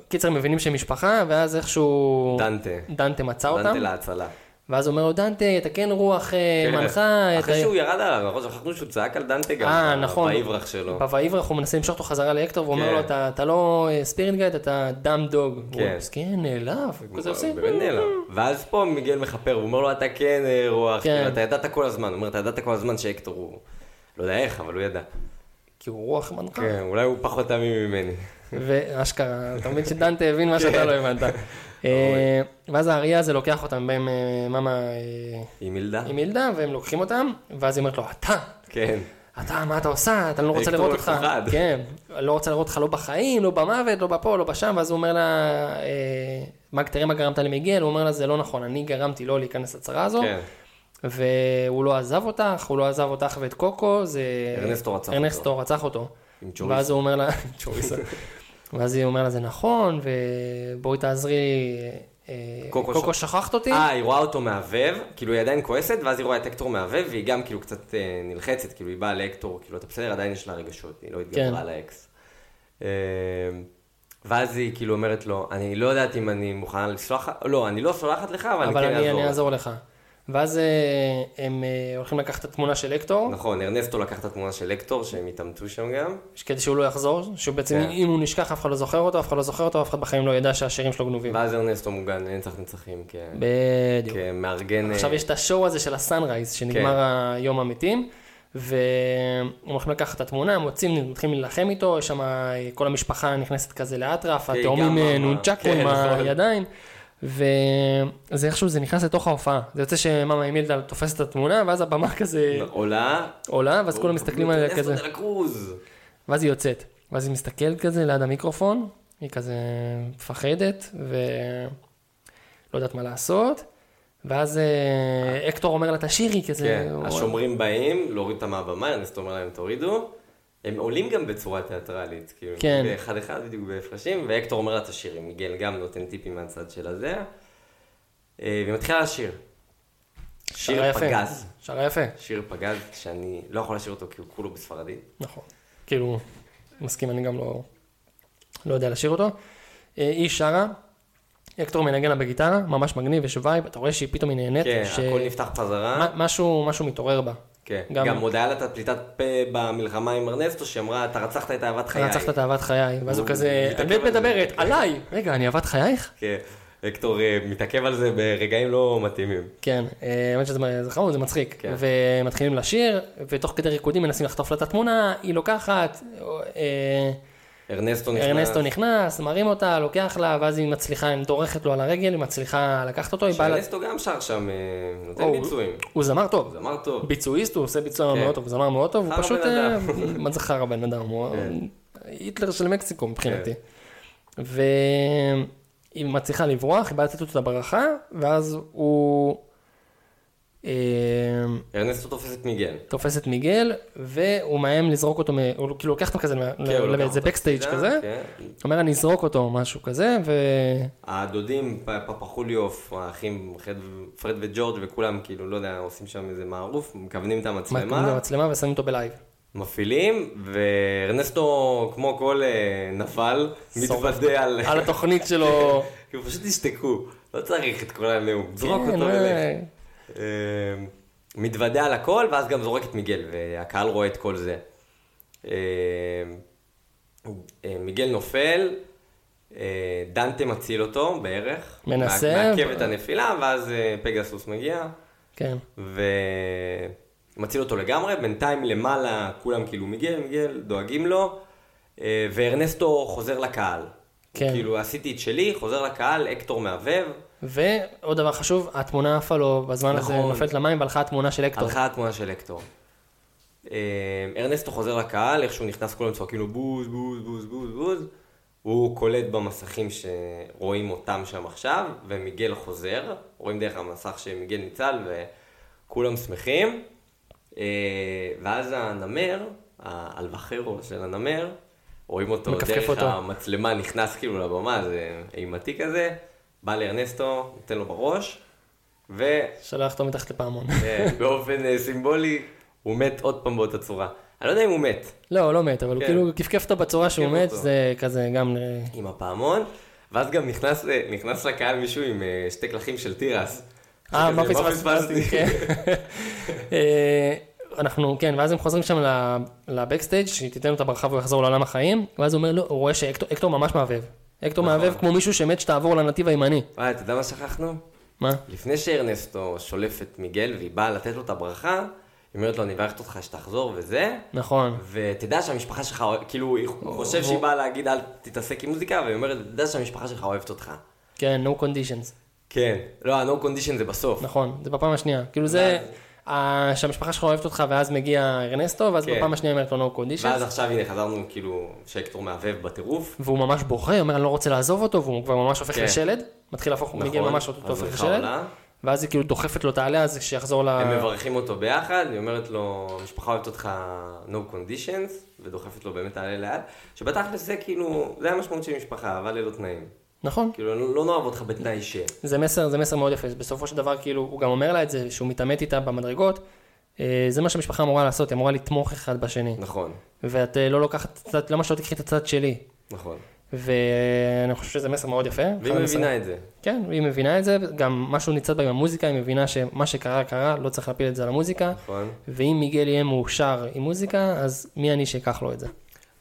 [SPEAKER 1] קיצר, מבינים שהם משפחה, ואז איכשהו
[SPEAKER 2] דנטה.
[SPEAKER 1] דנטה מצא אותם.
[SPEAKER 2] דנטה להצלה.
[SPEAKER 1] ואז אומר לו, דנטה, אתה כן רוח אה,
[SPEAKER 2] כן.
[SPEAKER 1] מנחה.
[SPEAKER 2] אחרי
[SPEAKER 1] אתה-
[SPEAKER 2] שהוא ירד עליו, אנחנו שכחנו שהוא צעק על דנטה גם.
[SPEAKER 1] אה, נכון.
[SPEAKER 2] באברח שלו.
[SPEAKER 1] בוואיברח הוא מנסה למשוך אותו חזרה להקטור, והוא אומר
[SPEAKER 2] כן.
[SPEAKER 1] לו, "אתה- אתה לא ספיריט גייד, אתה דאם דוג. הוא
[SPEAKER 2] כן.
[SPEAKER 1] מסכן, נעלב, הוא כזה עושה.
[SPEAKER 2] הוא באמת נעלם. ואז פה מיגל מכפר, הוא אומר לו, אתה כן אה, רוח,
[SPEAKER 1] כן.
[SPEAKER 2] כאילו, אתה ידעת כל הזמן, הוא אומר, אתה ידעת כל הזמן שהקטור הוא... לא יודע איך, אבל הוא ידע.
[SPEAKER 1] כי הוא רוח מנחה.
[SPEAKER 2] כן, אולי הוא פחות תמים ממני.
[SPEAKER 1] ואשכרה, אתה מבין שדנטה הבין מה
[SPEAKER 2] כן.
[SPEAKER 1] שאתה לא הבנת. אה, ואז האריה הזה לוקח אותם, בהם אה, מאמה אה,
[SPEAKER 2] היא מילדה?
[SPEAKER 1] עם הילדה, והם לוקחים אותם, ואז היא אומרת לו, אתה,
[SPEAKER 2] כן.
[SPEAKER 1] אתה, מה אתה עושה? אתה לא
[SPEAKER 2] אה,
[SPEAKER 1] רוצה לראות אותך.
[SPEAKER 2] אלקטרו מפוחד.
[SPEAKER 1] כן, לא רוצה לראות אותך לא בחיים, לא במוות, לא בפה, לא בשם, ואז הוא אומר לה, אה, מה, תראה מה גרמת למיגל, הוא אומר לה, זה לא נכון, אני גרמתי לא להיכנס לצרה הזו,
[SPEAKER 2] כן.
[SPEAKER 1] והוא לא עזב אותך, הוא לא עזב אותך ואת קוקו, זה...
[SPEAKER 2] ארנסטו רצח
[SPEAKER 1] ארנסטו רצח אותו.
[SPEAKER 2] עם צ'וריסו.
[SPEAKER 1] ואז הוא אומר לה, צ'וריסה. ואז היא אומר לה, זה נכון, ובואי תעזרי, אה,
[SPEAKER 2] קוקו
[SPEAKER 1] קוקו
[SPEAKER 2] ש-
[SPEAKER 1] שכחת אותי?
[SPEAKER 2] אה, היא רואה אותו מהבהב, כאילו היא עדיין כועסת, ואז היא רואה את הקטור מהבהב, והיא גם כאילו קצת אה, נלחצת, כאילו היא באה להקטור, כאילו אתה בסדר, עדיין יש לה רגשות, היא לא
[SPEAKER 1] כן.
[SPEAKER 2] התגברה על האקס. אה, ואז היא כאילו אומרת לו, אני לא יודעת אם אני מוכנה לסלוח, לא, אני לא סולחת לך, אבל,
[SPEAKER 1] אבל
[SPEAKER 2] אני כן
[SPEAKER 1] אני-
[SPEAKER 2] אעזור.
[SPEAKER 1] אני אעזור לך. ואז אה, הם אה, הולכים לקחת את התמונה של לקטור,
[SPEAKER 2] נכון, ארנסטו לקח את התמונה של לקטור, שהם התאמצו שם גם.
[SPEAKER 1] כדי שהוא לא יחזור, שהוא בעצם,
[SPEAKER 2] כן.
[SPEAKER 1] אם הוא נשכח, אף אחד לא זוכר אותו, אף אחד לא זוכר אותו, אף אחד בחיים לא ידע שהשירים שלו גנובים.
[SPEAKER 2] ואז ארנסטו מוגן, נצח נצחים, כ-
[SPEAKER 1] בדיוק.
[SPEAKER 2] כמארגן... אה,
[SPEAKER 1] עכשיו יש את השואו הזה של הסאנרייז, שנגמר
[SPEAKER 2] כן.
[SPEAKER 1] היום המתים, והם הולכים לקחת את התמונה, הם יוצאים, הם מתחילים להילחם איתו, יש שם אה, כל המשפחה נכנסת כזה לאטרף,
[SPEAKER 2] כן,
[SPEAKER 1] התאומים
[SPEAKER 2] גם
[SPEAKER 1] אה,
[SPEAKER 2] ה-
[SPEAKER 1] נונצ'קו
[SPEAKER 2] כן,
[SPEAKER 1] עם
[SPEAKER 2] נכון.
[SPEAKER 1] הידיים, וזה איכשהו, זה נכנס לתוך ההופעה. זה יוצא שמאמה אמילדה תופסת את התמונה, ואז הבמה
[SPEAKER 2] לא.
[SPEAKER 1] כזה
[SPEAKER 2] אה, עולה.
[SPEAKER 1] עולה, ואז אה, כולם מסתכלים עליה
[SPEAKER 2] ארנסטו
[SPEAKER 1] כזה,
[SPEAKER 2] דה לה קרוז.
[SPEAKER 1] ואז היא יוצאת. ואז היא מסתכלת כזה ליד המיקרופון, היא כזה מפחדת, ולא יודעת מה לעשות. ואז אה, אקטור אומר לה, תשאירי, כזה...
[SPEAKER 2] כן,
[SPEAKER 1] הוא-
[SPEAKER 2] השומרים באים, להוריד אותם מהבמה, ארנסט אומר להם תורידו. הם עולים גם בצורה תיאטרלית, כאילו,
[SPEAKER 1] כן.
[SPEAKER 2] באחד אחד בדיוק בהפרשים, והקטור אומר לה תשאירי, מיגל גם נותן טיפים מהצד של הזה, אה, והיא מתחילה לשיר. שיר
[SPEAKER 1] שרה יפה.
[SPEAKER 2] פגז,
[SPEAKER 1] שרה יפה,
[SPEAKER 2] שיר פגז, שאני לא יכול לשיר אותו כי הוא כולו בספרדית.
[SPEAKER 1] נכון. כאילו, מסכים, אני גם לא, לא יודע לשיר אותו. אה, היא שרה, אקטור מנגן לה בגיטרה, ממש מגניב, יש וייב, אתה רואה שהיא פתאום היא נהנית.
[SPEAKER 2] כן,
[SPEAKER 1] ש-
[SPEAKER 2] הכל נפתח חזרה.
[SPEAKER 1] מה- משהו, משהו מתעורר בה.
[SPEAKER 2] כן,
[SPEAKER 1] גם-
[SPEAKER 2] גם עוד היה לה את הפליטת פה במלחמה עם ארנסטו, שאמרה, אתה רצחת את אהבת חיי.
[SPEAKER 1] רצחת את אהבת חיי, ואז הוא
[SPEAKER 2] הוא
[SPEAKER 1] כזה,
[SPEAKER 2] מתעכב
[SPEAKER 1] על מי את
[SPEAKER 2] על זה.
[SPEAKER 1] מדברת? עליי! רגע, אני אהבת חייך?
[SPEAKER 2] כן, הקטור אה, מתעכב על זה ברגעים לא מתאימים.
[SPEAKER 1] כן, אה, האמת שזה זה חמוד, זה מצחיק.
[SPEAKER 2] כן.
[SPEAKER 1] ומתחילים לשיר, ותוך כדי ריקודים מנסים לחטוף לה את התמונה, היא לוקחת, אה,
[SPEAKER 2] ארנסטו נכנס.
[SPEAKER 1] ארנסטו נכנס, מרים אותה, לוקח לה, ואז היא מצליחה, היא דורכת לו על הרגל, היא מצליחה לקחת אותו, היא באה לה...
[SPEAKER 2] שאלסטו גם שר שם, אה, נותן
[SPEAKER 1] או,
[SPEAKER 2] ביצועים.
[SPEAKER 1] הוא זמר טוב.
[SPEAKER 2] זה אמר טוב.
[SPEAKER 1] ביצועיסט, הוא עושה ביצוע
[SPEAKER 2] כן.
[SPEAKER 1] מאוד טוב, הוא זמר מאוד טוב, הוא
[SPEAKER 2] חרא
[SPEAKER 1] פשוט...
[SPEAKER 2] בן
[SPEAKER 1] אה,
[SPEAKER 2] אדם. כן.
[SPEAKER 1] מה זה חרא בן אדם? הוא היטלר של מקסיקו מבחינתי. והיא מצליחה לברוח, היא באה לתת אותה ברכה, ואז הוא... אה,
[SPEAKER 2] ארנסטו תופס את מיגל.
[SPEAKER 1] תופס את מיגל, והוא מאיים לזרוק אותו, מ- הוא כאילו לוקח אותו כזה, מה-
[SPEAKER 2] כן, הוא לוקח
[SPEAKER 1] לאיזה
[SPEAKER 2] אותו
[SPEAKER 1] בקסטייג'
[SPEAKER 2] הצידה,
[SPEAKER 1] כזה,
[SPEAKER 2] כן.
[SPEAKER 1] אומר אני אזרוק אותו או משהו כזה, ו...
[SPEAKER 2] הדודים, פ- פפחוליוף, האחים חד- פרד וג'ורג' וכולם, כאילו, לא יודע, עושים שם איזה מערוף, מכוונים את
[SPEAKER 1] מצלמה,
[SPEAKER 2] המצלמה,
[SPEAKER 1] מצלמה ושמים אותו בלייב.
[SPEAKER 2] מפעילים, וארנסטו, כמו כל אה, נבל,
[SPEAKER 1] שורף
[SPEAKER 2] מתוודה על...
[SPEAKER 1] על התוכנית שלו.
[SPEAKER 2] כאילו, פשוט תשתקו, לא צריך את כל הנאום, זרוק
[SPEAKER 1] כן,
[SPEAKER 2] אותו
[SPEAKER 1] אה,
[SPEAKER 2] ולך. אה, מתוודע על הכל, ואז גם זורק את מיגל, והקהל רואה את כל זה. אה, אה, מיגל נופל, אה, דנטה מציל אותו בערך.
[SPEAKER 1] מנסה,
[SPEAKER 2] מע-
[SPEAKER 1] ו-
[SPEAKER 2] מעכב את הנפילה, ואז אה, פגסוס מגיע,
[SPEAKER 1] כן,
[SPEAKER 2] ומציל אותו לגמרי. בינתיים למעלה כולם כאילו מיגל, מיגל, דואגים לו, אה, וארנסטו חוזר לקהל.
[SPEAKER 1] כן.
[SPEAKER 2] כאילו, עשיתי את שלי, חוזר לקהל, אקטור מהבהב,
[SPEAKER 1] ועוד דבר חשוב, התמונה עפה לו בזמן הזה,
[SPEAKER 2] נכון.
[SPEAKER 1] נופלת למים והלכה התמונה של אקטור.
[SPEAKER 2] הלכה התמונה של לקטור. אה, ארנסטו חוזר לקהל, איך שהוא נכנס כולם צועקים לו בוז, בוז, בוז, בוז, בוז. הוא קולט במסכים שרואים אותם שם עכשיו, ומיגל חוזר, רואים דרך המסך שמיגל ניצל וכולם שמחים. אה, ואז הנמר, האלבחרו של הנמר, רואים אותו
[SPEAKER 1] מכפכף
[SPEAKER 2] דרך
[SPEAKER 1] אותו.
[SPEAKER 2] המצלמה נכנס כאילו לבמה, זה אימתי כזה, בא לארנסטו, נותן לו בראש, ו...
[SPEAKER 1] שלח אותו מתחת לפעמון.
[SPEAKER 2] כן, באופן אה, סימבולי, הוא מת עוד פעם באותה צורה. אני לא יודע אם הוא מת
[SPEAKER 1] לא, לא מת, אבל הוא
[SPEAKER 2] כן.
[SPEAKER 1] כאילו כפכף אותו בצורה שהוא
[SPEAKER 2] כפכף
[SPEAKER 1] מת,
[SPEAKER 2] אותו.
[SPEAKER 1] זה כזה גם... אה,
[SPEAKER 2] עם הפעמון, ואז גם נכנס, אה, נכנס לקהל מישהו עם אה, שתי קלחים של תירס.
[SPEAKER 1] אה,
[SPEAKER 2] כזה,
[SPEAKER 1] מה
[SPEAKER 2] מה
[SPEAKER 1] פספסתי?
[SPEAKER 2] פספסתי?
[SPEAKER 1] כן. אה, אנחנו, כן, ואז הם חוזרים שם ל- לבקסטייג', שהיא תיתן לו את הברכה והוא יחזור לעולם החיים, ואז הוא אומר, לא, הוא רואה שהקטור אקטור ממש מהבהב. הקטור
[SPEAKER 2] נכון.
[SPEAKER 1] מהבהב כמו מישהו שמת שתעבור לנתיב הימני.
[SPEAKER 2] וואי, אתה יודע מה שכחנו?
[SPEAKER 1] מה?
[SPEAKER 2] לפני שארנסטו שולף את מיגל והיא באה לתת לו את הברכה, היא אומרת לו, אני מברכת אותך שתחזור וזה,
[SPEAKER 1] נכון.
[SPEAKER 2] ותדע שהמשפחה שלך, כאילו, היא חושב שהיא באה להגיד, אל תתעסק עם מוזיקה, והיא אומרת, תדע שהמשפחה שלך אוהבת אותך.
[SPEAKER 1] כן, no conditions.
[SPEAKER 2] כן. לא, ה-No condition זה בסוף.
[SPEAKER 1] נכון, זה בפעם השנייה. כאילו זה, אה, שהמשפחה שלך אוהבת אותך ואז מגיע ארנסטו, ואז
[SPEAKER 2] כן.
[SPEAKER 1] בפעם השנייה היא אומרת לו no
[SPEAKER 2] ואז
[SPEAKER 1] conditions,
[SPEAKER 2] עכשיו, הנה, חזרנו, כאילו, שהקטור מהבהב בטירוף.
[SPEAKER 1] והוא ממש בוכה, אומר אני לא רוצה לעזוב אותו, והוא כבר ממש הופך
[SPEAKER 2] כן.
[SPEAKER 1] לשלד, מתחיל להפוך, הוא מגיע
[SPEAKER 2] נכון,
[SPEAKER 1] ממש אותו הופך אה.
[SPEAKER 2] הבריכה
[SPEAKER 1] לשלד,
[SPEAKER 2] עולה.
[SPEAKER 1] ואז היא כאילו דוחפת לו את העלה, אז שיחזור ל...
[SPEAKER 2] הם מברכים אותו ביחד, היא אומרת לו, המשפחה אוהבת אותך no conditions, ודוחפת לו באמת תעלה ליד, שבתכלס זה כאילו, זה המשמעות של משפחה, אהבה ללא תנאים.
[SPEAKER 1] נכון.
[SPEAKER 2] כאילו, לא לא נאהב אותך בתנאי ש...
[SPEAKER 1] זה מסר, זה מסר מאוד יפה, בסופו של דבר כאילו, הוא גם אומר לה את זה, שהוא מתעמת איתה במדרגות, אה, זה מה שהמשפחה אמורה לעשות, היא אמורה לתמוך אחד בשני,
[SPEAKER 2] נכון,
[SPEAKER 1] ואת אה, לא לוקחת, את הצד- למה שלא תיקחי את הצד שלי,
[SPEAKER 2] נכון.
[SPEAKER 1] ואני חושב שזה מסר מאוד יפה.
[SPEAKER 2] והיא
[SPEAKER 1] אחד המסרים-
[SPEAKER 2] מבינה את זה.
[SPEAKER 1] כן, והיא מבינה את זה, גם משהו ניצד בה עם המוזיקה, היא מבינה שמה שקרה קרה, לא צריך להפיל את זה על המוזיקה,
[SPEAKER 2] נכון.
[SPEAKER 1] ואם מיגל יהיה מאושר עם מוזיקה, אז מי אני שאקח לו את זה?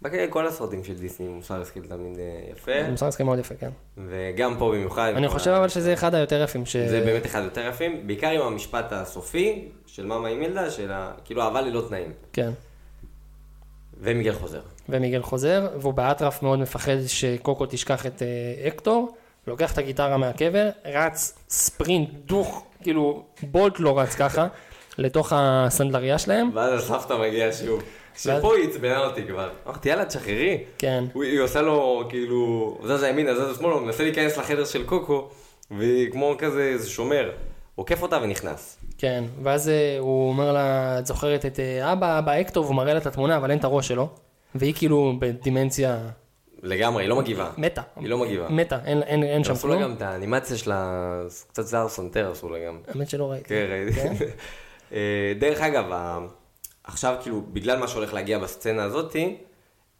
[SPEAKER 2] בכלל כל הסרטים של דיסני מוסר השכל תמיד אה, יפה,
[SPEAKER 1] זה מוסר הסכם מאוד יפה, כן.
[SPEAKER 2] וגם פה במיוחד. אה,
[SPEAKER 1] אני חושב אבל שזה אחד היותר יפים, ש...
[SPEAKER 2] כן. זה באמת אחד יותר יפים, בעיקר עם המשפט הסופי של מאמא עם ילדה, של ה- כאילו אהבה ללא תנאים.
[SPEAKER 1] כן.
[SPEAKER 2] ומיגל חוזר.
[SPEAKER 1] ומיגל חוזר, והוא באטרף מאוד מפחד שקוקו תשכח את אה, אקטור, לוקח את הגיטרה מהקבר, רץ ספרינט דוך, כאילו בולט לא רץ ככה, לתוך הסנדלריה שלהם,
[SPEAKER 2] ואז הסבתא מגיעה שוב. שפה היא עצבנה אותי כבר. אמרתי, יאללה, תשחררי.
[SPEAKER 1] כן.
[SPEAKER 2] הוא- היא עושה לו, כאילו, זזה ימינה, זזה שמאלה, הוא מנסה להיכנס לחדר של קוקו, והיא כמו כזה איזה שומר, עוקף אותה ונכנס.
[SPEAKER 1] כן, ואז אה, הוא אומר לה, את זוכרת את אה, אבא, אבא אקטור, והוא מראה לה את התמונה, אבל אין את הראש שלו, והיא כאילו בדימנציה
[SPEAKER 2] לגמרי, היא לא מגיבה.
[SPEAKER 1] מתה.
[SPEAKER 2] היא לא מגיבה.
[SPEAKER 1] מתה, אין, אין, אין שם
[SPEAKER 2] עשו לה
[SPEAKER 1] כלום.
[SPEAKER 2] גם את האנימציה שלה, קצת זר סנטר עשו לה גם.
[SPEAKER 1] האמת שלא ראיתי.
[SPEAKER 2] כן, ראיתי. אה, דרך אגב, ה- עכשיו כאילו, בגלל מה שהולך להגיע בסצנה הזאתי,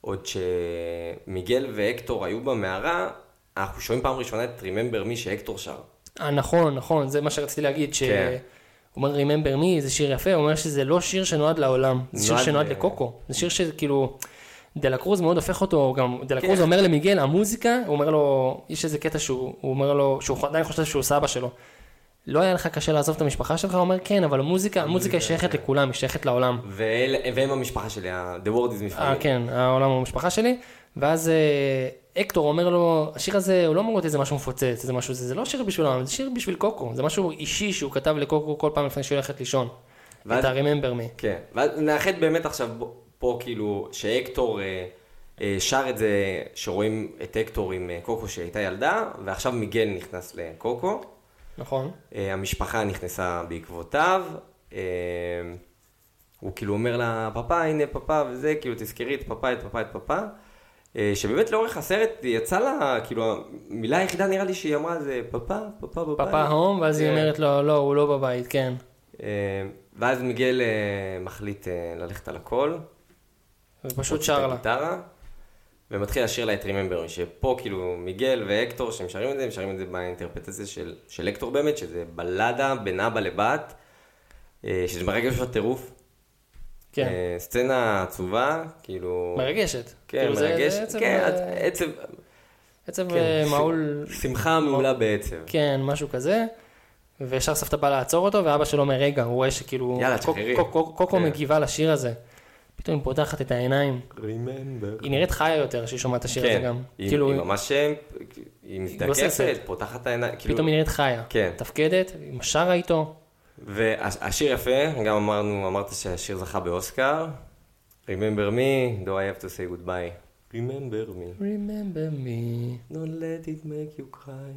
[SPEAKER 2] עוד שמיגל והקטור היו במערה, אנחנו שומעים פעם ראשונה את ריממבר מי שהקטור שר.
[SPEAKER 1] אה, נכון, נכון, זה מה שרציתי להגיד, ש...
[SPEAKER 2] כן.
[SPEAKER 1] הוא אומר, Remember me, זה שיר יפה, הוא אומר שזה לא שיר שנועד לעולם, זה שיר
[SPEAKER 2] נועד
[SPEAKER 1] שנועד
[SPEAKER 2] ל-
[SPEAKER 1] לקוקו, זה שיר שכאילו, דה לקרוז מאוד הופך אותו, גם דה לקרוז
[SPEAKER 2] כן.
[SPEAKER 1] אומר למיגל, המוזיקה, הוא אומר לו, יש איזה קטע שהוא הוא אומר לו, שהוא עדיין חושב שהוא סבא שלו. לא היה לך קשה לעזוב את המשפחה שלך? הוא אומר, כן, אבל המוזיקה, המוזיקה היא שייכת
[SPEAKER 2] כן.
[SPEAKER 1] לכולם, היא שייכת לעולם.
[SPEAKER 2] ואל- והם המשפחה שלי, ה- The World is my
[SPEAKER 1] אה,
[SPEAKER 2] family.
[SPEAKER 1] כן, העולם הוא המשפחה שלי, ואז אה, הקטור אומר לו, השיר הזה הוא לא אמור להיות איזה משהו מפוצץ, איזה משהו, זה, זה לא שיר בשביל העולם, זה שיר בשביל קוקו, זה משהו אישי שהוא כתב לקוקו כל פעם לפני שהיא הולכת לישון.
[SPEAKER 2] ואז-
[SPEAKER 1] את ה-remember me.
[SPEAKER 2] כן, ואז נאחד באמת עכשיו ב- פה כאילו, שהקטור אה, אה, שר את זה, שרואים את הקטור עם אה, קוקו שהייתה ילדה, ועכשיו מיגל נכנס לקוקו.
[SPEAKER 1] נכון.
[SPEAKER 2] אה, המשפחה נכנסה בעקבותיו, אה, הוא כאילו אומר לה, פאפה, הנה פאפה וזה, כאילו תזכרי את פאפה, את פאפה, את פאפה. אה, שבאמת לאורך הסרט יצא לה, כאילו, המילה היחידה נראה לי שהיא אמרה זה פאפה, פאפה, פאפה.
[SPEAKER 1] פאפה הום, ואז היא
[SPEAKER 2] כן.
[SPEAKER 1] אומרת לו, לא, הוא לא בבית, כן.
[SPEAKER 2] אה, ואז מיגל אה, מחליט אה, ללכת על הכל.
[SPEAKER 1] ופשוט
[SPEAKER 2] מוציא את
[SPEAKER 1] שר לה.
[SPEAKER 2] הגיטרה, ומתחיל לשיר לה את ריממבר, שפה כאילו מיגל והקטור שהם שרים את זה, הם שרים את זה באינטרפטציה של, של הקטור באמת, שזה בלדה בין אבא לבת, אה, שזה מרגש בטירוף.
[SPEAKER 1] כן.
[SPEAKER 2] אה, סצנה עצובה, כאילו...
[SPEAKER 1] מרגשת.
[SPEAKER 2] כן,
[SPEAKER 1] כאילו, זה- זה
[SPEAKER 2] מרגש.
[SPEAKER 1] עצב,
[SPEAKER 2] כן,
[SPEAKER 1] אה,
[SPEAKER 2] את- עצב...
[SPEAKER 1] עצב
[SPEAKER 2] כן,
[SPEAKER 1] אה,
[SPEAKER 2] ש-
[SPEAKER 1] מעול,
[SPEAKER 2] שמחה מעולה בעצב.
[SPEAKER 1] כן, משהו כזה. וישר סבתא בא לעצור אותו, ואבא שלו אומר, רגע, הוא רואה שכאילו...
[SPEAKER 2] יאללה,
[SPEAKER 1] קוק-
[SPEAKER 2] תשחררי.
[SPEAKER 1] קוק- קוק- קוקו
[SPEAKER 2] כן.
[SPEAKER 1] מגיבה לשיר הזה. פתאום היא פותחת את העיניים.
[SPEAKER 2] ריממבר.
[SPEAKER 1] היא נראית חיה יותר כשהיא שומעת את השיר הזה
[SPEAKER 2] כן,
[SPEAKER 1] גם.
[SPEAKER 2] היא
[SPEAKER 1] כאילו,
[SPEAKER 2] היא ממש... היא
[SPEAKER 1] גוססת.
[SPEAKER 2] מזדקפת, פותחת את העיניים, כאילו...
[SPEAKER 1] פתאום היא נראית חיה.
[SPEAKER 2] כן.
[SPEAKER 1] מתפקדת, היא שרה איתו.
[SPEAKER 2] והשיר יפה, גם אמרנו, אמרת שהשיר זכה באוסקר. Remember me, do I have to say goodbye. Remember me,
[SPEAKER 1] Remember me.
[SPEAKER 2] don't let it make you cry.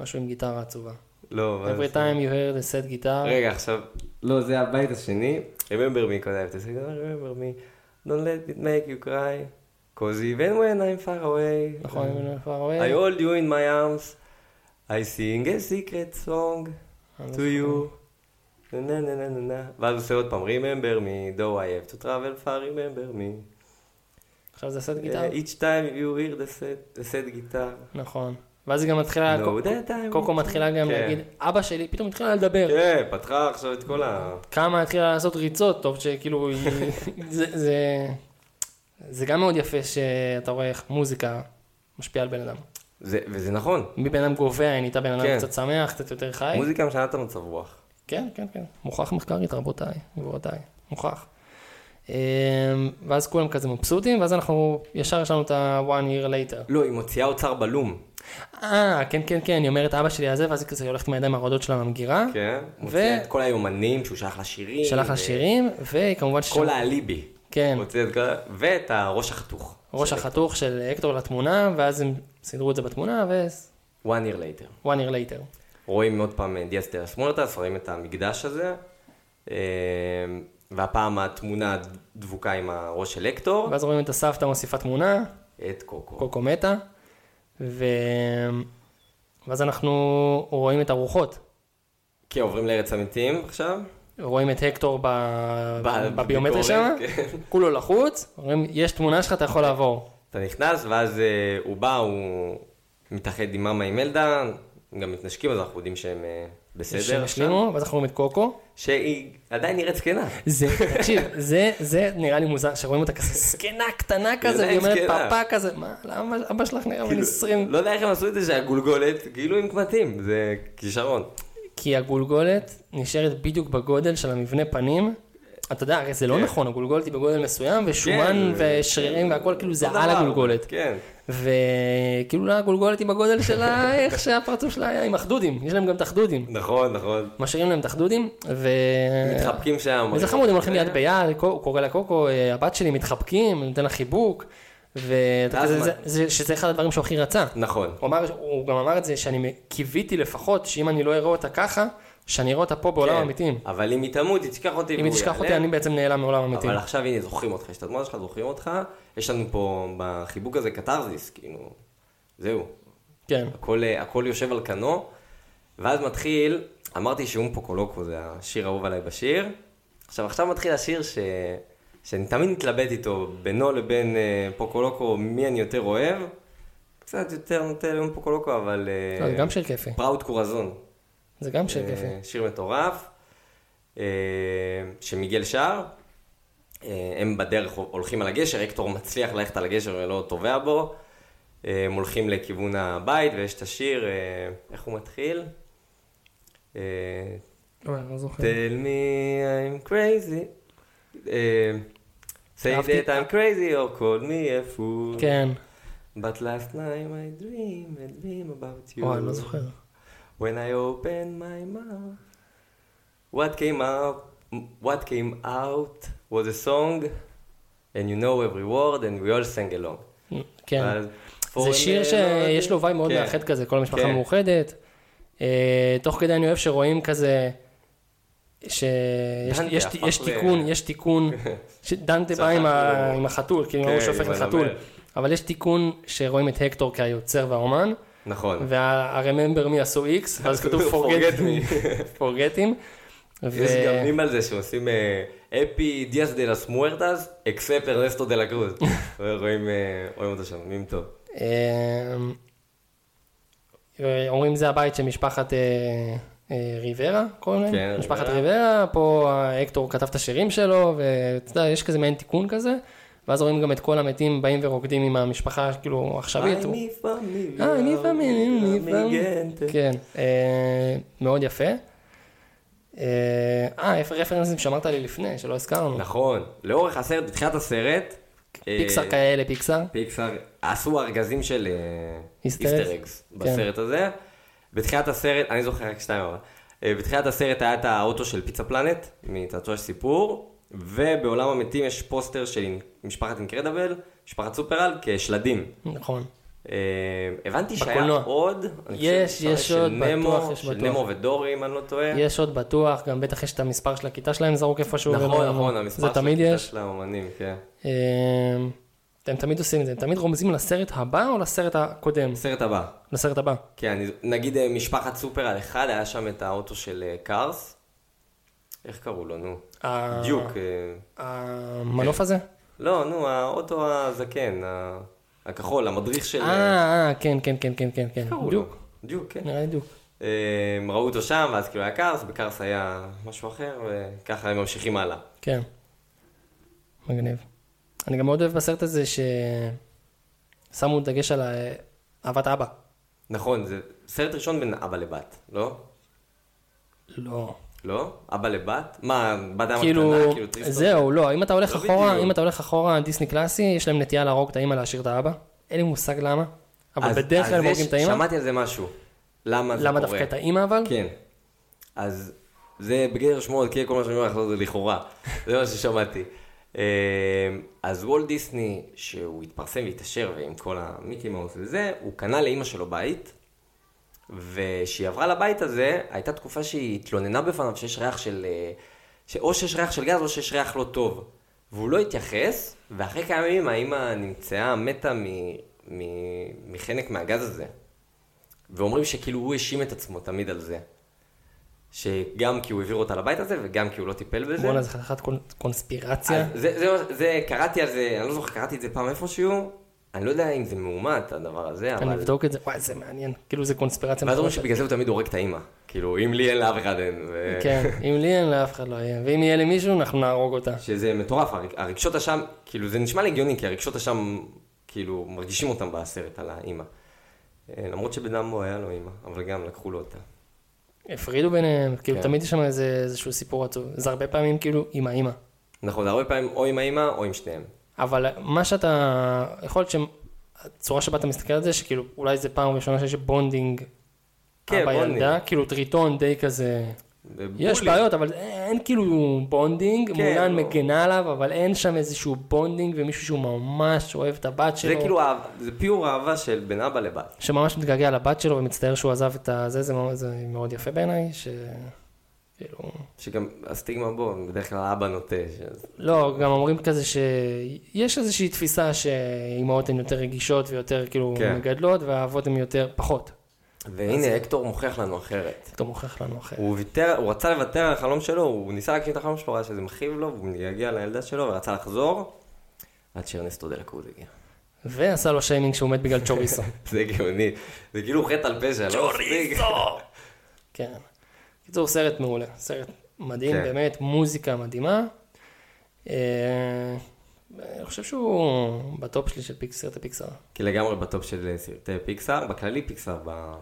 [SPEAKER 1] משהו עם גיטרה עצובה.
[SPEAKER 2] לא, אבל...
[SPEAKER 1] Every time you hear the set guitar.
[SPEAKER 2] רגע, עכשיו... לא, זה הבית השני. Remember me, do I have to say goodbye, remember me, don't let it make you cry. Cause even when I'm far away,
[SPEAKER 1] נכון, אם אני far
[SPEAKER 2] I
[SPEAKER 1] away.
[SPEAKER 2] hold you in my arms, I sing a secret song
[SPEAKER 1] אני לא
[SPEAKER 2] to you. נה נה נה נה נה נה. ואז עושה עוד פעם, remember me, though I have to travel far, remember me.
[SPEAKER 1] עכשיו זה סט גיטרה?
[SPEAKER 2] אה, Uh, each time you hear the set, the set guitar.
[SPEAKER 1] נכון. ואז היא גם מתחילה,
[SPEAKER 2] No,
[SPEAKER 1] קו-
[SPEAKER 2] that I'm-
[SPEAKER 1] קוקו מתחילה גם
[SPEAKER 2] כן.
[SPEAKER 1] להגיד, אבא שלי, פתאום התחילה לדבר.
[SPEAKER 2] כן, פתחה עכשיו את כל ה...
[SPEAKER 1] כמה התחילה לעשות ריצות, טוב שכאילו, היא- זה, זה, זה גם מאוד יפה שאתה רואה איך מוזיקה משפיעה על בן אדם.
[SPEAKER 2] זה, וזה נכון,
[SPEAKER 1] מבן אדם גובע, היא נהייתה בן אדם
[SPEAKER 2] כן.
[SPEAKER 1] קצת שמח, קצת יותר חי.
[SPEAKER 2] מוזיקה משנה את המצב רוח.
[SPEAKER 1] כן, כן, כן, מוכח מחקרית, רבותיי, גבורותיי, מוכח. אמ, ואז כולם כזה מבסוטים, ואז אנחנו, ישר יש לנו את ה-one year later.
[SPEAKER 2] לא, היא מוציאה אוצר בלום.
[SPEAKER 1] אה, כן, כן, כן, היא אומרת, אבא שלי הזה, ואז היא כזה הולכת עם הידיים הרועדות שלה למגירה,
[SPEAKER 2] כן, מוציאה את כל היומנים שהוא שלח לשירים.
[SPEAKER 1] שלח לה
[SPEAKER 2] ו-
[SPEAKER 1] שירים, וכמובן ש...
[SPEAKER 2] כל האליבי.
[SPEAKER 1] כן.
[SPEAKER 2] מוציאה את כל ה... ואת הראש החתוך.
[SPEAKER 1] ראש החתוך של הקטור לתמונה, ואז הם סידרו את זה בתמונה, ו...
[SPEAKER 2] one year later.
[SPEAKER 1] one year later.
[SPEAKER 2] רואים עוד פעם אה, דיאס דה אסמונטס, רואים את המקדש הזה, אה, והפעם התמונה דבוקה עם הראש של לקטור,
[SPEAKER 1] ואז רואים את הסבתא מוסיפה תמונה,
[SPEAKER 2] את קוקו.
[SPEAKER 1] קוקו מתה, ו... ואז אנחנו רואים את הרוחות.
[SPEAKER 2] כן, עוברים לארץ המתים עכשיו.
[SPEAKER 1] רואים את הקטור ב...
[SPEAKER 2] ב-
[SPEAKER 1] בביומטריה שם,
[SPEAKER 2] בביקורת, כן.
[SPEAKER 1] כולו לחוץ, אומרים, יש תמונה שלך, אתה יכול לעבור.
[SPEAKER 2] אתה נכנס, ואז אה, הוא בא, הוא מתאחד עם מאמא עם אלדה, הם גם מתנשקים, אז אנחנו יודעים שהם אה, בסדר.
[SPEAKER 1] שהם השלימו, ואז אנחנו רואים את קוקו.
[SPEAKER 2] שהיא עדיין נראית זקנה.
[SPEAKER 1] זה, תקשיב, זה, זה נראה לי מוזר, שרואים אותה כזה זקנה קטנה כזה,
[SPEAKER 2] זה
[SPEAKER 1] והיא אומרת
[SPEAKER 2] כן, זקנה.
[SPEAKER 1] פאפה כזה, מה, למה אבא שלך נראה בן
[SPEAKER 2] כאילו,
[SPEAKER 1] 20?
[SPEAKER 2] לא יודע איך הם עשו את זה שהגולגולת, כאילו עם קמטים, זה כישרון.
[SPEAKER 1] כי הגולגולת נשארת בדיוק בגודל של המבנה פנים. אתה יודע, הרי זה לא
[SPEAKER 2] כן.
[SPEAKER 1] נכון, הגולגולת היא בגודל מסוים, ושומן
[SPEAKER 2] כן,
[SPEAKER 1] ושרירים והכל כאילו זה
[SPEAKER 2] אותו
[SPEAKER 1] על
[SPEAKER 2] דבר.
[SPEAKER 1] הגולגולת.
[SPEAKER 2] כן.
[SPEAKER 1] וכאילו לא, הגולגולת היא בגודל שלה, איך שהפרצוף שלה היה עם החדודים, יש להם גם את החדודים.
[SPEAKER 2] נכון, נכון.
[SPEAKER 1] משאירים להם את החדודים, ו...
[SPEAKER 2] מתחבקים שם.
[SPEAKER 1] וזה חמוד, הם הולכים יד ביד, קו- הוא קורא לה קוקו, אה, הבת שלי, מתחבקים, נותן לה חיבוק, ואתה
[SPEAKER 2] ואז
[SPEAKER 1] כזה,
[SPEAKER 2] מה?
[SPEAKER 1] זה- זה- שזה אחד הדברים שהוא הכי רצה.
[SPEAKER 2] נכון.
[SPEAKER 1] הוא, אמר, הוא גם אמר את זה שאני קיוויתי לפחות שאם אני לא אראה אותה ככה, שאני אראה אותה פה בעולם
[SPEAKER 2] כן.
[SPEAKER 1] המתים.
[SPEAKER 2] אבל אם היא תמות, היא תשכח אותי.
[SPEAKER 1] אה, אם היא
[SPEAKER 2] והוא
[SPEAKER 1] תשכח אותי,
[SPEAKER 2] ייעלם.
[SPEAKER 1] אני בעצם נעלם מעולם המתים.
[SPEAKER 2] אבל עכשיו הנה, זוכרים אותך, יש את התמונה שלך, זוכרים אותך. יש לנו פה בחיבוק הזה קתרזיס, כאילו, זהו.
[SPEAKER 1] כן.
[SPEAKER 2] הכל, אה, הכל יושב על כנו. ואז מתחיל, אמרתי שאום פוקולוקו זה השיר האהוב עליי בשיר. עכשיו, עכשיו מתחיל השיר ש... שאני תמיד מתלבט איתו, בינו לבין אה, פוקולוקו, מי אני יותר אוהב. קצת יותר נוטה לאום פוקולוקו, אבל... אה,
[SPEAKER 1] לא, זה גם שיר כיפי.
[SPEAKER 2] פראוד קורזון.
[SPEAKER 1] זה גם שיר
[SPEAKER 2] אה,
[SPEAKER 1] כיפי.
[SPEAKER 2] שיר מטורף, אה, שמיגל שר. אה, הם בדרך הולכים על הגשר, הקטור מצליח ללכת על הגשר ולא טובע בו. אה, הם הולכים לכיוון הבית ויש את השיר, אה, איך הוא מתחיל? אה,
[SPEAKER 1] לא, אני לא זוכר.
[SPEAKER 2] Tell me I'm crazy. אה, say
[SPEAKER 1] אהבתי.
[SPEAKER 2] that I'm crazy or call me a fool.
[SPEAKER 1] כן.
[SPEAKER 2] But last night I dream and dream about you.
[SPEAKER 1] וואי, אני לא זוכר.
[SPEAKER 2] When I opened my mouth, what came out, what came out was a song, and you know every word, and we all sang along.
[SPEAKER 1] כן.
[SPEAKER 2] אבל-
[SPEAKER 1] זה שיר שיש לו וייב מאוד
[SPEAKER 2] כן.
[SPEAKER 1] מאחד כזה, כל המשפחה
[SPEAKER 2] כן.
[SPEAKER 1] מאוחדת. אה, תוך כדי אני אוהב שרואים כזה, שיש
[SPEAKER 2] דנטה
[SPEAKER 1] יש-
[SPEAKER 2] הפך
[SPEAKER 1] יש
[SPEAKER 2] ל-
[SPEAKER 1] תיקון, יש תיקון, שדנטה בא
[SPEAKER 2] צחק
[SPEAKER 1] עם ה-
[SPEAKER 2] לו.
[SPEAKER 1] עם החתול, כאילו
[SPEAKER 2] כן,
[SPEAKER 1] הוא שופך
[SPEAKER 2] עם
[SPEAKER 1] לחתול,
[SPEAKER 2] הנמר.
[SPEAKER 1] אבל יש תיקון שרואים את הקטור כיוצר והאומן,
[SPEAKER 2] נכון.
[SPEAKER 1] וה-remember me עשו x, ואז כתוב forget
[SPEAKER 2] Forget
[SPEAKER 1] me, forget him.
[SPEAKER 2] יש
[SPEAKER 1] ו-
[SPEAKER 2] גם מים על זה שעושים אה, אפי דיאס דה לס מוארטס, אקספ ארנסטו דה לה קרוז. רואים אה, רואים אותו שם, מים טוב.
[SPEAKER 1] אמ, אה, אומרים זה הבית של משפחת אה, אה, ריברה, קוראים להם?
[SPEAKER 2] כן,
[SPEAKER 1] משפחת
[SPEAKER 2] ריברה.
[SPEAKER 1] ריברה, פה הקטור כתב את השירים שלו, ואתה יודע, יש כזה מעין תיקון כזה, ואז רואים גם את כל המתים באים ורוקדים עם המשפחה, כאילו, עכשווית. הוא- אה, אני פעמים, אני פעמים. כן, אה, מאוד יפה. אה, אה, איפה רפרנסים שאמרת לי לפני, שלא הזכרנו.
[SPEAKER 2] נכון, לאורך הסרט, בתחילת הסרט, אה,
[SPEAKER 1] פיקסר כאלה, פיקסר.
[SPEAKER 2] פיקסאר עשו ארגזים של אה,
[SPEAKER 1] Easter
[SPEAKER 2] Easter
[SPEAKER 1] eggs. כן.
[SPEAKER 2] eggs בסרט הזה. בתחילת הסרט, אני זוכר רק שתיים אבל, אה, בתחילת הסרט היה את האוטו של פיצה פלנט, מתעצוע סיפור, ובעולם המתים יש פוסטר של משפחת אינקרדבל, משפחת סופרל, כשלדים.
[SPEAKER 1] נכון.
[SPEAKER 2] אה, הבנתי שהיה
[SPEAKER 1] בקולנוע.
[SPEAKER 2] עוד, אני חושב
[SPEAKER 1] יש,
[SPEAKER 2] שהיה
[SPEAKER 1] יש
[SPEAKER 2] של
[SPEAKER 1] עוד,
[SPEAKER 2] נמו,
[SPEAKER 1] בטוח, יש
[SPEAKER 2] של
[SPEAKER 1] בטוח.
[SPEAKER 2] נמו ודורי, אם אני לא טועה.
[SPEAKER 1] יש עוד בטוח, גם בטח יש את המספר של הכיתה שלהם זרוק איפשהו.
[SPEAKER 2] נכון,
[SPEAKER 1] ולא-
[SPEAKER 2] נכון, המספר
[SPEAKER 1] זה תמיד
[SPEAKER 2] הכיתה
[SPEAKER 1] יש.
[SPEAKER 2] של האומנים, כן.
[SPEAKER 1] אמ, הם תמיד עושים את זה, הם תמיד רומזים לסרט הבא או לסרט הקודם?
[SPEAKER 2] הסרט הבא.
[SPEAKER 1] לסרט הבא.
[SPEAKER 2] כן, אני, נגיד אה, משפחת סופר על אחד, היה שם את האוטו של אה, קארס. איך קראו לו, נו?
[SPEAKER 1] ה-
[SPEAKER 2] דיוק. אה,
[SPEAKER 1] המנוף הזה?
[SPEAKER 2] לא, נו, האוטו הזקן. ה- הכחול, המדריך של...
[SPEAKER 1] אה, אה, כן, כן, כן, כן, כן, כן.
[SPEAKER 2] קראו לו.
[SPEAKER 1] דיוק.
[SPEAKER 2] דיוק, כן.
[SPEAKER 1] נראה לי דיוק.
[SPEAKER 2] אה, ראו אותו שם, ואז כאילו היה קארס, בקארס היה משהו אחר, וככה הם ממשיכים הלאה.
[SPEAKER 1] כן. מגניב. אני גם מאוד אוהב בסרט הזה ששמו דגש על אה, אהבת אבא.
[SPEAKER 2] נכון, זה סרט ראשון בין אבא לבת, לא?
[SPEAKER 1] לא.
[SPEAKER 2] לא? אבא לבת? מה, בת הים
[SPEAKER 1] כאילו,
[SPEAKER 2] הקטנה? כאילו, טריסטון?
[SPEAKER 1] זהו, לא, אם אתה הולך
[SPEAKER 2] לא
[SPEAKER 1] אחורה,
[SPEAKER 2] בדיוק.
[SPEAKER 1] אם אתה הולך אחורה, דיסני קלאסי, יש להם נטייה להרוג את האמא להשאיר את האבא. אין לי מושג למה, אבל
[SPEAKER 2] אז-
[SPEAKER 1] בדרך
[SPEAKER 2] אז
[SPEAKER 1] כלל הם
[SPEAKER 2] יש-
[SPEAKER 1] הורגים את האמא.
[SPEAKER 2] שמעתי על זה משהו. למה זה קורה?
[SPEAKER 1] למה דווקא את האמא אבל?
[SPEAKER 2] כן. אז זה בגדר שמועות, כי כל מה שאני אומר לך לא זה לכאורה. זה מה ששמעתי. אמ, אז וולט דיסני, שהוא התפרסם והתעשר ועם כל המיקי מאוס וזה, הוא קנה לאימא שלו בית, וכשהיא עברה לבית הזה, הייתה תקופה שהיא התלוננה בפניו שיש ריח של... אה, שאו שיש ריח של גז או שיש ריח לא טוב. והוא לא התייחס, ואחרי כמה ימים האימא נמצאה מתה מ... מ... מחנק מהגז הזה. ואומרים שכאילו הוא האשים את עצמו תמיד על זה. שגם כי הוא העביר אותה לבית הזה, וגם כי הוא לא טיפל בזה.
[SPEAKER 1] בואנה, זה חתיכת קונ- קונספירציה.
[SPEAKER 2] אז זה, זה, זה, זה, קראתי על זה, אני לא זוכר, קראתי את זה פעם איפשהו, אני לא יודע אם זה מאומת, הדבר הזה,
[SPEAKER 1] אני
[SPEAKER 2] אבל...
[SPEAKER 1] אבדוק את זה, וואי, זה מעניין. כאילו זה קונספירציה.
[SPEAKER 2] ואז אומרים
[SPEAKER 1] מטורפת.
[SPEAKER 2] שבגלל זה הוא תמיד הורג את האימא. כאילו, אם לי אין לאף אחד אין. ו-
[SPEAKER 1] כן, אם לי אין, לאף אחד לא יהיה. ואם יהיה למישהו, אנחנו נהרוג אותה.
[SPEAKER 2] שזה מטורף, הר- הרגשות אשם, כאילו, זה נשמע לי הגיוני, כי הרגשות אשם, כאילו, מרגישים אותם בסרט על האימא. אה, למרות שבדמבו היה לו אימא, אבל גם לקחו לו אותה.
[SPEAKER 1] הפרידו ביניהם, כאילו
[SPEAKER 2] כן.
[SPEAKER 1] תמיד יש שם איזה, איזשהו סיפור עצוב. זה הרבה פעמים כאילו עם האימא.
[SPEAKER 2] נכון, הרבה פעמים או עם האימא או עם שניהם.
[SPEAKER 1] אבל מה שאתה, יכול להיות שהצורה שבה אתה מסתכל על זה, שכאילו אולי זה פעם ראשונה שיש בונדינג.
[SPEAKER 2] כן,
[SPEAKER 1] אבא
[SPEAKER 2] בונדינג.
[SPEAKER 1] ילדה, כאילו טריטון די כזה. יש
[SPEAKER 2] ובולי.
[SPEAKER 1] בעיות, אבל אין אין כאילו בונדינג,
[SPEAKER 2] כן,
[SPEAKER 1] מולן
[SPEAKER 2] לא.
[SPEAKER 1] מגנה עליו, אבל אין שם איזשהו בונדינג ומישהו שהוא ממש אוהב את הבת
[SPEAKER 2] זה
[SPEAKER 1] שלו.
[SPEAKER 2] כאילו, אהבה- זה פיור אהבה של בין אבא לבת.
[SPEAKER 1] שממש מתגעגע לבת שלו ומצטער שהוא עזב את הזה, זה ממש- זה מאוד יפה בעיניי, ש... כאילו...
[SPEAKER 2] שגם הסטיגמה בו, בדרך כלל האבא נוטה. ש-
[SPEAKER 1] לא, גם אומרים כזה שיש איזושהי תפיסה שאימהות הן יותר רגישות ויותר כאילו
[SPEAKER 2] כן.
[SPEAKER 1] מגדלות, והאבות הן יותר פחות.
[SPEAKER 2] והנה, הקטור מוכיח לנו אחרת.
[SPEAKER 1] אתה מוכיח לנו אחרת.
[SPEAKER 2] הוא ויתר, הוא רצה לוותר על החלום שלו, הוא ניסה להגשים את החלום שלו, ראה שזה מכאיב לו, והוא מתגעגע לילדה שלו, ורצה לחזור, עד שארנסטו דה לקרוז הגיע.
[SPEAKER 1] ועשה לו שיימינג שהוא מת בגלל צ'וריסו.
[SPEAKER 2] זה גאוני, זה כאילו חטא על פשע, לא מספיק.
[SPEAKER 1] כן. בקיצור, סרט מעולה, סרט מדהים,
[SPEAKER 2] כן.
[SPEAKER 1] באמת, מוזיקה מדהימה. אה, אני חושב שהוא בטופ שלי של פיק- סרטי פיקסאר.
[SPEAKER 2] כי לגמרי בטופ של אה, סרטי פיקסאר, בכללי פיקסאר, ב-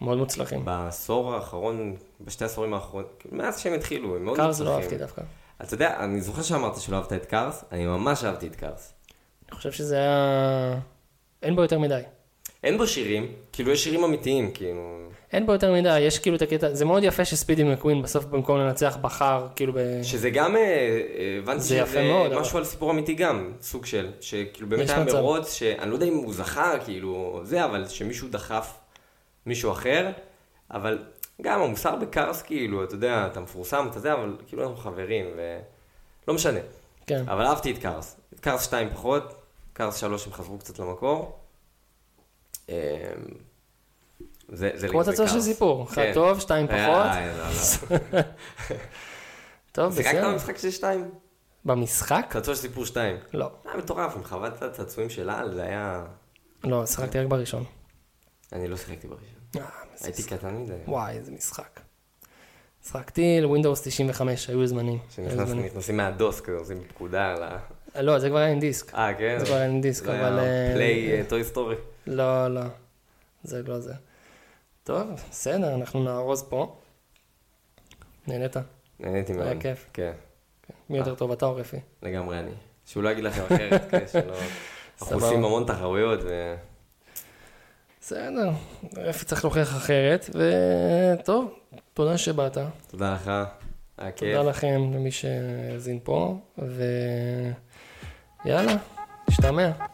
[SPEAKER 1] מאוד מוצלחים.
[SPEAKER 2] בעשור האחרון, בשתי העשורים האחרונים, מאז שהם התחילו, הם מאוד
[SPEAKER 1] קארס לא
[SPEAKER 2] מצליחים.
[SPEAKER 1] אהבתי דווקא.
[SPEAKER 2] אתה יודע, אני זוכר שאמרת שלא אהבת את קארס, אני ממש אהבתי את קארס.
[SPEAKER 1] אני חושב שזה היה... אין בו יותר מדי.
[SPEAKER 2] אין בו שירים, כאילו יש שירים אמיתיים, כאילו,
[SPEAKER 1] אין בו יותר מדי, יש כאילו את הקטע, זה מאוד יפה שספידי מקווין בסוף במקום לנצח בחר, כאילו ב...
[SPEAKER 2] שזה גם, אה, אה, הבנתי
[SPEAKER 1] זה יפה
[SPEAKER 2] שזה
[SPEAKER 1] מאוד, אבל-
[SPEAKER 2] משהו על סיפור אמיתי גם, סוג של, שכאילו באמת
[SPEAKER 1] יש
[SPEAKER 2] היה
[SPEAKER 1] מצב.
[SPEAKER 2] מרוץ, שאני לא יודע אם הוא זכר, כאילו, זה, אבל שמישהו דחף מישהו אחר, אבל גם המוסר בקארס, כאילו, אתה יודע, אתה מפורסם, אתה זה, אבל כאילו אנחנו חברים, ולא משנה.
[SPEAKER 1] כן.
[SPEAKER 2] אבל אהבתי את קארס, את קארס 2 פחות, קארס 3 הם חזרו קצת למקור. אה, זה, זה
[SPEAKER 1] כמו
[SPEAKER 2] לגבי
[SPEAKER 1] תצור של
[SPEAKER 2] קארס.
[SPEAKER 1] סיפור, אחד
[SPEAKER 2] כן.
[SPEAKER 1] טוב, שתיים
[SPEAKER 2] אה,
[SPEAKER 1] פחות.
[SPEAKER 2] אה, לא, לא.
[SPEAKER 1] טוב,
[SPEAKER 2] שיחקת
[SPEAKER 1] בסדר.
[SPEAKER 2] במשחק של 2?
[SPEAKER 1] במשחק?
[SPEAKER 2] קצצו של סיפור 2.
[SPEAKER 1] לא.
[SPEAKER 2] היה אה, מטורף, עם חוות הצעצועים של על, זה היה...
[SPEAKER 1] לא, שיחקתי רק בראשון.
[SPEAKER 2] אני לא שיחקתי בראשון.
[SPEAKER 1] אה, מזיז.
[SPEAKER 2] הייתי קטן מדי.
[SPEAKER 1] וואי, איזה משחק. שיחקתי לווינדוס 95, היו זמנים. היו זמנים.
[SPEAKER 2] כשנכנסים מהדוס כזה, עושים פקודה על ה...
[SPEAKER 1] אה, לא, זה כבר היה עם דיסק.
[SPEAKER 2] אה, כן?
[SPEAKER 1] זה כבר אין דיסק,
[SPEAKER 2] זה
[SPEAKER 1] אבל,
[SPEAKER 2] היה
[SPEAKER 1] אה,
[SPEAKER 2] פליי טוי סטורי.
[SPEAKER 1] לא, לא. זה לא זה. טוב, בסדר, אנחנו נארוז פה. נהנית.
[SPEAKER 2] נהניתי מאוד.
[SPEAKER 1] היה כיף.
[SPEAKER 2] כן,
[SPEAKER 1] מי יותר טוב, אתה או רפי?
[SPEAKER 2] לגמרי אני. שהוא לא יגיד לכם אחרת, כן, שלא... אנחנו
[SPEAKER 1] סבבה.
[SPEAKER 2] עושים המון תחרויות, ו...
[SPEAKER 1] בסדר, רפי צריך להוכיח אחרת, וטוב, תודה שבאת,
[SPEAKER 2] תודה לך, היה כיף.
[SPEAKER 1] תודה לכם, למי שהאזין פה, ויאללה, נשתמע.